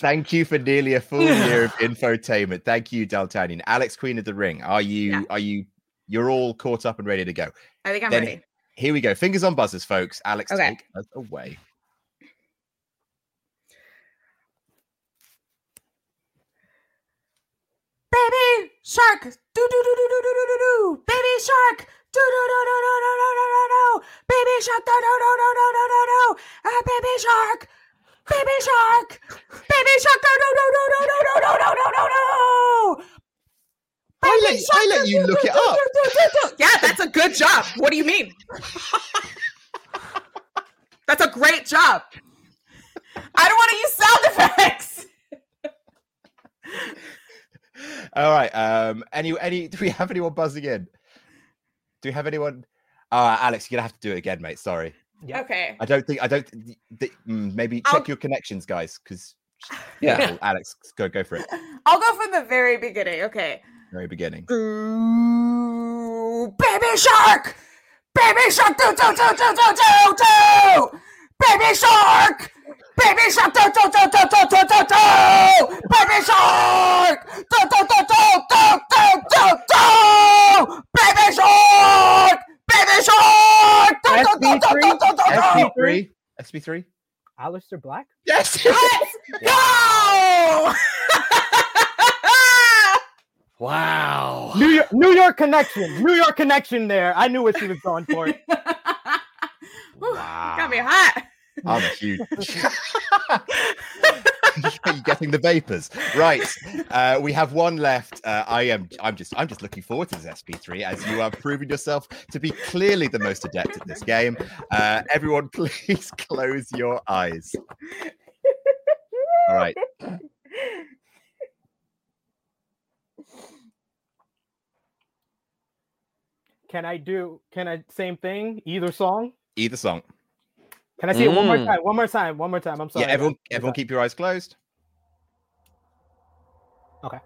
Speaker 1: Thank you for nearly a full year of infotainment. Thank you, D'Altagnan. Alex, Queen of the Ring, are you,
Speaker 5: Yeah.
Speaker 1: are you, you're all caught up and ready to go.
Speaker 5: I think I'm
Speaker 1: Then-
Speaker 5: ready.
Speaker 1: Here we go. Fingers on buzzers, folks. Alex,
Speaker 5: Okay.
Speaker 1: take us away.
Speaker 5: Baby shark, do do do do do do do do do. Baby shark, do do do do do do do do do do. Baby shark, do do do do do do do do. Ah, baby shark, baby shark, baby shark, do do do do do do do do do do do do.
Speaker 1: I let, I let you look it up.
Speaker 5: Yeah, that's a good job. What do you mean? that's a great job. I don't want to use sound effects.
Speaker 1: All right. Um. Any any? Do we have anyone buzzing in? Do we have anyone? Uh, Alex, you're gonna have to do it again, mate. Sorry.
Speaker 5: Okay.
Speaker 1: I don't think I don't. th- th- mm, maybe check
Speaker 5: I'll-
Speaker 1: your connections, guys, because
Speaker 3: Yeah.
Speaker 1: Alex, go go for it.
Speaker 5: I'll go from the very beginning. Okay.
Speaker 1: Very beginning.
Speaker 5: Ooh, baby shark! Baby shark! Do, do, do, do, do, do, do! Baby shark! Baby shark! Do, do, do, do, do, do, do, do! Baby shark! Do, do, do, do, do, do, do, do! Baby shark! Baby shark! Do, do, do, do, do, do, do, do!
Speaker 1: SB three. SB three.
Speaker 4: Alistair Black?
Speaker 1: Yes.
Speaker 5: Go!
Speaker 2: Wow.
Speaker 4: New York, New York connection. New York connection there. I knew what she was going for.
Speaker 5: Whew, Got me
Speaker 1: Wow.
Speaker 5: hot.
Speaker 1: I'm a huge. Are you getting the vapors? Right. Uh, we have one left. Uh, I am. I'm just. I'm just looking forward to this SP3 as you are proving yourself to be clearly the most adept at this game. Uh, everyone, please close your eyes. All right.
Speaker 4: Can I do can I same thing? Either song?
Speaker 1: Either song.
Speaker 4: Can I see it one more
Speaker 2: Mm.
Speaker 4: time? One more time. One more time. I'm sorry.
Speaker 1: yeah. Everyone. Everyone, keep your eyes closed.
Speaker 4: Okay.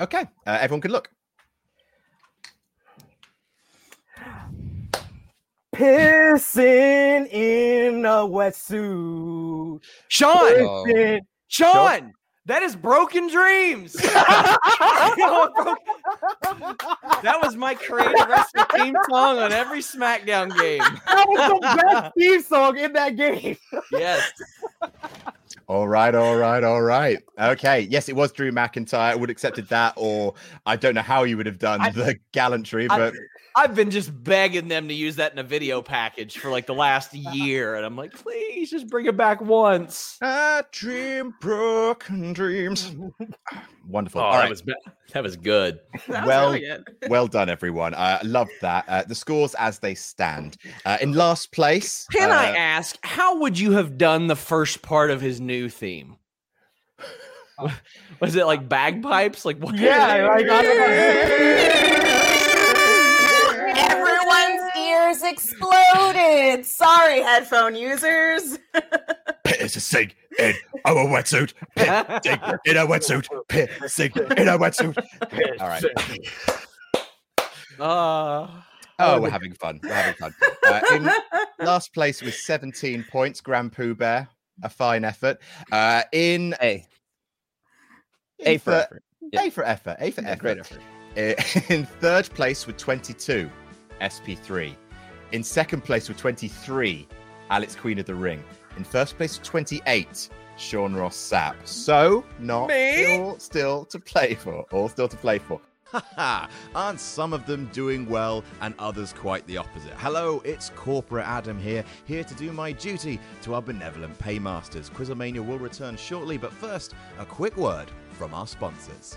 Speaker 1: Okay. Uh, everyone can look.
Speaker 4: Pissing in a wetsuit.
Speaker 2: Sean,
Speaker 3: Oh.
Speaker 4: Pissing-
Speaker 2: Sean, that is broken dreams. that was my creative wrestling team song on every SmackDown game.
Speaker 4: That was the best theme song in that game.
Speaker 2: Yes.
Speaker 1: All right, all right, all right. Okay, yes, it was Drew McIntyre. I would have accepted that, or I don't know how you would have done
Speaker 2: I-
Speaker 1: the gallantry,
Speaker 2: I-
Speaker 1: but
Speaker 2: I've been just begging them to use that in a video package for like the last year. And I'm like, please just bring it back once.
Speaker 1: I dream broken dreams. Wonderful.
Speaker 2: Oh,
Speaker 1: all right,
Speaker 2: that was ba- that was good.
Speaker 5: That was
Speaker 1: Well,
Speaker 5: really good.
Speaker 1: well done, everyone. I loved that. Uh, the scores as they stand. Uh, in last place,
Speaker 2: Can I
Speaker 1: uh,
Speaker 2: ask, how would you have done the first part of his new theme? Was it like bagpipes? Like what?
Speaker 4: Yeah, like I don't
Speaker 5: Everyone's ears exploded. Sorry, headphone users.
Speaker 1: piss a sig in a wetsuit, piss sig in a wetsuit, piss sig in a wetsuit. All right.
Speaker 2: Uh,
Speaker 1: Oh, we're having fun. We're having fun. Uh, in last place with 17 points, Grand Pooh Bear. A fine effort. Uh, in
Speaker 3: A.
Speaker 1: in
Speaker 3: A for
Speaker 1: thir-
Speaker 3: effort. yeah.
Speaker 1: A for effort. A for
Speaker 3: Yeah,
Speaker 1: effort.
Speaker 3: great effort.
Speaker 1: I- In third place with 22, SP3. In second place with 23, Alex Queen of the Ring. In first place with 28, Sean Ross Sapp. So not all still to play for. All still to play for.
Speaker 9: Haha, aren't some of them doing well and others quite the opposite? Hello, it's Corporate Adam here, here to do my duty to our benevolent paymasters. Quizomania will return shortly, but first, a quick word from our sponsors.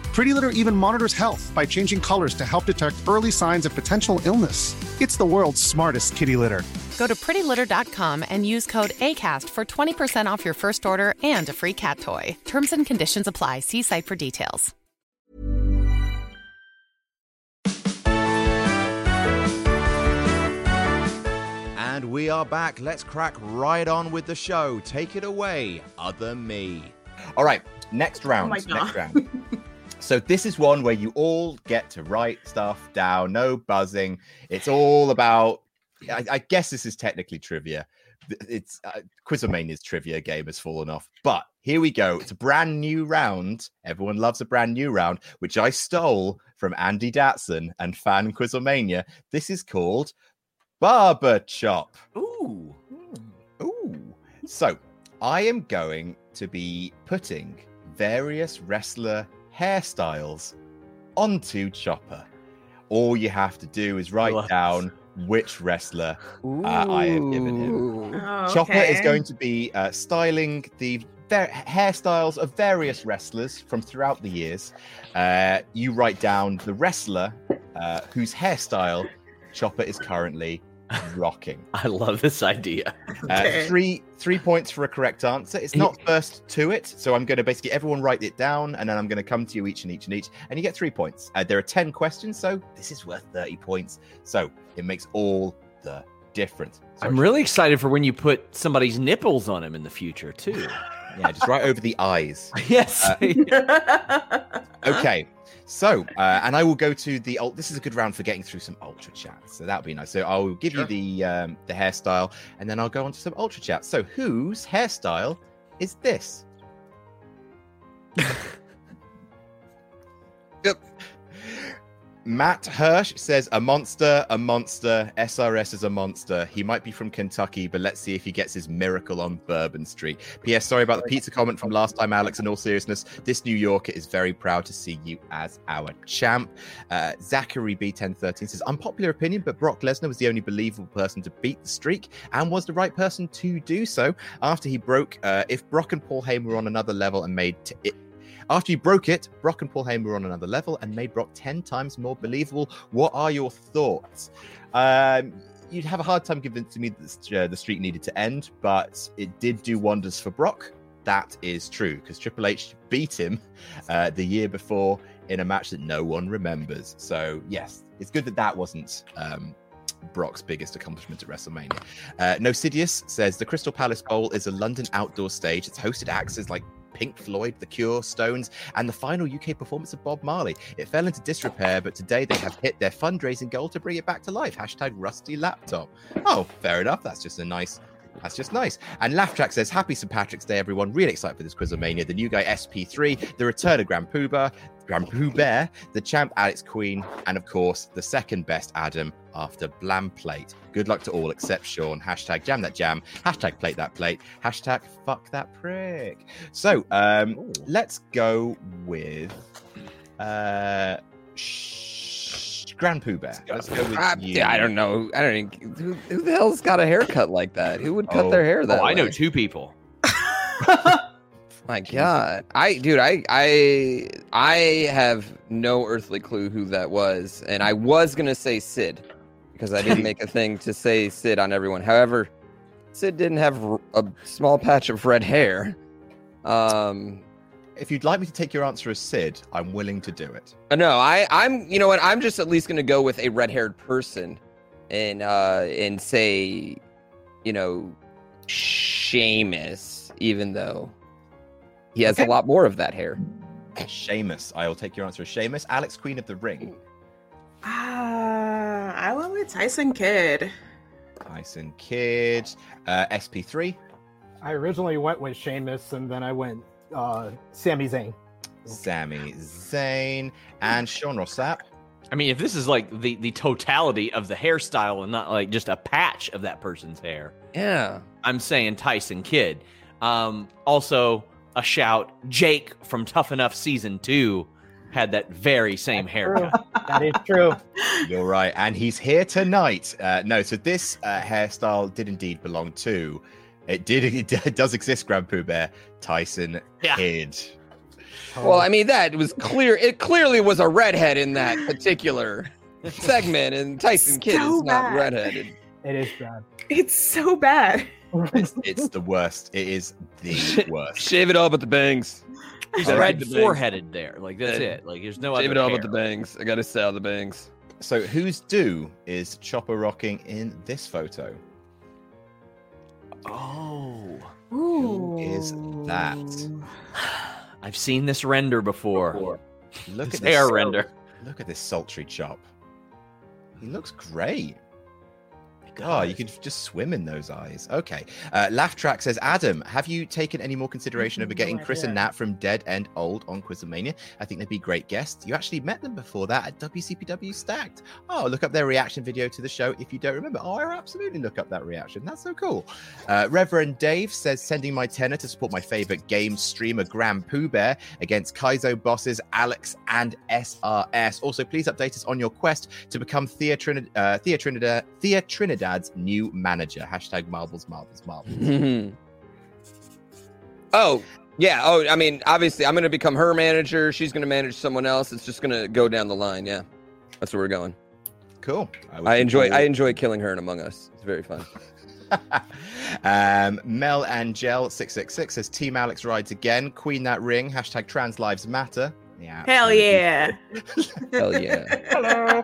Speaker 10: Pretty Litter even monitors health by changing colors to help detect early signs of potential illness. It's the world's smartest kitty litter.
Speaker 11: Go to prettylitter.com and use code ACAST for 20% off your first order and a free cat toy. Terms and conditions apply. See site for details.
Speaker 9: And we are back. Let's crack right on with the show. Take it away, other me.
Speaker 1: All right, next round.
Speaker 9: Oh my God.
Speaker 1: next round. So this is one where you all get to write stuff down. No buzzing. It's all about. I, I guess this is technically trivia. Th- It's uh, Quizomania's trivia game has fallen off, but here we go. It's a brand new round. Everyone loves a brand new round, which I stole from Andy Datson and fan Quizomania. This is called Barber Chop.
Speaker 2: Ooh.
Speaker 1: So I am going to be putting various wrestler hairstyles onto Chopper. All you have to do is write down which wrestler uh, I have given him. Chopper is going to be uh, styling the va- hairstyles of various wrestlers from throughout the years. Uh, you write down the wrestler uh, whose hairstyle Chopper is currently rocking.
Speaker 2: I love this idea.
Speaker 1: Uh, three three points for a correct answer. It's not first to it, so I'm going to basically everyone write it down, and then I'm going to come to you each and each and each, and you get three points. Uh, there are ten questions, so this is worth thirty points. So it makes all the difference.
Speaker 2: I'm really excited for when you put somebody's nipples on him in the future too.
Speaker 1: Yeah, just right over the eyes. Uh,
Speaker 2: Yes.
Speaker 1: Okay. So, uh, and I will go to the ult. This is a good round for getting through some ultra chats. So that'll be nice. So I'll give you the um, the hairstyle, and then I'll go on to some ultra chats. So whose hairstyle is this? yep. Matt Hirsch says a monster, a monster. SRS is a monster. He might be from Kentucky, but let's see if he gets his miracle on Bourbon Street. P.S. Sorry about the pizza comment from last time, Alex. In all seriousness, this New Yorker is very proud to see you as our champ. Uh, Zachary B1013 says unpopular opinion, but Brock Lesnar was the only believable person to beat the streak and was the right person to do so after he broke. Uh, if Brock and Paul Heyman were on another level and made t- it after you broke it, Brock and Paul Heyman were on another level and made Brock 10 times more believable. What are your thoughts? Um, you'd have a hard time convincing me that this- uh, the streak needed to end, but it did do wonders for Brock. That is true, because Triple H beat him uh, the year before in a match that no one remembers. So, yes, it's good that that wasn't um, Brock's biggest accomplishment at WrestleMania. Uh, Nocidius says the Crystal Palace Bowl is a London outdoor stage. It's hosted acts like Pink Floyd, The Cure, Stones, and the final UK performance of Bob Marley. It fell into disrepair, but today they have hit their fundraising goal to bring it back to life. Hashtag Rusty Laptop. Oh, fair enough. That's just a nice. That's just nice. And Laugh Track says, Happy St. Patrick's Day, everyone. Really excited for this Quizomania. The new guy SP3, the return of Grand Poobah, Grand Pooh Bear, the champ Alex Queen, and of course, the second best Adam after Blam Plate. Good luck to all except Sean. Hashtag jam that jam. Hashtag plate that plate. Hashtag fuck that prick. So um, let's go with uh, sh- Grand Pooh Bear. Let's go with
Speaker 3: I,
Speaker 1: you.
Speaker 3: Ah, I don't know. I don't. even- Who, who the hell's got a haircut like that? Who would cut their hair that?
Speaker 2: Oh, I know
Speaker 3: way?
Speaker 2: two people.
Speaker 3: My God, I dude, I I I have no earthly clue who that was, and I was gonna say Sid because I didn't make a thing to say Sid on everyone. However, Sid didn't have r- a small patch of red hair. Um,
Speaker 1: If you'd like me to take your answer as Sid, I'm willing to do it.
Speaker 3: Uh, No, I, I'm. You know what? I'm just at least going to go with a red-haired person, and uh, and say, you know, Seamus, even though he has a lot more of that hair.
Speaker 1: Seamus, I will take your answer as Seamus. Alex, Queen of the Ring.
Speaker 5: Ah, I went with Tyson Kidd.
Speaker 1: Tyson Kidd. Uh, SP3.
Speaker 4: I originally went with Sheamus, and then I went uh, Sami Zayn.
Speaker 1: Sammy Zayn. And Sean Rossap.
Speaker 2: I mean, if this is like the the totality of the hairstyle and not like just a patch of that person's hair,
Speaker 3: yeah,
Speaker 2: I'm saying Tyson Kidd. Um, also, a shout: Jake from Tough Enough season two had that very same haircut.
Speaker 4: That is true.
Speaker 1: You're right. And he's here tonight. Uh, no, so this uh, hairstyle did indeed belong to. It did. It d- does exist, Grand Pooh Bear. Tyson
Speaker 3: Yeah.
Speaker 1: Kidd.
Speaker 3: Well, I mean, that was clear. It clearly was a redhead in that particular segment, and Tyson Kidd is
Speaker 5: So
Speaker 3: not
Speaker 5: bad.
Speaker 3: redheaded.
Speaker 4: It is bad.
Speaker 5: It's so bad.
Speaker 1: It's, it's the worst. It is the worst.
Speaker 3: Shave it all but the bangs. Uh,
Speaker 2: He's
Speaker 3: I like
Speaker 2: red
Speaker 3: the bangs.
Speaker 2: foreheaded there. Like that's
Speaker 3: Yeah.
Speaker 2: it. Like there's no
Speaker 3: Shave
Speaker 2: other
Speaker 3: it all
Speaker 2: hair.
Speaker 3: but the bangs. I gotta sell the bangs.
Speaker 1: So, who's do is Chopper rocking in this photo?
Speaker 2: Oh,
Speaker 1: Who is that?
Speaker 2: I've seen this render before.
Speaker 1: Look
Speaker 2: This
Speaker 1: at this
Speaker 2: hair
Speaker 1: sul-
Speaker 2: render.
Speaker 1: Look at this sultry chop. He looks great. God, you could just swim in those eyes. Okay. Uh, Laugh Track says, Adam, have you taken any more consideration over getting Chris and Nat from Dead and Old on Quizomania? I think they'd be great guests. You actually met them before that at WCPW Stacked. Oh, look up their reaction video to the show if you don't remember. Oh, I absolutely look up that reaction. That's so cool. Uh, Reverend Dave says, sending my tenor to support my favorite game streamer, Grand Pooh Bear, against Kaizo bosses Alex and SRS. Also, please update us on your quest to become Thea, Trinid- uh, Thea, Trinidad- Thea Trinidad's new manager. Hashtag marbles, marbles, marbles.
Speaker 3: mm-hmm. Oh, yeah. Oh, I mean, obviously, I'm going to become her manager. She's going to manage someone else. It's just going to go down the line. Yeah. That's where we're going.
Speaker 1: cool. wish
Speaker 3: I
Speaker 1: you
Speaker 3: enjoy
Speaker 1: all-
Speaker 3: I enjoy killing her in Among Us. It's very fun.
Speaker 1: um, Mel Angel 666 says, Team Alex rides again. Queen that ring. Hashtag trans lives matter. Yeah.
Speaker 5: Hell yeah.
Speaker 3: Hell yeah.
Speaker 5: Hello.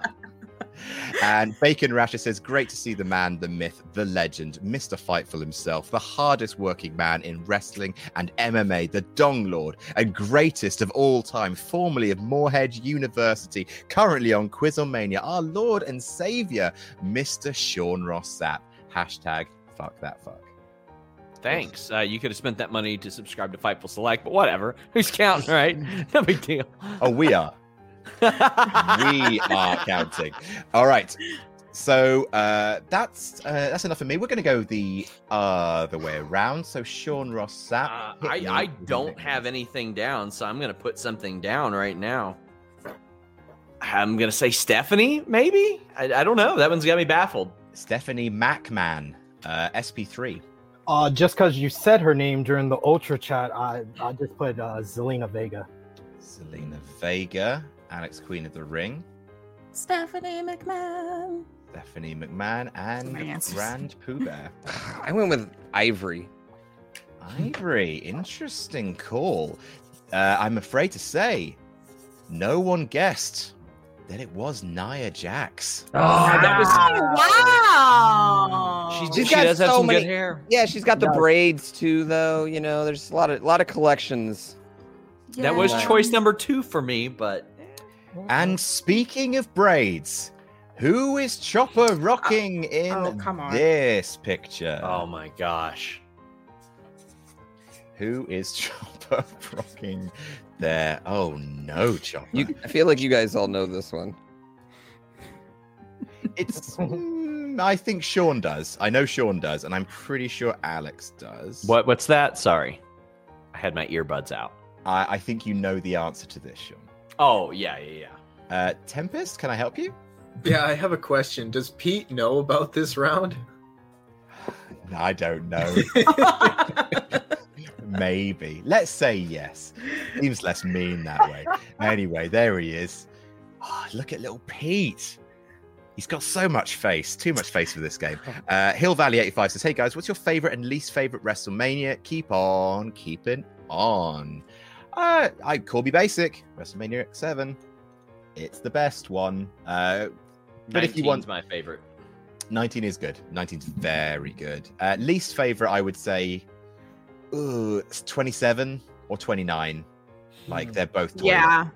Speaker 1: And Bacon Rasher says, Great to see the man, the myth, the legend, Mr. Fightful himself, the hardest working man in wrestling and MMA, the Dong Lord, and greatest of all time, formerly of Moorhead University, currently on Quizomania, our Lord and Savior, Mr. Sean Ross Sapp. Hashtag fuck that fuck.
Speaker 2: Thanks. Uh, you could have spent that money to subscribe to Fightful Select, but whatever. Who's counting, right? No big deal.
Speaker 1: Oh, we are. we are counting. All right. So uh, that's uh, that's enough for me. We're going to go the other way around. So Sean Ross Sapp.
Speaker 2: Uh,
Speaker 1: hit
Speaker 2: I,
Speaker 1: me
Speaker 2: I
Speaker 1: with your
Speaker 2: don't
Speaker 1: next
Speaker 2: have anything down, so I'm going to put something down right now. I'm going to say Stephanie, maybe? I, I don't know. That one's got me baffled.
Speaker 1: Stephanie Macman, uh, SP3.
Speaker 4: Uh, just because you said her name during the ultra chat, I, I just put uh, Zelina Vega.
Speaker 1: Selena Vega, Alex Queen of the Ring,
Speaker 5: Stephanie McMahon.
Speaker 1: Stephanie McMahon, and
Speaker 5: my answers.
Speaker 1: Grand Pooh Bear.
Speaker 3: I went with Ivory.
Speaker 1: Ivory, interesting call. Uh, I'm afraid to say, no one guessed that it was Nia Jax.
Speaker 3: Oh, that was.
Speaker 5: Wow.
Speaker 2: She's,
Speaker 3: Oh, She's
Speaker 2: she
Speaker 3: got
Speaker 2: does have
Speaker 3: so
Speaker 2: some
Speaker 3: many-
Speaker 2: good hair.
Speaker 3: Yeah, she's got the
Speaker 4: No.
Speaker 3: braids too, though. You know, there's a lot of lot of collections.
Speaker 2: That was
Speaker 5: Yeah.
Speaker 2: choice number two for me, but Oh.
Speaker 1: And speaking of braids, who is Chopper
Speaker 2: Ah,
Speaker 1: rocking in
Speaker 5: oh, come on.
Speaker 1: this picture?
Speaker 2: oh my gosh.
Speaker 1: Who is Chopper rocking there? Oh no, Chopper.
Speaker 3: You, I feel like you guys all know this one.
Speaker 1: It's. mm, I think Sean does. I know Sean does, and I'm pretty sure Alex does.
Speaker 2: What? What's that? Sorry. I had my earbuds out.
Speaker 1: I, I think you know the answer to this, Sean.
Speaker 2: Oh, yeah, yeah, yeah.
Speaker 1: Uh, Tempest, can I help you?
Speaker 6: Yeah, I have a question. Does Pete know about this round?
Speaker 1: No, I don't know. Maybe. Let's say yes. Seems less mean that way. Anyway, there he is. Oh, look at little Pete. He's got so much face, too much face for this game. Uh, Hill Valley 85 says, Hey guys, what's your favorite and least favorite WrestleMania? Keep on keeping on. Uh, I Corby Basic, WrestleMania X7. It's the best one. Uh, but if you want,
Speaker 2: my favorite.
Speaker 1: 19 is good. 19's very good. Uh, least favorite, I would say, ooh, it's 27 or 29. Like they're both. toilet.
Speaker 5: Yeah.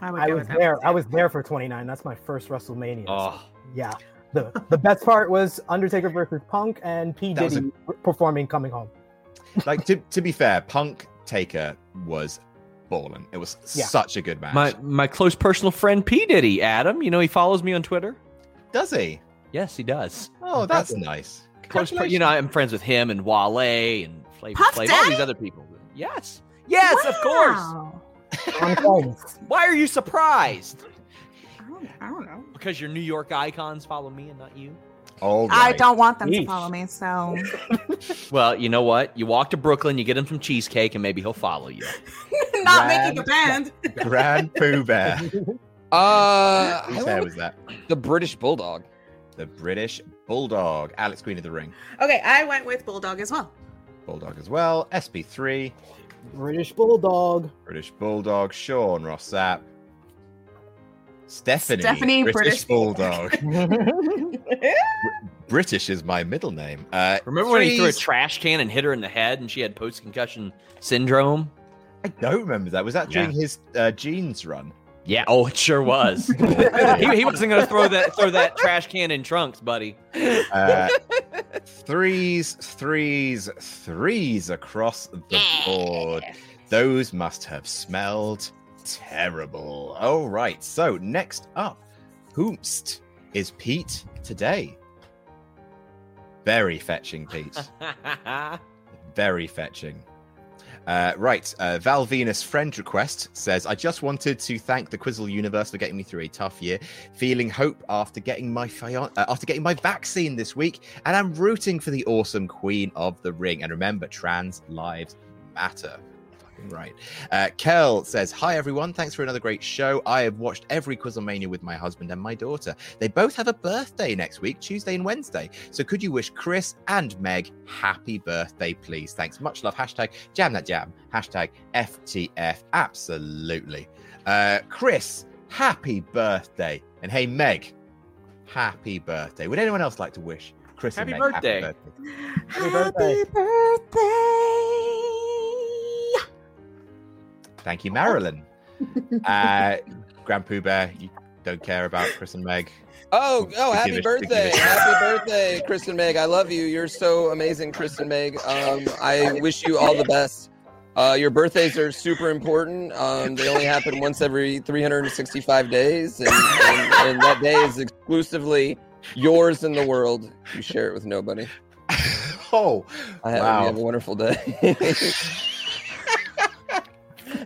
Speaker 5: I,
Speaker 4: I
Speaker 5: go
Speaker 4: was
Speaker 5: with that.
Speaker 4: there. I was there for 29. That's my first WrestleMania.
Speaker 2: Oh.
Speaker 4: Yeah. The the best part was Undertaker versus Punk and P
Speaker 1: That was a-
Speaker 4: Diddy performing "Coming Home."
Speaker 1: like to to be fair, Punk Taker was balling. It was
Speaker 4: Yeah.
Speaker 1: such a good match.
Speaker 2: My my close personal friend P Diddy, Adam. You know he follows me on Twitter.
Speaker 1: Does he?
Speaker 2: Yes, he does.
Speaker 1: Oh, that's nice.
Speaker 2: Close, per- you know I'm friends with him and Wale and Flavor
Speaker 5: Puff
Speaker 2: Flav, all these
Speaker 5: Daddy?
Speaker 2: other people. Yes, yes, of course.
Speaker 5: Wow.
Speaker 4: On home.
Speaker 2: Why are you surprised?
Speaker 5: I don't, I don't know.
Speaker 2: Because your New York icons follow me and not you.
Speaker 1: All
Speaker 5: I
Speaker 1: right.
Speaker 5: don't want them to
Speaker 2: Yeesh.
Speaker 5: follow me, so
Speaker 2: Well, you know what? You walk to Brooklyn, you get him some cheesecake, and maybe he'll follow you.
Speaker 5: not
Speaker 1: Brad.
Speaker 5: making a band.
Speaker 1: Grand Pooh Bear.
Speaker 3: Uh, I
Speaker 1: Whose hair
Speaker 3: went
Speaker 1: was that?
Speaker 3: with the British Bulldog.
Speaker 1: The British Bulldog. Alex Queen of the Ring.
Speaker 5: Okay, I went with Bulldog as well.
Speaker 1: Bulldog as well. SP3.
Speaker 4: British Bulldog.
Speaker 1: British Bulldog. Sean Rossap. Stephanie.
Speaker 5: Stephanie,
Speaker 1: British,
Speaker 5: British
Speaker 1: Bulldog. British is my middle name. Uh,
Speaker 2: Remember when he threw a
Speaker 1: threes-
Speaker 2: trash can and hit her in the head, and she had post concussion syndrome?
Speaker 1: I don't remember that. Was that during his uh, jeans run?
Speaker 2: Yeah. Oh, it sure was. he, he wasn't going to throw that throw that trash can in trunks, buddy.
Speaker 1: Uh, threes, threes, threes across the board. Those must have smelled terrible. All right. So next up, whomst is Pete today? Very fetching, Pete. Very fetching. Uh, right, uh, Val Venus friend request says, I just wanted to thank the Quizzle universe for getting me through a tough year. Feeling hope after getting my fian- uh, after getting my vaccine this week, and I'm rooting for the awesome Queen of the Ring. And remember, trans lives matter. Fucking Right. Uh, Kel says, Hi everyone, thanks for another great show. I have watched every Quizzlemania with my husband and my daughter. They both have a birthday next week, Tuesday and Wednesday. So could you wish Chris and Meg happy birthday, please? Thanks. Much love. Hashtag jam that jam. Hashtag FTF. Absolutely. Uh, Chris, happy birthday. And hey, Meg, happy birthday. Would anyone else like to wish Chris
Speaker 2: Happy
Speaker 1: and Meg
Speaker 2: birthday.
Speaker 1: happy birthday?
Speaker 5: Happy
Speaker 4: birthday.
Speaker 5: birthday.
Speaker 1: Thank you, Marilyn. uh, Grand Pooh Bear, you don't care about Chris and Meg.
Speaker 3: Oh,
Speaker 1: Give
Speaker 3: oh,
Speaker 1: it-
Speaker 3: happy
Speaker 1: give it-
Speaker 3: birthday.
Speaker 1: give it-
Speaker 3: Happy birthday, Chris and Meg. I love you. You're so amazing, Chris and Meg. Um, I wish you all the best. Uh, your birthdays are super important. Um, they only happen once every 365 days, and, and, and that day is exclusively yours and the world. You share it with nobody.
Speaker 1: oh,
Speaker 3: I hope
Speaker 1: Wow.
Speaker 3: you have a wonderful day.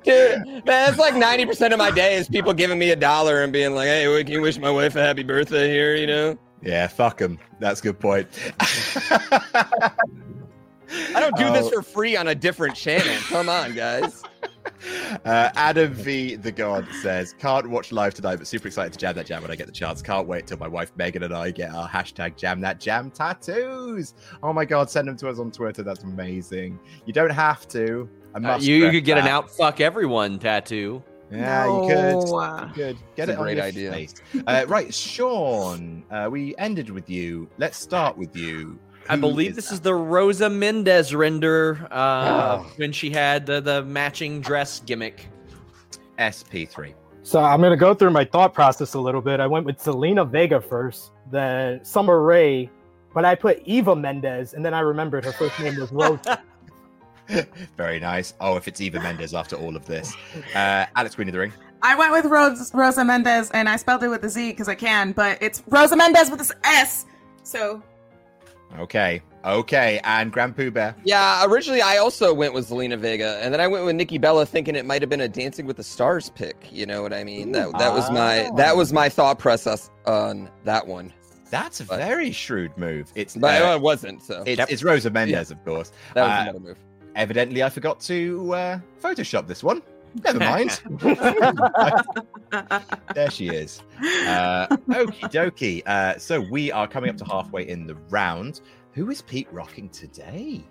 Speaker 3: Dude, man, that's like 90% of my day is people giving me a dollar and being like, hey, well, can you wish my wife a happy birthday here, you know?
Speaker 1: yeah, fuck him. That's a good point.
Speaker 3: I don't do this
Speaker 1: Oh.
Speaker 3: for free on a different channel. Come on, guys.
Speaker 1: Uh, Adam V, the God, says, Can't watch live tonight, but super excited to jam that jam when I get the chance. Can't wait till my wife Megan and I get our hashtag jam that jam tattoos. Oh my God, send them to us on Twitter. That's amazing. You don't have to. I
Speaker 2: Uh,
Speaker 1: must
Speaker 2: you, you
Speaker 1: stress
Speaker 2: could get an
Speaker 1: that.
Speaker 2: out fuck everyone tattoo.
Speaker 1: Yeah, you could.
Speaker 5: No.
Speaker 1: Good. Get
Speaker 3: It's a
Speaker 1: it on
Speaker 3: great
Speaker 1: your
Speaker 3: idea.
Speaker 1: face. Uh, right, Sean, uh, we ended with you. Let's start with you.
Speaker 2: I
Speaker 1: Who
Speaker 2: believe this is the Rosa Mendez render
Speaker 1: Oh.
Speaker 2: uh, when she had the, the matching dress gimmick.
Speaker 1: SP3.
Speaker 4: So I'm gonna go through my thought process a little bit. I went with Selena Vega first, then Summer Rae, but I put Eva Mendez, and then I remembered her first name was Rose.
Speaker 1: Very nice. Oh, if it's Eva Mendes after all of this. Uh, Alex Queen of the Ring.
Speaker 5: I went with Rose, Rosa Mendez, and I spelled it with a Z because I can, but it's Rosa Mendez with this S. So
Speaker 1: Okay. Okay. And Grand Pooh Bear.
Speaker 3: Yeah, originally I also went with Zelina Vega, and then I went with Nikki Bella, thinking it might have been a Dancing with the Stars pick. You know what I mean? That that was my that was my thought process on that one,
Speaker 1: That's a
Speaker 3: But-
Speaker 1: very shrewd move. It's
Speaker 3: but
Speaker 1: uh,
Speaker 3: it wasn't. So
Speaker 1: it's, it's Rosa Mendez, of course.
Speaker 3: that was
Speaker 1: uh,
Speaker 3: another move.
Speaker 1: Evidently, I forgot to uh, Photoshop this one. Never mind. there she is. Uh, okie dokie. Uh, so we are coming up to halfway in the round. Who is Pete rocking today?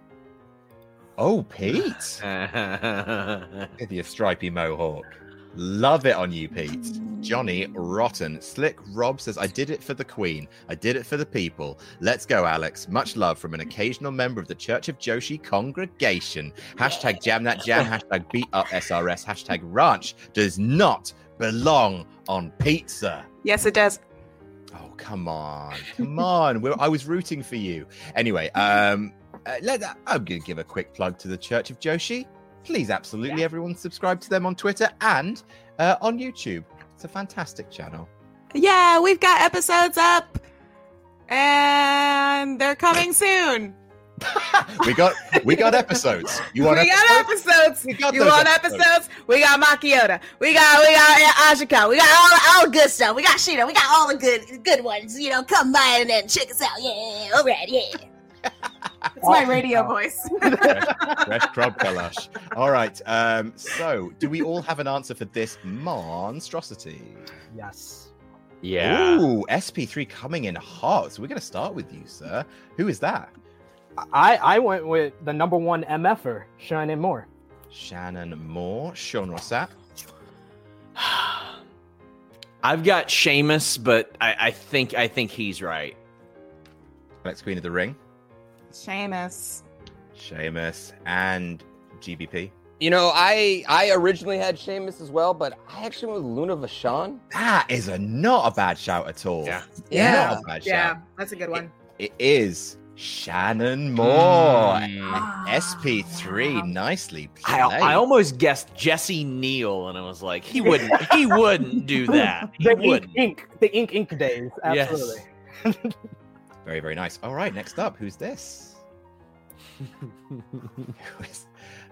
Speaker 1: Oh, Pete. With your stripy mohawk. Love it on you, Pete. Johnny Rotten. Slick Rob says, I did it for the Queen. I did it for the people. Let's go, Alex. Much love from an occasional member of the Church of Joshi congregation. Hashtag jam that jam. Hashtag beat up SRS. Hashtag ranch does not belong on pizza.
Speaker 5: Yes, it does.
Speaker 1: Oh, come on. Come on. We're, I was rooting for you. Anyway, um, uh, let, I'm going to give a quick plug to the Church of Joshi. Please, absolutely, everyone subscribe to them on Twitter and uh, on YouTube. It's a fantastic channel.
Speaker 5: Yeah, we've got episodes up, and they're coming soon.
Speaker 1: We got we got episodes. You want
Speaker 5: we got episodes. you
Speaker 1: those
Speaker 5: want
Speaker 1: episodes.
Speaker 5: episodes? We got Makiota. We got we got Ashika. We got all, all the good stuff. We got Shida. We got all the good good ones. You know, come by and then check us out. Yeah, all right, yeah. It's my radio voice.
Speaker 1: Fresh crab kalash. All right. Um, so, do we all have an answer for this monstrosity?
Speaker 4: Yes.
Speaker 2: Yeah.
Speaker 1: Ooh, SP3 coming in hot. So we're going to start with you, sir. Who is that?
Speaker 4: I I went with the number one MFer, Shannon Moore.
Speaker 1: Shannon Moore, Sean Rossap.
Speaker 2: I've got Seamus, but I, I think I think he's right.
Speaker 1: Alex Queen of the Ring.
Speaker 5: Seamus.
Speaker 1: Seamus and GBP.
Speaker 3: You know, I I originally had Seamus as well, but I actually went with Luna Vachon.
Speaker 1: That is a not a bad shout at all. Yeah. Not a bad shout.
Speaker 5: that's a good one.
Speaker 1: It is Shannon Moore. and SP3. Nicely
Speaker 2: I,
Speaker 1: played.
Speaker 2: I almost guessed Jesse Neal, and I was like, he wouldn't he wouldn't do that. He
Speaker 4: the ink,
Speaker 2: wouldn't.
Speaker 4: ink, the ink, ink days.
Speaker 2: Yes.
Speaker 4: Absolutely.
Speaker 1: Very, very nice. All right, next up, who's this? Who is-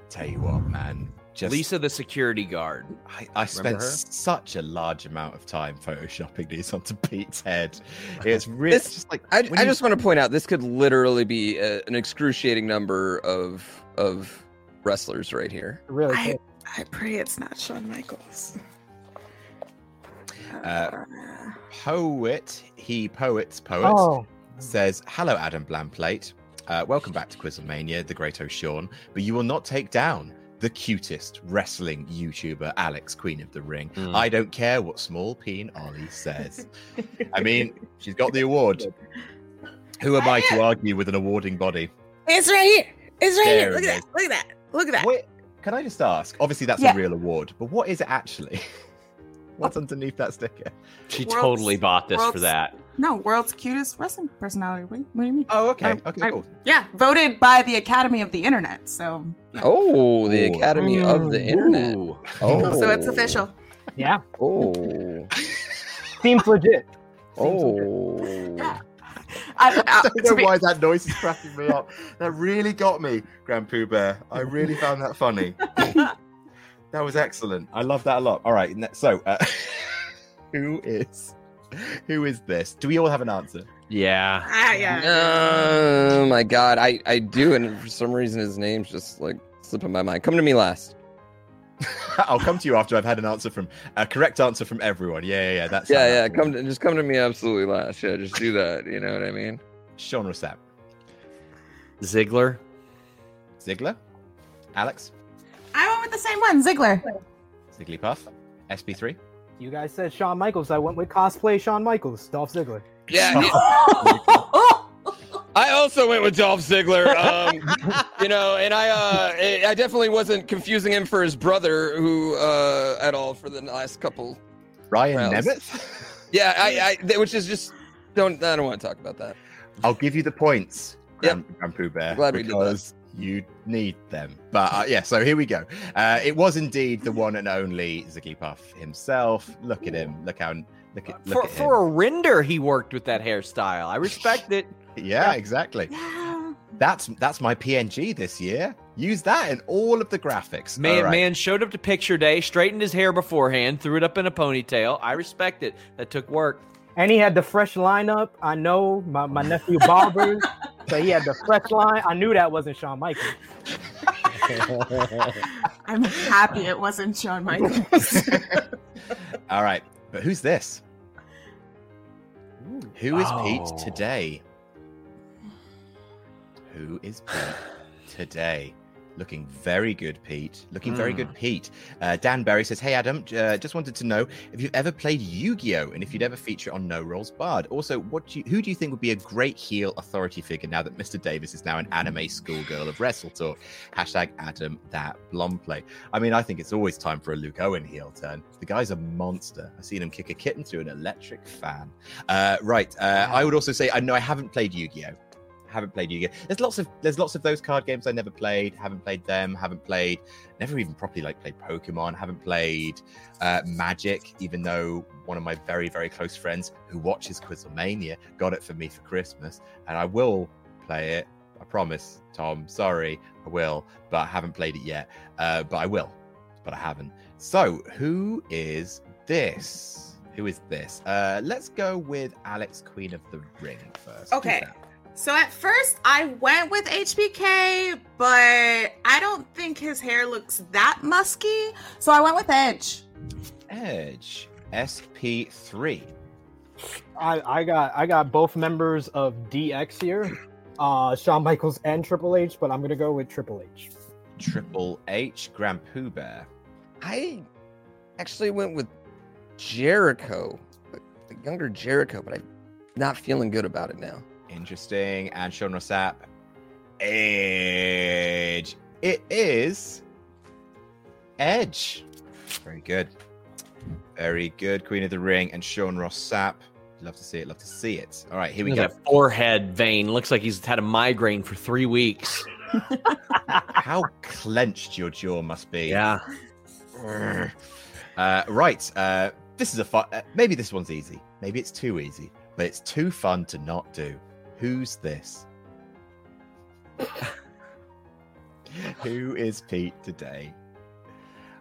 Speaker 1: Tell you what, man. Just
Speaker 2: Lisa, the security guard.
Speaker 1: I, I spent
Speaker 2: Remember her?
Speaker 1: such a large amount of time photoshopping these onto Pete's head. It's really
Speaker 3: This-
Speaker 1: just like
Speaker 3: I,
Speaker 1: when
Speaker 3: I
Speaker 1: you-
Speaker 3: just want to point out this could literally be a, an excruciating number of of wrestlers right here.
Speaker 4: Really.
Speaker 5: I-
Speaker 4: good.
Speaker 5: I pray it's not Shawn Michaels.
Speaker 1: uh, poet he poets poet
Speaker 4: Oh.
Speaker 1: says hello Adam Blamplate. Uh, welcome back to Quizmania, the great O'Shawn. But you will not take down the cutest wrestling YouTuber, Alex Queen of the Ring.
Speaker 2: Hmm.
Speaker 1: I don't care what small peen Ollie says. I mean, she's got the award. Who am I to argue with an awarding body?
Speaker 5: It's right here. It's right
Speaker 1: There
Speaker 5: here. Look
Speaker 1: it
Speaker 5: at that. Look at that. Look at that.
Speaker 1: Wait, can I just ask? Obviously, that's
Speaker 5: Yeah. Oh.
Speaker 1: a real award, but what is it actually? What's underneath that sticker?
Speaker 2: She
Speaker 5: World's-
Speaker 2: totally bought this for
Speaker 5: world's-
Speaker 2: that.
Speaker 5: No, world's cutest wrestling personality. What, what do you mean?
Speaker 1: Oh, okay.
Speaker 5: Um,
Speaker 1: okay,
Speaker 5: I-
Speaker 1: cool.
Speaker 5: Yeah, voted by the Academy of the Internet. So,
Speaker 3: Oh, the
Speaker 1: Oh.
Speaker 3: Academy of the Internet.
Speaker 2: Ooh.
Speaker 3: Oh,
Speaker 5: Mm. so it's official.
Speaker 4: Yeah.
Speaker 3: Oh,
Speaker 4: Seems legit.
Speaker 3: oh.
Speaker 5: I, I-
Speaker 1: I
Speaker 5: to
Speaker 1: don't
Speaker 5: be-
Speaker 1: know why that noise is cracking me up. That really got me, Grand Pooh Bear. I really found that funny. that was excellent. I love that a lot. All right, ne- so uh, who is who is this? Do we all have an answer?
Speaker 2: Yeah.
Speaker 5: Ah, yeah.
Speaker 3: Oh my God, I I do, and for some reason his name's just like slipping my mind. Come to me last.
Speaker 1: I'll come to you after I've had an answer from a correct answer from everyone. Yeah, yeah, yeah. That's
Speaker 3: Yeah, yeah. Come to, just come to me absolutely last. Yeah, just do that. You know what I mean?
Speaker 1: Sean Rossap,
Speaker 2: Ziggler.
Speaker 1: Ziggler, Alex,
Speaker 5: I went with the same one, Ziggler.
Speaker 1: Zigglypuff, SB3.
Speaker 4: You guys said Shawn Michaels. I went with cosplay Shawn Michaels, Dolph Ziggler.
Speaker 3: Yeah. I also went with Dolph Ziggler. Um, you know, and I uh, I- I definitely wasn't confusing him for his brother, who uh, at all for the last couple.
Speaker 1: Ryan
Speaker 3: Well,
Speaker 1: Nemeth.
Speaker 3: Yeah, I, I th- which is just don't I don't want to talk about that.
Speaker 1: I'll give you the points,
Speaker 3: Yep.
Speaker 1: Grand, Grand Pooh Bear,
Speaker 3: Glad we did that.
Speaker 1: because you need them. But uh, yeah, so here we go. Uh, it was indeed the one and only Zigglypuff himself. Look at him. Look how. Look at, look
Speaker 2: For,
Speaker 1: at him.
Speaker 2: for a render, he worked with that hairstyle. I respect it.
Speaker 1: yeah, exactly.
Speaker 5: Yeah.
Speaker 1: That's that's my PNG this year. Use that in all of the graphics.
Speaker 2: Man,
Speaker 1: All right.
Speaker 2: man showed up to picture day, straightened his hair beforehand, threw it up in a ponytail. I respect it. That took work.
Speaker 4: And he had the fresh lineup. I know my, my nephew Barbers. so he had the fresh line. I knew that wasn't Shawn Michaels.
Speaker 5: I'm happy it wasn't Shawn Michaels.
Speaker 1: all right. But who's this? Who is
Speaker 2: Oh.
Speaker 1: Pete today? Who is Pete today? Looking very good, Pete. Looking very
Speaker 9: Mm.
Speaker 1: good, Pete. Uh, Dan Berry says, Hey, Adam, j- uh, just wanted to know if you've ever played Yu Gi Oh! and if you'd ever feature on No Rolls Barred. Also, what do you, who do you think would be a great heel authority figure now that Mr. Davis is now an anime schoolgirl of Wrestle Talk? Hashtag Adam that Blomplay. I mean, I think it's always time for a Luke Owen heel turn. The guy's a monster. I've seen him kick a kitten through an electric fan. Uh, right. Uh, I would also say, I know I haven't played Yu Gi Oh! haven't played Yu-Gi-Oh. There's lots of there's lots of those card games I never played. Haven't played them. Haven't played. Never even properly like played Pokemon. Haven't played uh, Magic. Even though one of my very very close friends who watches Quizlemania got it for me for Christmas, and I will play it. I promise, Tom. Sorry, I will, but I haven't played it yet. Uh, but I will, but I haven't. So who is this? Who is this? Uh, let's go with Alex, Queen of the Ring first. Who's
Speaker 5: Okay.
Speaker 1: that?
Speaker 5: So at first I went with HBK, but I don't think his hair looks that musky. So I went with Edge.
Speaker 1: Edge SP3.
Speaker 4: I, I got I got both members of DX here, uh, Shawn Michaels and Triple H, but I'm gonna go with Triple H.
Speaker 1: Triple H Grand Pooh Bear.
Speaker 3: I actually went with Jericho, like the younger Jericho, but I'm not feeling good about it now.
Speaker 1: Interesting. And Sean Rossap. Edge. It is Edge. Very good. Very good. Queen of the Ring and Sean Rossap. Love to see it. Love to see it. All right, here we
Speaker 2: Look
Speaker 1: go.
Speaker 2: at That forehead vein looks like he's had a migraine for three weeks.
Speaker 1: How clenched your jaw must be.
Speaker 2: Yeah.
Speaker 1: Urgh. Uh, right. Uh, this is a fun. Uh, maybe this one's easy. Maybe it's too easy, but it's too fun to not do. Who's this? Who is Pete today?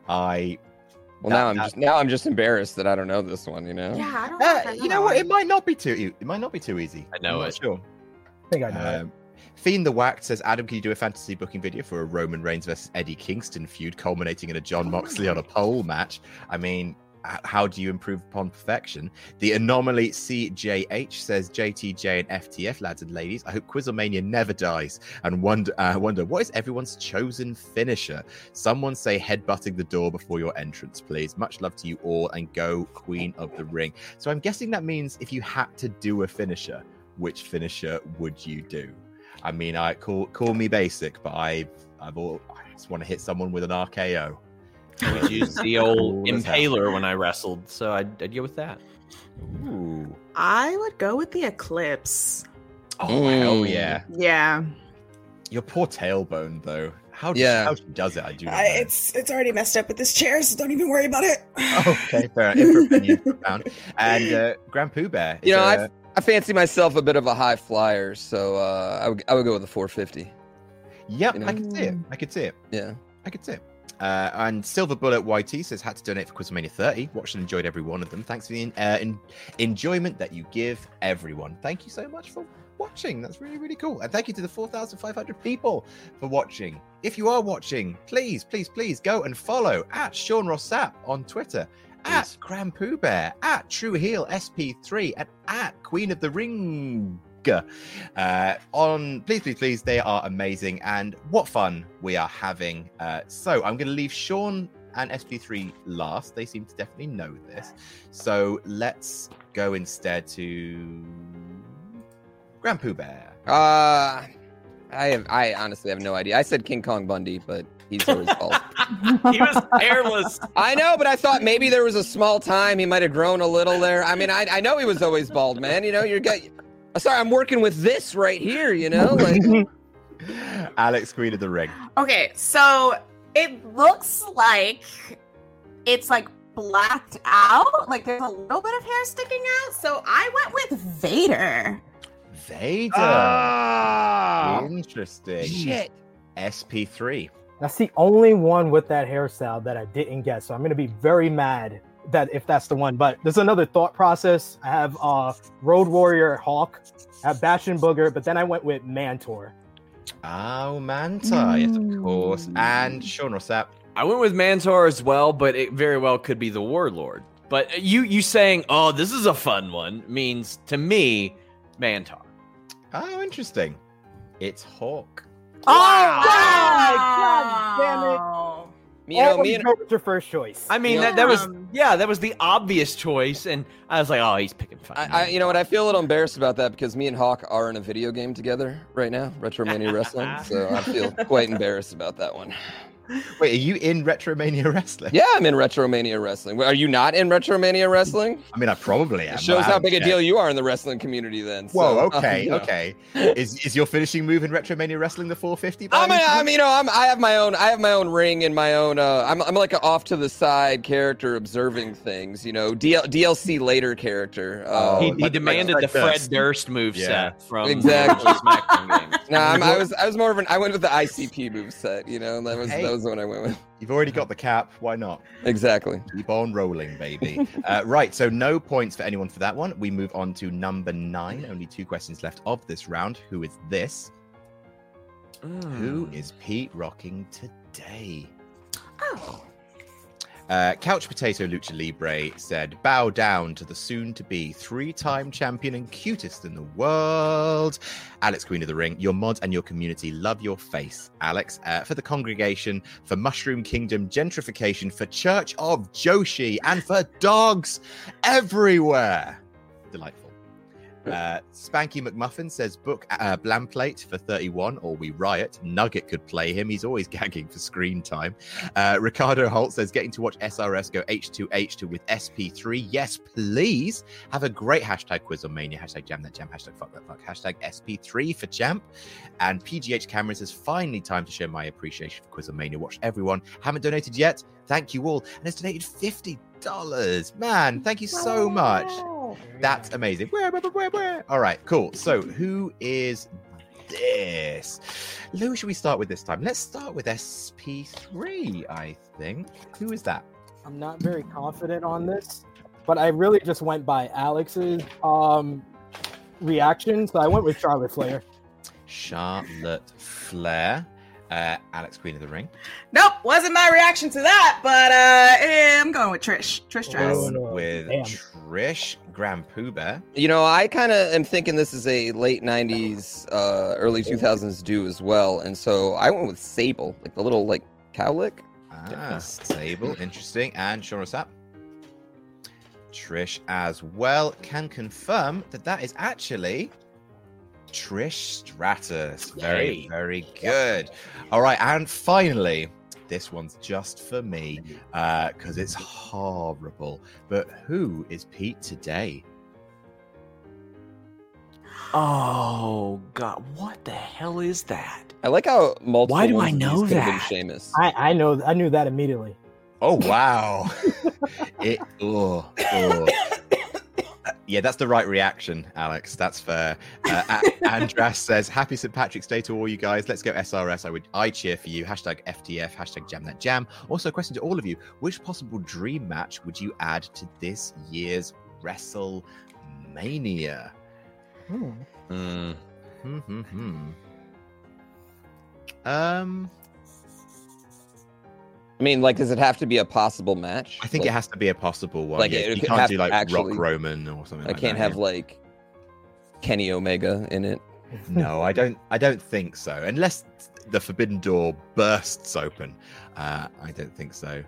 Speaker 1: I.
Speaker 3: Well, now I'm just now I'm just embarrassed that I don't know this one. You know.
Speaker 5: Yeah, I don't
Speaker 1: Uh, you know what? It might not be too. e- It might not be too easy. I
Speaker 2: know it.
Speaker 1: Sure.
Speaker 4: I think I know.
Speaker 1: Um, Fiend the Whacked says, Adam, can you do a fantasy booking video for a Roman Reigns versus Eddie Kingston feud culminating in a John Moxley on a pole match? I mean, h- how do you improve upon perfection? The Anomaly CJH says, JTJ and FTF, lads and ladies, I hope Quizlemania never dies. And wonder, uh, wonder what is everyone's chosen finisher? Someone say headbutting the door before your entrance, please. Much love to you all and go Queen of the Ring. So I'm guessing that means if you had to do a finisher, which finisher would you do? I mean, I call call me basic, but I've I've all I just want to hit someone with an RKO.
Speaker 2: I would use the old impaler when I wrestled, so I'd, I'd go with that.
Speaker 1: Ooh.
Speaker 5: I would go with the Eclipse.
Speaker 1: Oh hell yeah!
Speaker 5: Yeah.
Speaker 1: Your poor tailbone though. How
Speaker 3: Yeah.
Speaker 1: how she does it? I do. Not
Speaker 12: I, it's it's already messed up with this chair, so don't even worry about it.
Speaker 1: okay, fair. Improvement, improvement. And uh, Grand Pooh Bear. is
Speaker 3: You know,
Speaker 1: a-
Speaker 3: I, I fancy myself a bit of a high flyer, so uh, I would I would go with the 450.
Speaker 1: Yep,
Speaker 3: you know?
Speaker 1: I could see it. I could see it.
Speaker 3: Yeah.
Speaker 1: I could see it. Uh, and Silver Bullet YT says, had to donate for Quizmania 30. Watched and enjoyed every one of them. Thanks for the uh, en- enjoyment that you give everyone. Thank you so much for watching. That's really, really cool. And thank you to the 4,500 people for watching. If you are watching, please, please, please go and follow at Sean Rossap on Twitter, at Grand Pooh Bear, at True Heel SP3, and at Queen of the Ring. Uh, on please, please, please, they are amazing, and what fun we are having. Uh, so I'm going to leave Sean and SP3 last. They seem to definitely know this. So let's go instead to Grand Pooh Bear.
Speaker 3: Uh I have I honestly have no idea. I said King Kong Bundy, but he's always false.
Speaker 2: he was hairless.
Speaker 3: I know, but I thought maybe there was a small time he might have grown a little there. I mean, I, I know he was always bald, man. You know, you're get. Sorry, I'm working with this right here. You know, like
Speaker 1: Alex Queen of the Ring.
Speaker 5: Okay, so it looks like it's like blacked out. Like there's a little bit of hair sticking out. So I went with Vader.
Speaker 1: Vader.
Speaker 2: Uh,
Speaker 5: Ah.
Speaker 1: Interesting.
Speaker 5: Shit.
Speaker 1: SP3.
Speaker 4: That's the only one with that hairstyle that I didn't get. So I'm gonna be very mad that if that's the one. But there's another thought process. I have uh Road Warrior Hawk, I have Bash and Booger, but then I went with Mantor.
Speaker 1: Oh, Manta. Yes, of course.
Speaker 2: Hmm.
Speaker 1: And Sean Rossap.
Speaker 2: I went with Mantor as well, but it very well could be the Warlord. But you you saying, "Oh, this is a fun one," means to me, Mantar.
Speaker 1: Oh, interesting. It's Hawk.
Speaker 4: God, God damn it!
Speaker 2: You know,
Speaker 4: Always
Speaker 2: me and-
Speaker 4: go with your first choice.
Speaker 2: I mean, that, that was yeah, that was the obvious choice, and I was like, oh, he's picking fun.
Speaker 3: I, you know what? I feel a little embarrassed about that because me and Hawk are in a video game together right now, Retromania Wrestling. So I feel quite embarrassed about that one.
Speaker 1: Wait, are you in Retromania Wrestling?
Speaker 3: Yeah, I'm in Retromania Wrestling. Are you not in Retromania Wrestling?
Speaker 1: I mean, I probably am.
Speaker 3: It shows
Speaker 1: but I
Speaker 3: how
Speaker 1: haven't
Speaker 3: big a deal
Speaker 1: checked.
Speaker 3: you are in the wrestling community then.
Speaker 1: Whoa,
Speaker 3: so, uh,
Speaker 1: okay,
Speaker 3: you know.
Speaker 1: okay. Is is your finishing move in Retromania Wrestling the 450? by
Speaker 3: I'm,
Speaker 1: any
Speaker 3: an,
Speaker 1: chance?
Speaker 3: I'm, you know, I'm, I have my own, I have my own ring and my own. Uh, I'm, I'm like an off to the side character, observing things. You know, DL, DLC later character.
Speaker 1: Oh,
Speaker 3: Uh,
Speaker 2: he, he demanded the Fred Durst moveset from
Speaker 3: exactly.
Speaker 2: SmackDown games.
Speaker 3: No, I'm, I was, I was more of an. I went with the ICP move set. You know, that was
Speaker 1: Hey.
Speaker 3: that was the one I went with.
Speaker 1: You've already got the cap. Why not?
Speaker 3: Exactly.
Speaker 1: Keep on rolling, baby. uh, right. So no points for anyone for that one. We move on to number nine. Only two questions left of this round. Who is this?
Speaker 3: Mm.
Speaker 1: Who is Pete rocking today?
Speaker 3: Oh.
Speaker 1: Uh, Couch Potato Lucha Libre said, Bow down to the soon to be three time champion and cutest in the world. Alex, Queen of the Ring, your mods and your community love your face. Alex, uh, for the congregation, for Mushroom Kingdom gentrification, for Church of Joshi, and for dogs everywhere. Delightful. Uh, Spanky McMuffin says book uh, Blamplate for 31 or we riot. Nugget could play him. He's always gagging for screen time. Uh, Ricardo Holt says getting to watch SRS go H2H2 with SP3. Yes, please. Have a great hashtag quiz on mania. Hashtag jam that jam. Hashtag fuck that fuck. Hashtag SP3 for champ. And PGH Cameron says finally time to show my appreciation for quiz on mania. Watch everyone. Haven't donated yet. Thank you all. And has donated $50. Man, thank you so much. That's amazing. Where, where, where, where? All right, cool. So, who is this? Lou, should we start with this time? Let's start with SP3, I think. Who is that?
Speaker 4: I'm not very confident on this, but I really just went by Alex's um reaction, so I went with Charlotte Flair.
Speaker 1: Charlotte Flair, uh, Alex Queen of the Ring.
Speaker 5: Nope, wasn't my reaction to that, but uh, eh, I'm going with Trish.
Speaker 3: Oh,
Speaker 5: Trish Stratus.
Speaker 1: Going with Trish Grand Pooh Bear.
Speaker 3: You know, I kind of am thinking this is a late '90s, uh, early 2000s do as well, and so I went with Sable, like the little like cowlick.
Speaker 1: Ah, Sable, interesting. And Shona Sapp. Trish as well can confirm that that is actually Trish Stratus. Very,
Speaker 9: Yay.
Speaker 1: very good. All right, and finally, this one's just for me because it's horrible. But who is Pete today?
Speaker 2: Oh God, what the hell is that?
Speaker 3: I like how multiple.
Speaker 4: Why do I
Speaker 3: ones of these
Speaker 4: know
Speaker 3: could have been
Speaker 4: that?
Speaker 3: Sheamus.
Speaker 4: I I know I knew that immediately.
Speaker 1: Oh wow! it oh, oh. yeah, that's the right reaction, Alex. That's fair. Uh, A- Andras says, "Happy St Patrick's Day to all you guys. Let's go SRS. I would I cheer for you. Hashtag FTF. Hashtag Jam That Jam. Also, a question to all of you: Which possible dream match would you add to this year's WrestleMania? Hmm, hmm, hmm. Um,
Speaker 3: I mean, like, does it have to be a possible match?
Speaker 1: I think it
Speaker 3: Like-
Speaker 1: has to be a possible one.
Speaker 3: like,
Speaker 1: yeah.
Speaker 3: it
Speaker 1: you
Speaker 3: could
Speaker 1: can't
Speaker 3: have
Speaker 1: do
Speaker 3: to
Speaker 1: like
Speaker 3: actually-
Speaker 1: Rock Roman or something.
Speaker 3: I
Speaker 1: like
Speaker 3: can't
Speaker 1: that,
Speaker 3: have
Speaker 1: yeah.
Speaker 3: like Kenny Omega in it.
Speaker 1: No, I don't. I don't think so. Unless the forbidden door bursts open, uh, I don't think so.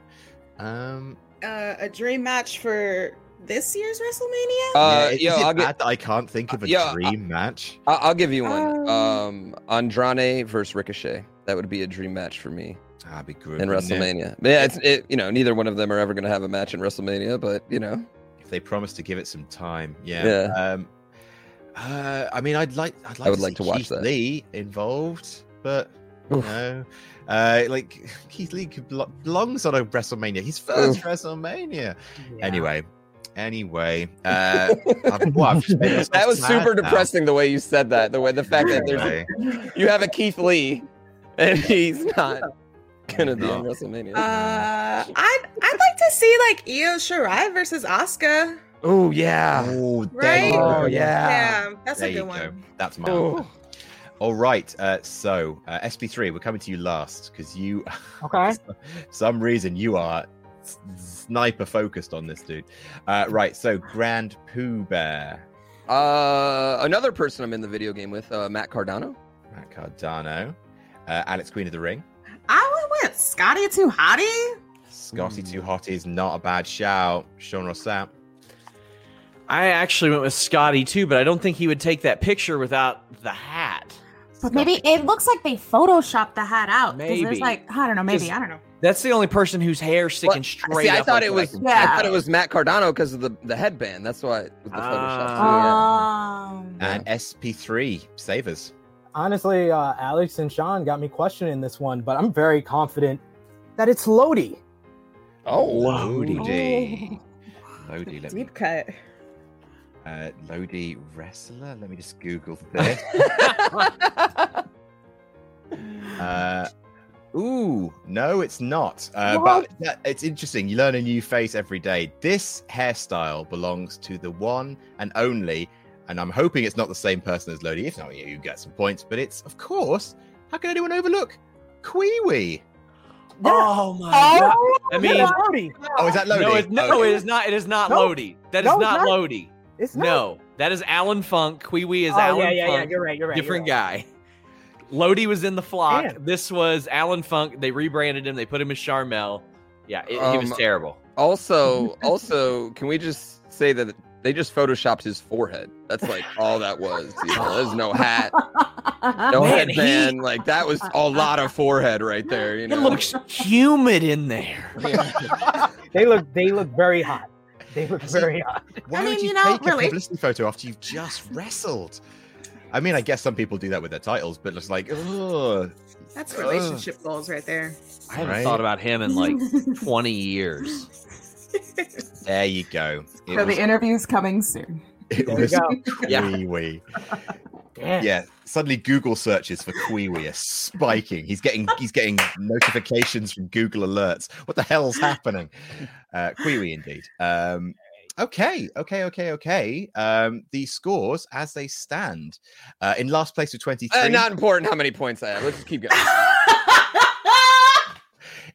Speaker 1: Um,
Speaker 12: Uh, a dream match for this year's WrestleMania?
Speaker 3: Uh,
Speaker 1: yeah, is,
Speaker 3: yo,
Speaker 1: is it
Speaker 3: I'll
Speaker 1: bad
Speaker 3: get-
Speaker 1: that I can't think of a
Speaker 3: Yo, I-
Speaker 1: dream match?
Speaker 3: I- I'll give you one. Um, Andrade versus Ricochet. That would be a dream match for me
Speaker 1: That'd be good.
Speaker 3: in
Speaker 1: wouldn't it?
Speaker 3: WrestleMania. But yeah, it's it, you know neither one of them are ever going to have a match in WrestleMania, but you know.
Speaker 1: If they promise to give it some time, yeah.
Speaker 3: Yeah.
Speaker 1: Um, uh, I mean, I'd like. I'd like
Speaker 3: would
Speaker 1: to
Speaker 3: like
Speaker 1: see
Speaker 3: to watch
Speaker 1: Keith
Speaker 3: that.
Speaker 1: Lee involved, but
Speaker 3: Oof.
Speaker 1: no. Uh, like Keith Lee could belo- belongs on a WrestleMania. His first WrestleMania. Anyway, anyway, uh, I've, well, I've just made myself
Speaker 3: That was
Speaker 1: sad
Speaker 3: super
Speaker 1: now.
Speaker 3: depressing the way you said that. The way the fact that
Speaker 1: Anyway.
Speaker 3: there's you have a Keith Lee and he's not going to be
Speaker 1: No.
Speaker 3: in WrestleMania.
Speaker 12: Uh, I'd I'd like to see like Io Shirai versus Asuka.
Speaker 3: oh yeah.
Speaker 1: Oh, there
Speaker 12: Right?
Speaker 1: you go.
Speaker 12: Oh,
Speaker 1: yeah.
Speaker 12: yeah. Yeah, that's a
Speaker 1: There you
Speaker 12: good one.
Speaker 1: go. That's my answer. All right. Uh, so, uh, SB3, we're coming to you last because you,
Speaker 4: Okay.
Speaker 1: some reason, you are s- sniper focused on this dude. Uh, right. So, Grand Pooh Bear,
Speaker 3: Uh, another person I'm in the video game with, uh, Matt Cardano.
Speaker 1: Matt Cardano. Uh, and it's Queen of the Ring.
Speaker 12: I went with Scotty too hottie.
Speaker 1: Scotty Too Hot is not a bad shout. Sean Rossap.
Speaker 2: I actually went with Scotty too, but I don't think he would take that picture without the hat.
Speaker 5: But maybe it looks like they photoshopped the hat out. 'cause
Speaker 2: Maybe.
Speaker 5: There's like I don't know. Maybe I don't know.
Speaker 2: That's the only person whose hair sticking straight.
Speaker 3: See, I
Speaker 2: up
Speaker 3: thought
Speaker 2: like
Speaker 3: it
Speaker 2: that.
Speaker 3: was.
Speaker 2: can-
Speaker 3: I thought it was Matt Cardano because of the, the headband. That's why it was the Photoshop.
Speaker 2: Ah.
Speaker 5: Um.
Speaker 1: And SP3 Savers.
Speaker 4: Honestly, uh, Alex and Sean got me questioning this one, but I'm very confident that it's Lodi.
Speaker 1: Oh, Lodi. Lodi, let me.
Speaker 12: Deep cut.
Speaker 1: Uh, Lodi wrestler. Let me just Google this. uh, ooh, no, it's not. Uh, but that- it's interesting. You learn a new face every day. This hairstyle belongs to the one and only, and I'm hoping it's not the same person as Lodi. If not, you you get some points. But it's, of course, how can anyone overlook Queewee?
Speaker 2: Oh my I mean,
Speaker 1: Oh, is that Lodi?
Speaker 2: No, it, no,
Speaker 1: Okay.
Speaker 2: it is not. It is not
Speaker 1: No.
Speaker 2: Lodi. That is
Speaker 1: No, it's
Speaker 2: not,
Speaker 1: not.
Speaker 2: Lodi.
Speaker 4: It's
Speaker 2: not. No, that is Alan Funk. Kwee Wee is
Speaker 4: Oh, yeah,
Speaker 2: Alan
Speaker 4: yeah, yeah,
Speaker 2: Funk.
Speaker 4: you're right, you're right, you're
Speaker 2: Different guy. Lodi was in the flock.
Speaker 4: Damn.
Speaker 2: This was Alan Funk. They rebranded him. They put him as Charmel. Yeah, it, he was
Speaker 3: Um,
Speaker 2: terrible.
Speaker 3: Also, also, can we just say that they just photoshopped his forehead? That's like all that was. You know, there's no hat, no
Speaker 2: Man, he-
Speaker 3: headband. Like that was a lot of forehead right there. You
Speaker 2: It
Speaker 3: know,
Speaker 2: looks humid in there.
Speaker 4: They look they look very hot. They look very hot.
Speaker 1: Why would you, take a publicity photo after you've just wrestled? I mean, I guess some people do that with their titles, but it's like, ugh.
Speaker 12: That's
Speaker 1: Ugh.
Speaker 12: relationship goals right there.
Speaker 2: I haven't
Speaker 1: Right.
Speaker 2: thought about him in like 20 years.
Speaker 1: There you go. It
Speaker 5: so
Speaker 1: was-
Speaker 5: the interview's coming soon.
Speaker 1: It
Speaker 5: There you
Speaker 1: was
Speaker 5: go.
Speaker 1: Queewee.
Speaker 5: Damn.
Speaker 1: yeah. Suddenly, Google searches for Queewee are spiking. He's getting he's getting notifications from Google alerts. What the hell's happening? Uh, Queewee, indeed. Um, okay, okay, okay, okay. Um, the scores as they stand. Uh, in last place with twenty three.
Speaker 3: Uh, not important how many points I have. Let's just keep going.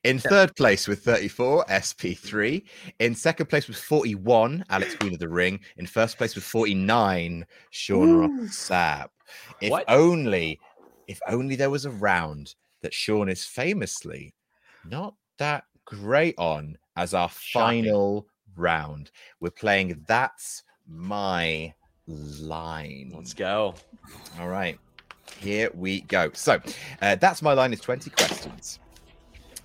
Speaker 1: In third place with 34, SP3. In second place with 41, Alex Queen of the Ring. In first place with 49, Sean Ross Sap. If only, if only there was a round that Sean is famously not that great on as our final round. We're playing That's My Line. Let's
Speaker 2: go.
Speaker 1: All right. Here we go. So, uh, That's My Line is 20 questions.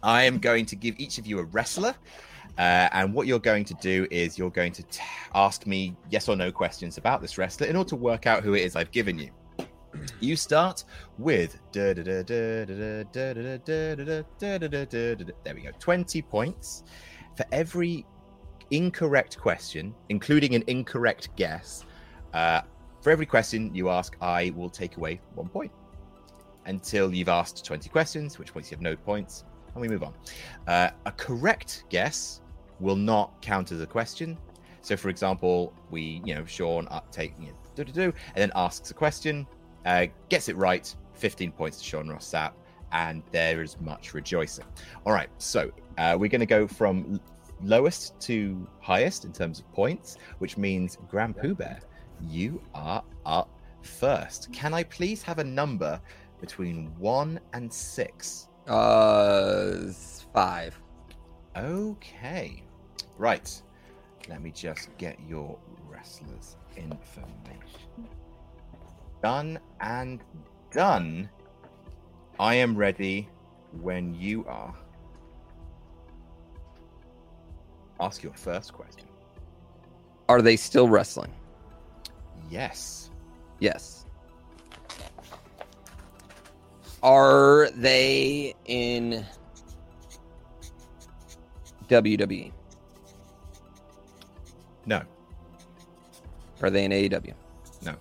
Speaker 1: I am going to give each of you a wrestler. Uh, and what you're going to do is you're going to t- ask me yes or no questions about this wrestler in order to work out who it is I've given you. You start with da- da- da- da- da- da- da- da- da- da- da- da- da- da- da- da- there we go, 20 points for every incorrect question, including an incorrect guess. Uh, for every question you ask, I will take away one point until you've asked 20 questions, which points you have no points, and we move on. Uh, a correct guess will not count as a question. So, for example, we, you know, Sean up take you know, do do do, and then asks a question, uh, gets it right, 15 points to Sean Ross Sapp, and there is much rejoicing. All right, so uh, we're going to go from l- lowest to highest in terms of points, which means Grand Pooh Bear, you are up first. Can I please have a number between one and six? Uh, five. Okay. Right. Let me just get your wrestlers' information. Done and done. I am ready when you are. Ask your first question.
Speaker 3: Are they still wrestling?
Speaker 1: Yes.
Speaker 3: Yes. Are they in WWE?
Speaker 1: No.
Speaker 3: Are they in E AEW?
Speaker 1: No.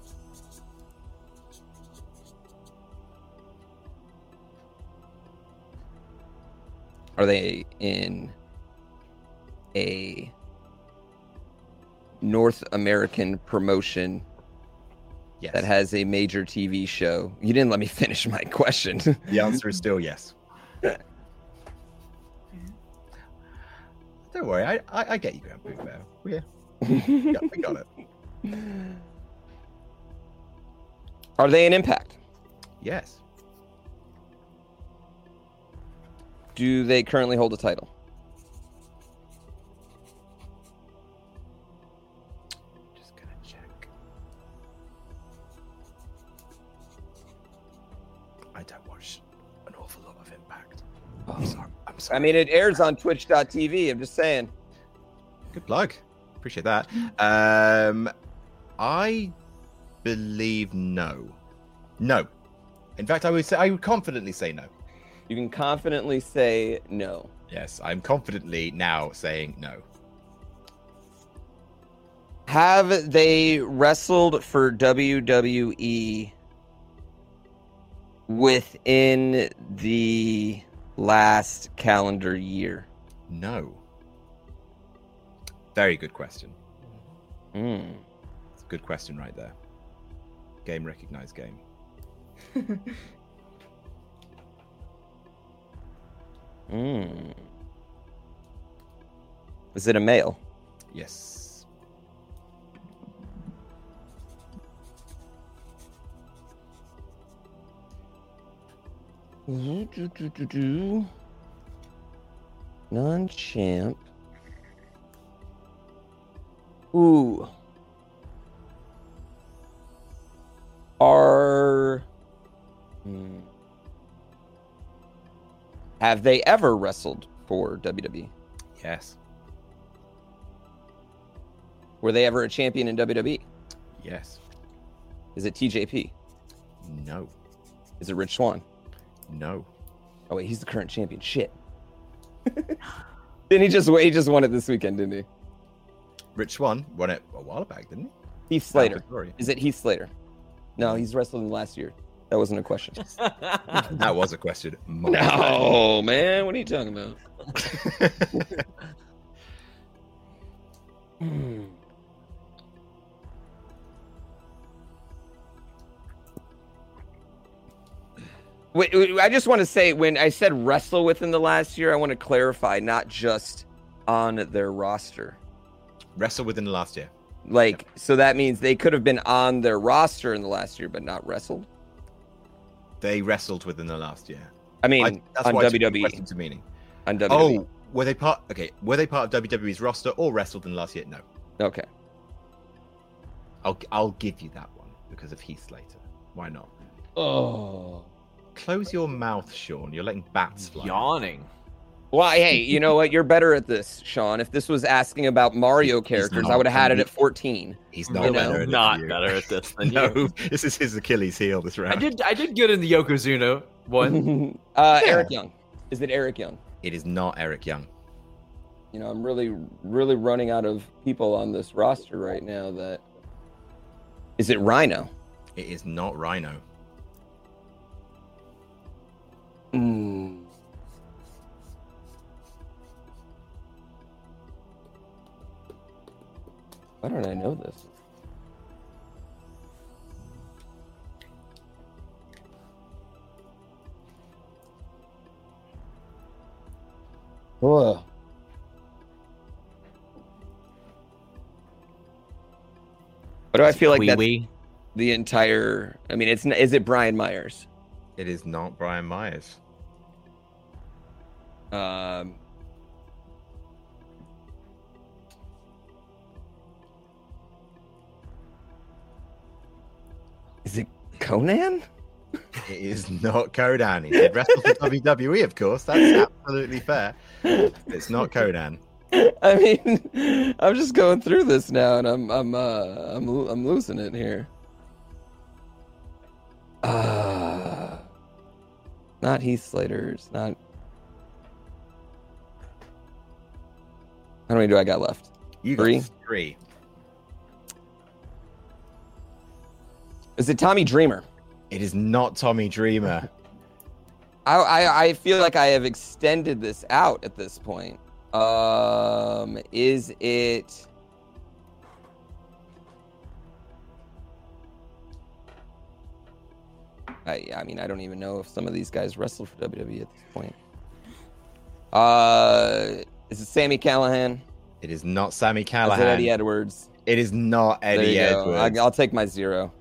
Speaker 3: Are they in a North American promotion
Speaker 1: Yes.
Speaker 3: that has a major TV show? You didn't let me finish my question.
Speaker 1: The answer is still yes. Don't worry, I I, I get you, Grand Pooh Bear. Yeah. yeah, I got it.
Speaker 3: Are they in Impact?
Speaker 1: Yes.
Speaker 3: Do they currently hold a title?
Speaker 13: I don't watch an awful lot of Impact. I'm sorry. I'm sorry.
Speaker 3: I mean, it airs on Twitch.tv. I'm just saying.
Speaker 1: Good plug. Appreciate that. Um, I believe no, no. In fact, I would say I would confidently say no.
Speaker 3: You can confidently say no.
Speaker 1: Yes, I'm confidently now saying no.
Speaker 3: Have they wrestled for E WWE within the last calendar year?
Speaker 1: No. Very good question.
Speaker 3: Mm.
Speaker 1: It's a good question right there. Game recognized game.
Speaker 3: Mm. Is it a male?
Speaker 1: Yes.
Speaker 3: Non champ. Ooh. Are. Hmm. Have they ever wrestled for E? WWE?
Speaker 1: Yes.
Speaker 3: Were they ever a champion in E? WWE?
Speaker 1: Yes.
Speaker 3: Is it TJP?
Speaker 1: No.
Speaker 3: Is it Rich Swan?
Speaker 1: No.
Speaker 3: Oh wait, he's the current champion. Shit. Then he just he just won it this weekend, didn't he?
Speaker 1: Rich Swan won it a while back, didn't
Speaker 3: Heath
Speaker 1: No,
Speaker 3: Slater.
Speaker 1: good story.
Speaker 3: Is it Heath Slater? No, he's wrestled in last year. That wasn't a question.
Speaker 1: he? that was a question. My
Speaker 3: no, man. What are you talking about? Hmm. Wait, wait, I just want to say when I said wrestle within the last year, I want to clarify not just on their roster.
Speaker 1: Wrestle within the last year.
Speaker 3: Like, so that means they could have been on their roster in the last year, but not wrestled.
Speaker 1: They wrestled within the last year.
Speaker 3: I mean,
Speaker 1: that's
Speaker 3: on
Speaker 1: why I took the
Speaker 3: WWE.
Speaker 1: question to meaning.
Speaker 3: On E. WWE.
Speaker 1: Oh, were they part? Okay, were they part of WWE's roster or wrestled in the last year? No.
Speaker 3: Okay.
Speaker 1: I'll I'll give you that one because of Heath Slater. Why not?
Speaker 3: Oh.
Speaker 1: Close your mouth, Sean. You're letting bats fly.
Speaker 2: Yawning.
Speaker 3: Well, hey, you know what? You're better at this, Sean. If this was asking about Mario characters, I
Speaker 1: not.
Speaker 3: would have had it at 14.
Speaker 1: He's
Speaker 3: You
Speaker 1: not
Speaker 3: know?
Speaker 1: better.
Speaker 2: Not
Speaker 1: better
Speaker 2: at this than
Speaker 1: no, this is his Achilles heel this round.
Speaker 2: I did. I did good in the Yokozuna one.
Speaker 3: Uh, Eric Young. Is it Eric Young?
Speaker 1: It is not Eric Young.
Speaker 3: You know, I'm really, really running out of people on this roster right now. That is it. Rhino.
Speaker 1: It is not Rhino.
Speaker 3: Hmm. Why don't I know this? Whoa. But do I feel like that's the entire? I mean, it's n- is it Brian Myers?
Speaker 1: It is not Brian Myers.
Speaker 3: Um, is it Conan?
Speaker 1: It is not Conan. He did wrestle for WWE, of course. That's absolutely fair. It's not Conan.
Speaker 3: I mean, I'm just going through this now, and I'm I'm uh, I'm lo- I'm losing it here. Uh, not Heath Slater. It's not. How many do I got left?
Speaker 1: You got
Speaker 3: Three.
Speaker 1: Three.
Speaker 3: Is it Tommy Dreamer?
Speaker 1: It is not Tommy Dreamer.
Speaker 3: I, I I feel like I have extended this out at this point. Um, is it? I I mean I don't even know if some of these guys wrestled for WWE at this point. Uh, is it Sammy Callahan?
Speaker 1: It is not Sammy
Speaker 3: Is
Speaker 1: Callahan.
Speaker 3: it Eddie Edwards?
Speaker 1: It is not
Speaker 3: There
Speaker 1: Eddie
Speaker 3: you go. I-
Speaker 1: Edwards.
Speaker 3: I'll take my zero.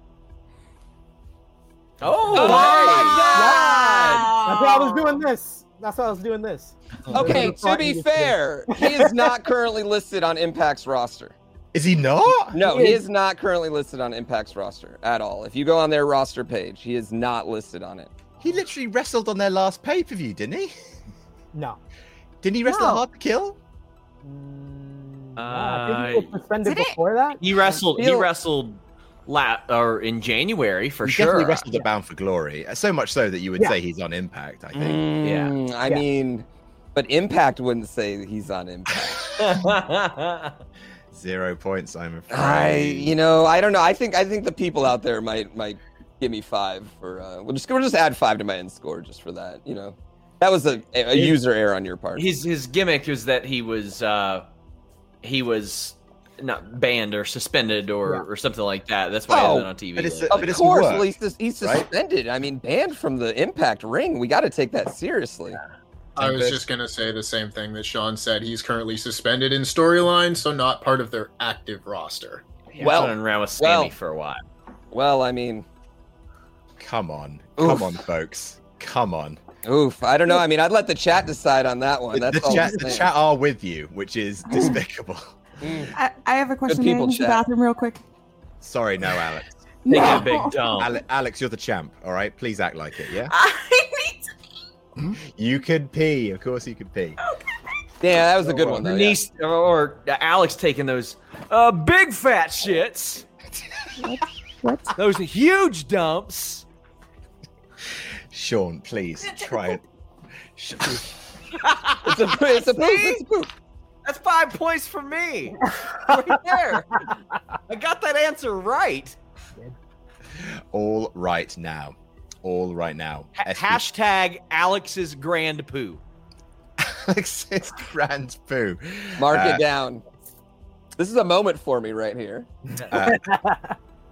Speaker 2: Oh,
Speaker 4: That's why I was doing this. That's why I was doing this.
Speaker 3: Okay, to be fair, he is not currently listed on Impact's roster.
Speaker 1: Is he not?
Speaker 3: No, he is not currently listed on Impact's roster at all. If you go on their roster page, he is not listed on it.
Speaker 1: He literally wrestled on their last pay per view, didn't he?
Speaker 4: No.
Speaker 1: Didn't he wrestle
Speaker 4: No.
Speaker 1: hard to kill?
Speaker 2: Uh,
Speaker 4: I think he was suspended before that.
Speaker 2: He wrestled. He
Speaker 1: Feel-
Speaker 2: wrestled la- or in January for
Speaker 1: he
Speaker 2: sure.
Speaker 1: definitely wrestled at Bound for Glory. So much so that you would
Speaker 2: Yeah.
Speaker 1: say he's on Impact. I think.
Speaker 3: Mm, I mean, but Impact wouldn't say he's on Impact.
Speaker 1: Zero points, I'm afraid.
Speaker 3: I, you know, I don't know. I think I think the people out there might might give me five for. Uh, we'll just we'll just add five to my end score just for that. You know, that was a, a a
Speaker 2: His-
Speaker 3: user error on your part.
Speaker 2: His his gimmick is that he was uh, he was not banned or suspended or, or something like that. That's why he wasn't on TV.
Speaker 3: Oh, of
Speaker 2: lately.
Speaker 3: course, at least this- he's
Speaker 2: right?
Speaker 3: suspended. I mean, banned from the Impact ring. We got to take that seriously.
Speaker 6: I was just gonna say the same thing that Sean said. He's currently suspended in storyline, so not part of their active roster.
Speaker 2: well around with Sammy
Speaker 6: well-
Speaker 2: for a while.
Speaker 3: Well, I mean,
Speaker 1: come on,
Speaker 3: Oof.
Speaker 1: come on, folks, come on.
Speaker 3: Oof, I don't know. I mean, I'd let the chat decide on that one.
Speaker 1: The,
Speaker 3: That's
Speaker 1: the
Speaker 3: all
Speaker 1: chat,
Speaker 3: I'm
Speaker 1: the
Speaker 3: saying.
Speaker 1: chat are with you, which is despicable.
Speaker 5: I, I have a question. Can I
Speaker 1: people
Speaker 5: use the
Speaker 1: chat.
Speaker 5: bathroom real quick.
Speaker 1: Sorry, no, Alex.
Speaker 5: Take a big
Speaker 1: dump. Alex, you're the champ. All right, please act like it. Yeah. You could pee. Of course, you could pee.
Speaker 3: Yeah, that was a good one. Though, yeah.
Speaker 2: Denise or Alex taking those uh, big fat shits.
Speaker 5: What?
Speaker 2: Those huge dumps.
Speaker 1: Sean, please try it. Sh-
Speaker 3: It's a, it's a poop. It's a poop.
Speaker 2: That's five points for me. Right there. I got that answer right.
Speaker 1: All right now. All right now.
Speaker 2: Ha- hashtag Alex's grand poo.
Speaker 1: Alex's grand poo.
Speaker 3: Mark
Speaker 1: Uh,
Speaker 3: it down. This is a moment for me right here.
Speaker 1: Uh,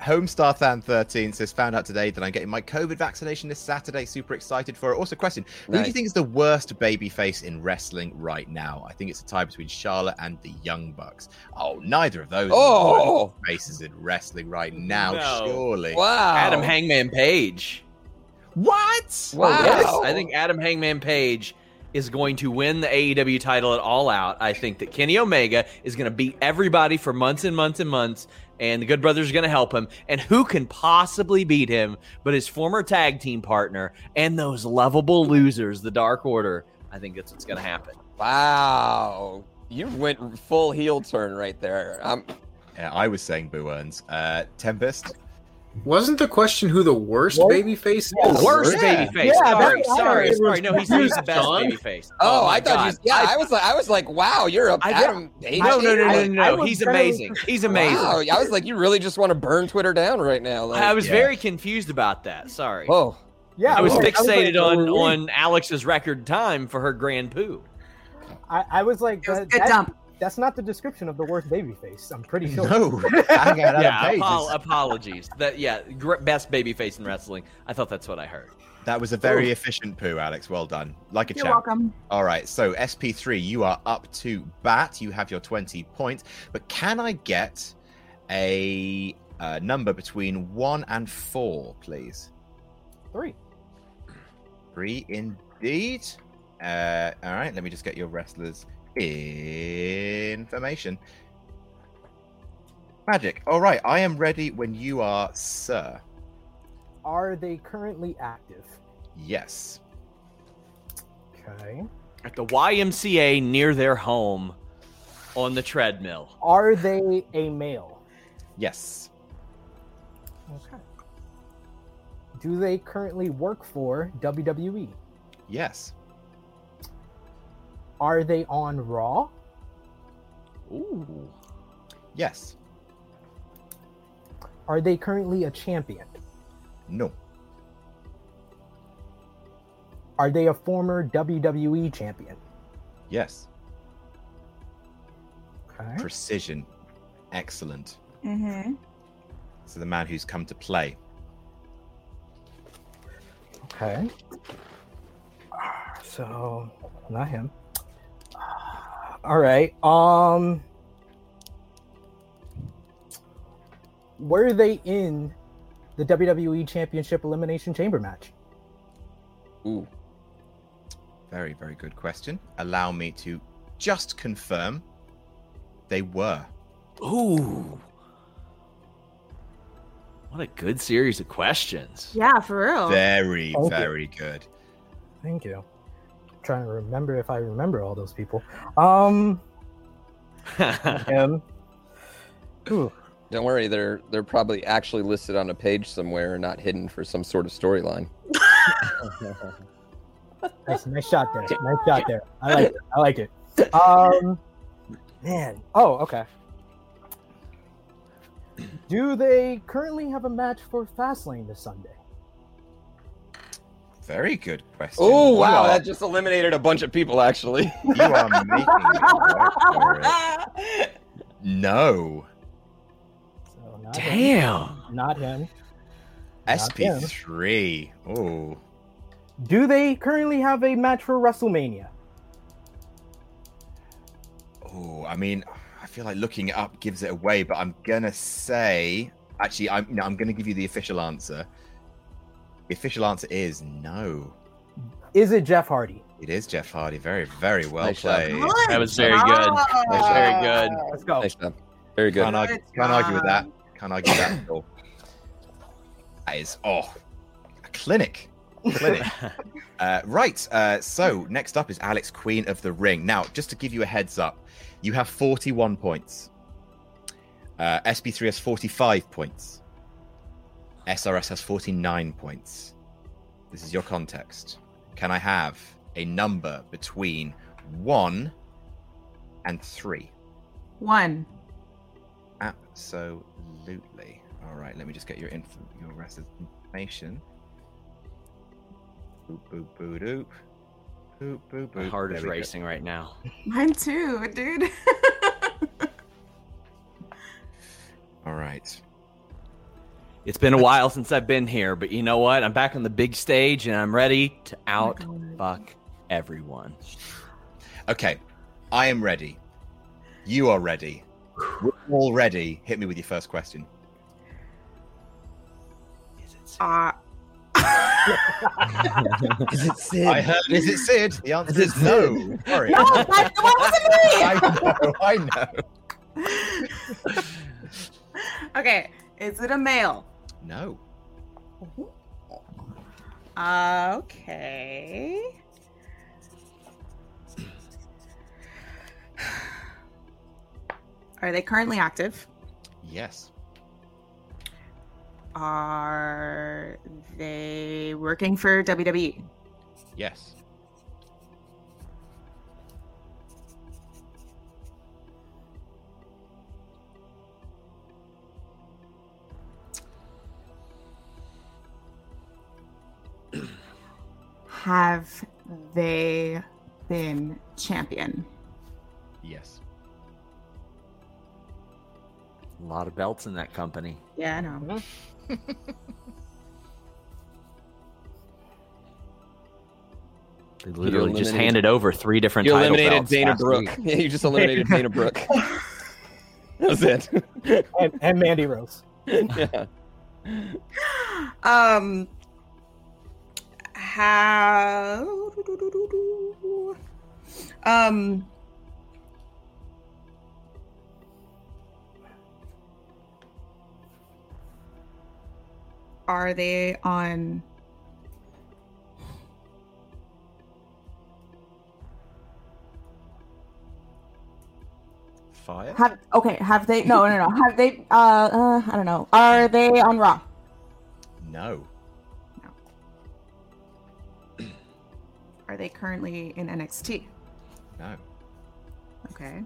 Speaker 1: Homestarthan13 says, found out today that I'm getting my COVID vaccination this Saturday. Super excited for it. Also, question Who do
Speaker 3: Nice.
Speaker 1: you think is the worst babyface in wrestling right now? I think it's a tie between Charlotte and the Young Bucks. Oh, neither of those
Speaker 3: Oh!
Speaker 1: faces in wrestling right now,
Speaker 2: No.
Speaker 1: surely.
Speaker 3: Wow.
Speaker 2: Adam Hangman Page.
Speaker 1: What?
Speaker 3: Wow.
Speaker 2: I think Adam Hangman Page is going to win the AEW title at All Out. I think that Kenny Omega is going to beat everybody for months and months and months, and the Good Brothers are going to help him. And who can possibly beat him but his former tag team partner and those lovable losers, the Dark Order? I think that's what's going to happen.
Speaker 3: Wow. You went full heel turn right there. Um, I'm,
Speaker 1: Yeah, I was saying Boo Earns. Uh, Tempest?
Speaker 6: Wasn't the question who the worst
Speaker 1: What?
Speaker 6: babyface is?
Speaker 2: Worst babyface. sorry, sorry, sorry. No, he's, he's the best
Speaker 6: Sean?
Speaker 2: babyface.
Speaker 3: oh,
Speaker 2: my
Speaker 3: I thought
Speaker 2: God.
Speaker 3: you. was- Yeah, I, was like, I was like, wow, you're a
Speaker 2: I-
Speaker 3: Adam.
Speaker 2: I-
Speaker 3: Page
Speaker 2: no, no, no, no,
Speaker 3: hater.
Speaker 2: no, I- I no, he's was barely- amazing. He's amazing.
Speaker 3: Wow, I was like, you really just want to burn Twitter down right now. Like,
Speaker 2: I was very confused about that. Sorry.
Speaker 3: Oh.
Speaker 4: Yeah,
Speaker 2: I was
Speaker 4: I was like- I was
Speaker 2: fixated
Speaker 4: like,
Speaker 2: on
Speaker 4: oh, really?
Speaker 2: on Alex's record time for her grand poo.
Speaker 4: I, I was like, that,
Speaker 5: good
Speaker 4: that-
Speaker 5: dump.
Speaker 4: that's not the description of the worst baby face. I'm pretty sure.
Speaker 2: yeah, apo- apologies. That yeah, gr- best baby face in wrestling. I thought that's what I heard.
Speaker 1: That was a very
Speaker 2: Ooh.
Speaker 1: efficient poo, Alex. Well done. Like a
Speaker 2: You're
Speaker 1: champ.
Speaker 2: welcome.
Speaker 1: All right. So, SP3, you are up to bat. You have your 20 points. But can I get a uh, number between one and four, please?
Speaker 4: Three.
Speaker 1: Three indeed. Uh, all right. Let me just get your wrestlers' information. Magic. All right. I am ready when you are, sir.
Speaker 4: Are they currently active?
Speaker 1: Yes.
Speaker 4: Okay.
Speaker 2: At the YMCA near their home, on the treadmill.
Speaker 4: Are they a male?
Speaker 1: Yes.
Speaker 4: Okay. Do they currently work for E? WWE?
Speaker 1: Yes.
Speaker 4: Are they on Raw?
Speaker 2: Ooh.
Speaker 1: Yes.
Speaker 4: Are they currently a champion?
Speaker 1: No.
Speaker 4: Are they a former WWE champion?
Speaker 1: Yes.
Speaker 4: Okay.
Speaker 1: Precision. Excellent.
Speaker 5: Mm-hmm.
Speaker 1: So the man who's come to play.
Speaker 4: Okay. So, not him. All right. Um Were they in the E WWE Championship Elimination Chamber match?
Speaker 3: Ooh.
Speaker 1: Very, very good question. Allow me to just confirm they were.
Speaker 2: Ooh. What a good series of questions.
Speaker 12: Yeah, for real.
Speaker 1: Very,
Speaker 4: Thank you.
Speaker 1: very good.
Speaker 4: Thank you. trying to remember if I remember all those people. Um, him. Ooh.
Speaker 3: Don't worry, they're they're probably actually listed on a page somewhere and not hidden for some sort of storyline.
Speaker 4: nice, nice shot there. Nice shot there. I like it. I like it. Um, man. Oh, okay. Do they currently have a match for Fastlane this Sunday?
Speaker 1: Very good question.
Speaker 3: Oh
Speaker 1: You
Speaker 3: wow,
Speaker 1: are-
Speaker 3: that just eliminated a bunch of people actually.
Speaker 1: You are no.
Speaker 4: Not him.
Speaker 2: Damn.
Speaker 4: Not him.
Speaker 1: SP3. Oh.
Speaker 4: Do they currently have a match for WrestleMania?
Speaker 1: Oh, I mean, I feel like looking it up gives it away, but I'm gonna say actually, I'm no, I'm gonna give you the official answer. The official answer is no.
Speaker 4: Is it Jeff Hardy?
Speaker 1: It is Jeff Hardy. Very, very well
Speaker 2: Nice job.
Speaker 1: played.
Speaker 2: Good That was very good. job. That's very good.
Speaker 4: Let's go.
Speaker 3: Nice job. Very good.
Speaker 1: Can't argue,
Speaker 3: Good
Speaker 1: can't argue with that. Can't argue with that at all. That is oh, a clinic. Clinic. Uh, right. Uh, so next up is Alex, Queen of the Ring. Now, just to give you a heads up, you have 41 points. Uh, SB3 has 45 points. SRS has 49 points. This is your context. Can I have a number between one and three?
Speaker 5: One.
Speaker 1: Absolutely. All right. Let me just get your inf- your rest of the information. Boop boop boop doop. Boop boop boop.
Speaker 2: My heart is
Speaker 1: There we go.
Speaker 2: racing right now.
Speaker 5: Mine too, dude.
Speaker 1: All right.
Speaker 2: It's been a while since I've been here, but you know what? I'm back on the big stage and I'm ready
Speaker 4: Oh
Speaker 2: to out fuck everyone.
Speaker 1: Okay. I am ready. You are ready. We're all ready. Hit me with your first question. Ah.
Speaker 12: Uh,
Speaker 1: Is it Sid? I heard. Is it Sid? The answer is, no. Sorry.
Speaker 12: No, that- that
Speaker 1: I know. I know.
Speaker 5: okay. Is it a male?
Speaker 1: No.
Speaker 5: Oh.
Speaker 12: okay.
Speaker 5: Are they currently active?
Speaker 1: Yes.
Speaker 5: Are they working for E? WWE?
Speaker 1: Yes.
Speaker 5: Have they been champion?
Speaker 1: Yes.
Speaker 2: A lot of belts in that company.
Speaker 5: Yeah, I know.
Speaker 2: They literally just
Speaker 3: eliminated-
Speaker 2: handed over three different
Speaker 3: You
Speaker 2: title
Speaker 3: eliminated
Speaker 2: belts
Speaker 3: Dana
Speaker 2: last
Speaker 3: Brooke.
Speaker 2: week.
Speaker 3: Yeah, you just eliminated Dana Brooke. That was it.
Speaker 4: and, and Mandy Rose.
Speaker 3: yeah.
Speaker 12: Um, how? Um,
Speaker 5: Are they on?
Speaker 1: Fire.
Speaker 5: Have okay? Have they? No, no, no. Have they? Uh, uh, I don't know. Are they on Raw?
Speaker 1: No.
Speaker 5: Are they currently in NXT?
Speaker 1: No.
Speaker 5: Okay.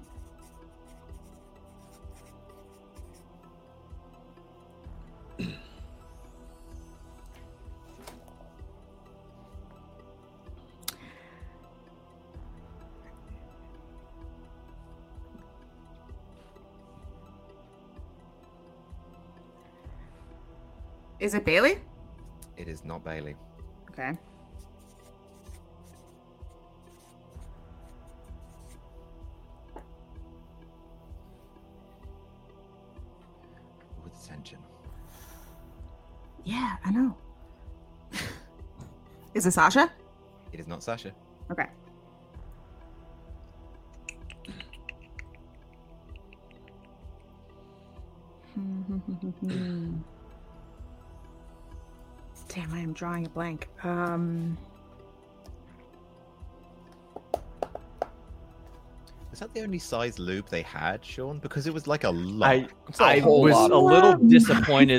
Speaker 5: Is it Bailey?
Speaker 1: It is not Bailey.
Speaker 5: Okay.
Speaker 1: With attention.
Speaker 5: Yeah, I know. Is it Sasha?
Speaker 1: It is not Sasha.
Speaker 14: Okay. Damn, I am drawing a blank. Um,
Speaker 1: Is that the only size lube they had, Sean? Because it was like a lot.
Speaker 2: I, I was a little disappointed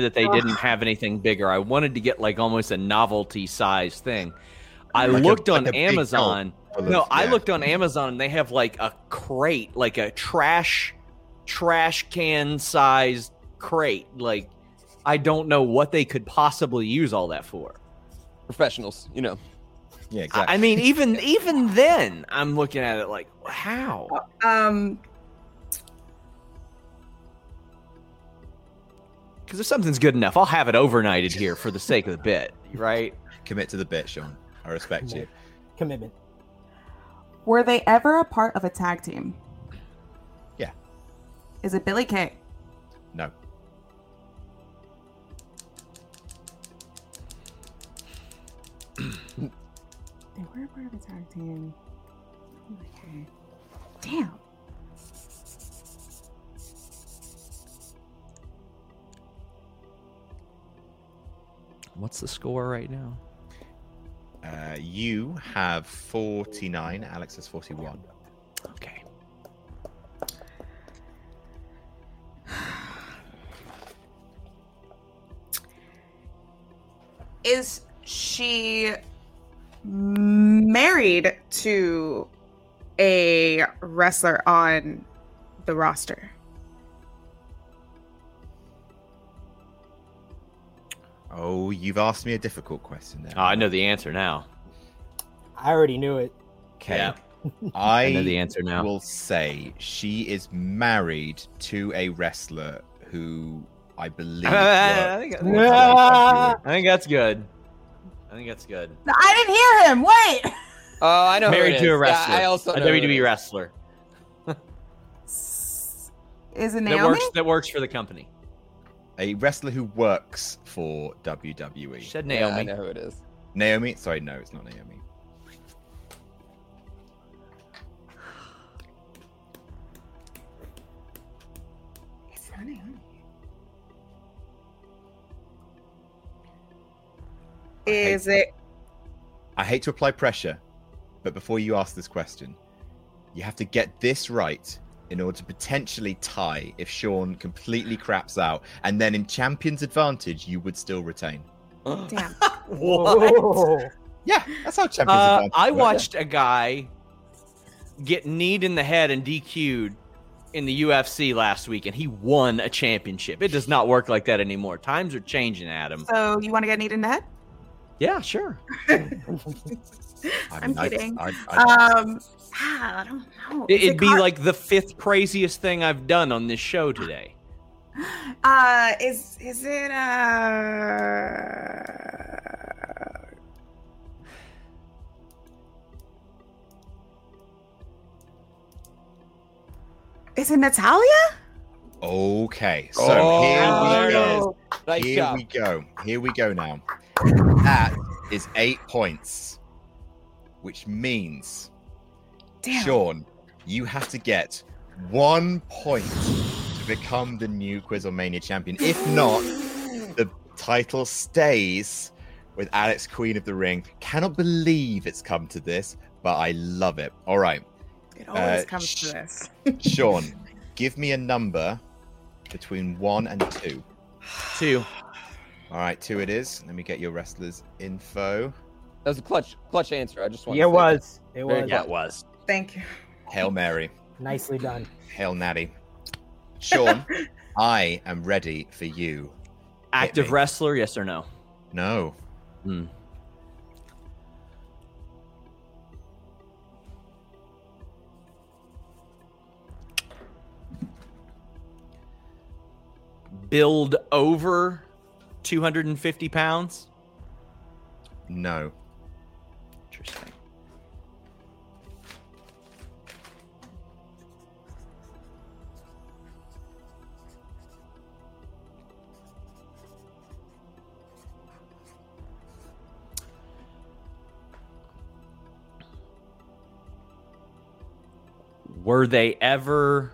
Speaker 2: that they didn't have anything bigger. I wanted to get like almost a novelty size thing. I
Speaker 1: Like a-
Speaker 2: looked on
Speaker 1: like a big
Speaker 2: Amazon.
Speaker 1: belt full of-
Speaker 2: No, I
Speaker 1: yeah.
Speaker 2: looked on Amazon and they have like a crate, like a trash trash can sized crate. Like I don't know what they could possibly use all that for.
Speaker 3: Professionals, you know.
Speaker 1: Yeah,
Speaker 2: I I mean, even even then, I'm looking at it like, how?
Speaker 12: Um,
Speaker 2: Because if something's good enough, I'll have it overnighted here for the sake of the bit, right?
Speaker 1: Commit to the bit, Sean. I respect you.
Speaker 4: Commitment.
Speaker 5: Were they ever a part of a tag team?
Speaker 1: Yeah.
Speaker 5: Is it Billy Kay?
Speaker 1: No.
Speaker 5: They were a part of a tag team. Oh Okay. Damn.
Speaker 2: What's the score right now?
Speaker 1: Uh, you have 49. Alex is 41.
Speaker 2: Okay.
Speaker 12: is she married to a wrestler on the roster?
Speaker 1: Oh, you've asked me a difficult question there.
Speaker 2: Oh, I know the answer now.
Speaker 4: I already knew it.
Speaker 1: Okay.
Speaker 2: Yeah.
Speaker 1: I,
Speaker 2: I know the answer now.
Speaker 1: will say she is married to a wrestler who I believe.
Speaker 2: I,
Speaker 1: worked
Speaker 2: think,
Speaker 1: for WWE.
Speaker 2: I think that's good. I think that's good.
Speaker 5: I didn't hear him. Wait.
Speaker 3: Oh, I know. who
Speaker 2: Married
Speaker 3: it
Speaker 2: to a
Speaker 3: is.
Speaker 2: wrestler.
Speaker 3: Yeah, I also
Speaker 2: a
Speaker 3: know who it
Speaker 2: WWE
Speaker 3: is.
Speaker 2: wrestler
Speaker 5: Is it
Speaker 2: that
Speaker 5: Naomi?
Speaker 2: works that works for the company.
Speaker 1: A wrestler who works for WWE.
Speaker 2: She said Naomi.
Speaker 3: Yeah, I know who it is.
Speaker 1: Naomi? Sorry, no, it's not Naomi.
Speaker 14: it's not Naomi.
Speaker 2: E
Speaker 12: Is it?
Speaker 1: I hate to apply pressure, but before you ask this question, you have to get this right in order to potentially tie if Sean completely craps out, and then in champion's advantage, you would still retain.
Speaker 12: Damn.
Speaker 4: What?
Speaker 1: Yeah, that's how champion's
Speaker 2: Uh,
Speaker 1: advantage.
Speaker 2: I
Speaker 1: works.
Speaker 2: watched a guy get kneed in the head and DQ'd in the UFC last week, and he won a championship. It does not work like that anymore. Times are changing, Adam.
Speaker 12: So you want to get needed in the head?
Speaker 2: Yeah, sure.
Speaker 12: I'm
Speaker 2: mean, I-
Speaker 12: kidding.
Speaker 2: I- I-
Speaker 12: um, ah, I don't know. Is
Speaker 2: It,
Speaker 12: it
Speaker 2: would be
Speaker 12: Car-
Speaker 2: like the fifth craziest thing I've done on this show today.
Speaker 12: Uh, is is it? Uh, is it Natalia?
Speaker 1: Okay, so
Speaker 12: Oh,
Speaker 1: here
Speaker 12: there
Speaker 1: we
Speaker 12: it
Speaker 1: go.
Speaker 12: is. Nice
Speaker 1: here
Speaker 12: job.
Speaker 1: we go. Here we go now. That is eight points, which means,
Speaker 12: Damn.
Speaker 1: Sean, you have to get one point to become the new Quizlemania champion. If not, the title stays with Alex Queen of the Ring. Cannot believe it's come to this, but I love it. All right.
Speaker 12: It always
Speaker 1: Uh,
Speaker 12: comes to this.
Speaker 1: Sean, give me a number between one and two.
Speaker 2: Two.
Speaker 1: All right, two it is. Let me get your wrestlers' info.
Speaker 3: That was a clutch, clutch answer. I just want.
Speaker 1: Yeah,
Speaker 3: to
Speaker 1: it
Speaker 3: say that.
Speaker 1: was. It
Speaker 3: Very
Speaker 1: was.
Speaker 3: clutch.
Speaker 1: Yeah, it was.
Speaker 12: Thank you.
Speaker 1: Hail Mary.
Speaker 4: Nicely done.
Speaker 1: Hail Natty. Sean, I am ready for you.
Speaker 2: Active wrestler, yes or no?
Speaker 1: No.
Speaker 2: Build over 250 pounds.
Speaker 1: No.
Speaker 2: Interesting. Were they ever?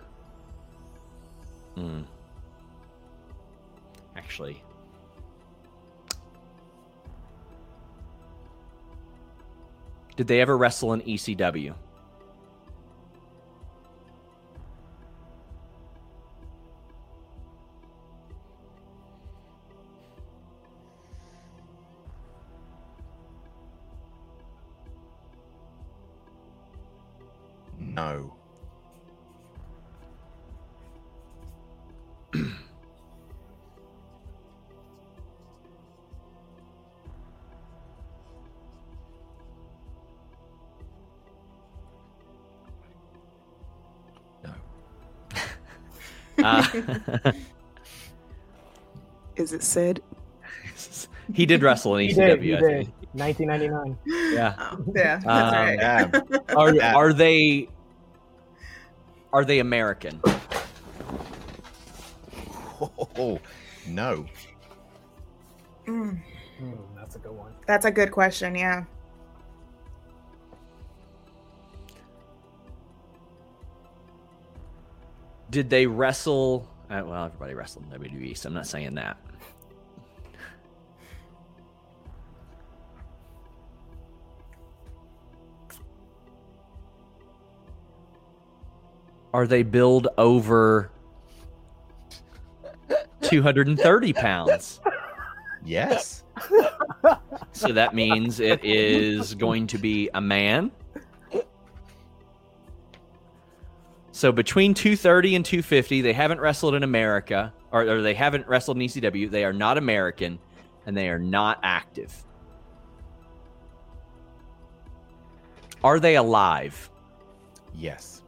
Speaker 2: Hmm. Actually, did they ever wrestle in E ECW?
Speaker 1: No.
Speaker 2: Uh,
Speaker 14: Is it Sid?
Speaker 2: he did wrestle in
Speaker 4: He
Speaker 2: ECW.
Speaker 4: did, he
Speaker 2: I
Speaker 4: did.
Speaker 2: think.
Speaker 4: 1999.
Speaker 2: Yeah.
Speaker 12: Oh, yeah, that's right.
Speaker 2: Um, Are, are they are they American?
Speaker 1: Oh, no.
Speaker 12: Mm,
Speaker 4: Hmm, that's a good one.
Speaker 12: that's a good question. Yeah.
Speaker 2: Did they wrestle? Uh, well, everybody wrestled in WWE, so I'm not saying that. Are they billed over 230 pounds?
Speaker 1: Yes.
Speaker 2: So that means it is going to be a man. So between 230 and 250, they haven't wrestled in America, or, or they haven't wrestled in ECW. They are not American, and they are not active. Are they alive?
Speaker 1: Yes.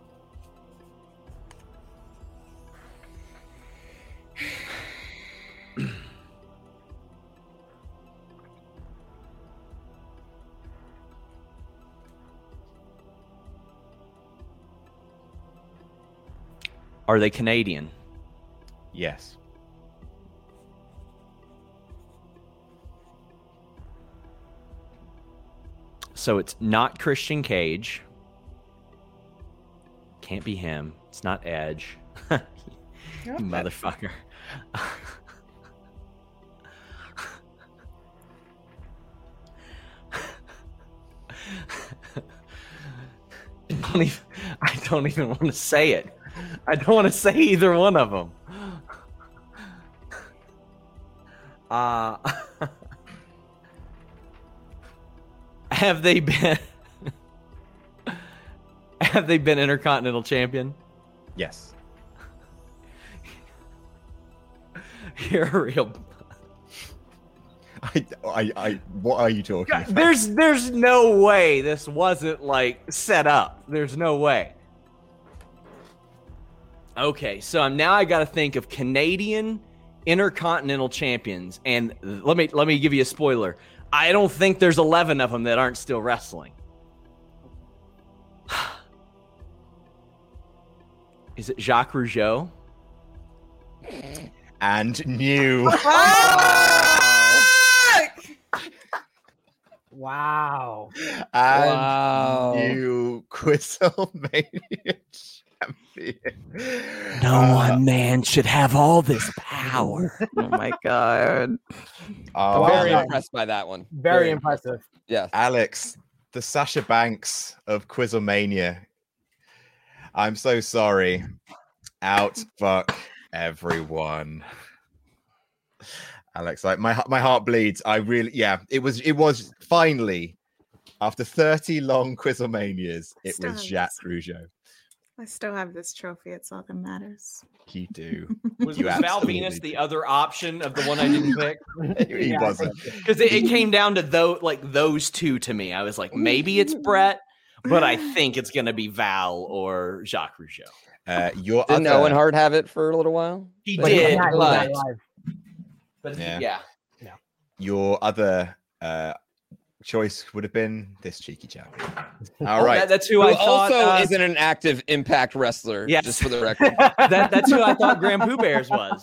Speaker 2: Are they Canadian?
Speaker 1: Yes.
Speaker 2: So it's not Christian Cage. Can't be him. It's not Edge. You Motherfucker. I don't even, I don't even want to say it. I don't want to say either one of them. Uh, have they been? have they been intercontinental champion?
Speaker 1: Yes.
Speaker 2: You're a real.
Speaker 1: I, I, I, what are you talking about?
Speaker 2: There's there's no way this wasn't like set up. There's no way. Okay, so I'm now I got to think of Canadian intercontinental champions and let me let me give you a spoiler. I don't think there's 11 of them that aren't still wrestling. Is it Jacques Rougeau?
Speaker 1: And new.
Speaker 4: Wow.
Speaker 1: And new Quizlemania champion.
Speaker 2: No one man should have all this power.
Speaker 14: oh my god.
Speaker 1: Oh,
Speaker 3: I'm very
Speaker 1: wow.
Speaker 3: impressed by that one.
Speaker 4: Very impressive.
Speaker 3: Yes.
Speaker 1: Alex, the Sasha Banks of Quizlemania. I'm so sorry. Out fuck everyone. Alex, like my my heart bleeds. I really, yeah. It was it was finally after 30 long Quizlemanias, it was
Speaker 12: Stars.
Speaker 1: Jacques Rougeau.
Speaker 12: I still have this trophy. It's all that matters.
Speaker 1: You do.
Speaker 2: Was,
Speaker 1: You
Speaker 2: was Val
Speaker 1: absolutely
Speaker 2: Venus the other option of the one I didn't pick?
Speaker 1: He Yeah, I wasn't.
Speaker 2: because it, it came down to though like those two to me. I was like, maybe it's Brett, but I think it's gonna be Val or Jacques Rougeau.
Speaker 1: Uh, your
Speaker 3: Didn't
Speaker 2: other-
Speaker 3: Owen Hart have it for a little while?
Speaker 2: He
Speaker 3: But-
Speaker 2: did,
Speaker 3: but-
Speaker 2: but, but
Speaker 1: Yeah.
Speaker 2: yeah.
Speaker 1: Your other uh choice would have been this cheeky chap.
Speaker 3: Oh,
Speaker 1: All right.
Speaker 3: that-
Speaker 2: that's who I thought,
Speaker 3: Also,
Speaker 2: uh,
Speaker 3: isn't an active Impact wrestler.
Speaker 2: Yes.
Speaker 3: Just for the record.
Speaker 2: that, that's who I thought Grand Pooh Bears was.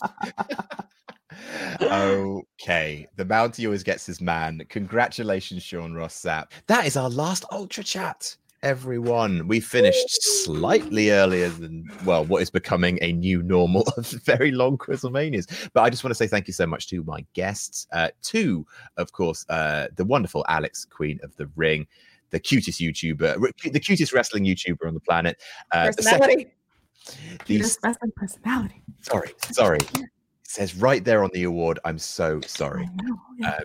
Speaker 1: okay. The bounty always gets his man. Congratulations, Sean Ross Sapp. That is our last Ultra Chat. everyone. We finished slightly earlier than, well, what is becoming a new normal of very long Quizlemanias. But I just want to say thank you so much to my guests. Uh, two, of course, uh, the wonderful Alex, Queen of the Ring, the cutest YouTuber, re- the cutest wrestling YouTuber on the planet. Uh, the second-
Speaker 12: Personality.
Speaker 1: the
Speaker 12: Cutest wrestling personality.
Speaker 1: sorry, sorry. It says right there on the award, I'm so sorry.
Speaker 2: Oh,
Speaker 12: yeah.
Speaker 1: Um,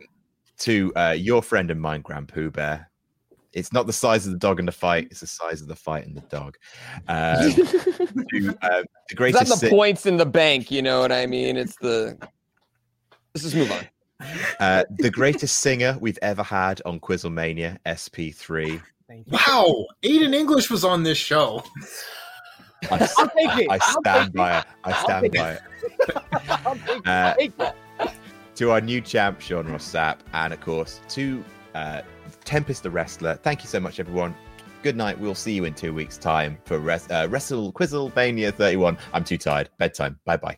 Speaker 1: to uh, your friend and mine, Grand Pooh Bear. It's not the size of the dog and the fight, it's the size of the fight and the dog. Um, to, um, the
Speaker 3: It's not
Speaker 1: greatest
Speaker 3: the
Speaker 1: si-
Speaker 3: points in the bank, you know what I mean? It's the. Let's just move on.
Speaker 1: uh, the greatest singer we've ever had on Quizlemania, SP3.
Speaker 6: Wow, Aiden English was on this show.
Speaker 1: I, s-
Speaker 6: I'll take
Speaker 1: I-
Speaker 6: it.
Speaker 1: I
Speaker 6: I'll
Speaker 1: stand
Speaker 6: take
Speaker 1: by it. I
Speaker 6: I'll
Speaker 1: stand
Speaker 6: take
Speaker 1: by it.
Speaker 6: it.
Speaker 1: Uh, to our new champ, Sean Rossap, and of course to uh, Tempest the Wrestler. Thank you so much, everyone. Good night. We'll see you in two weeks' time for res- uh, Wrestle Quizzlemania 31. I'm too tired. Bedtime. Bye bye.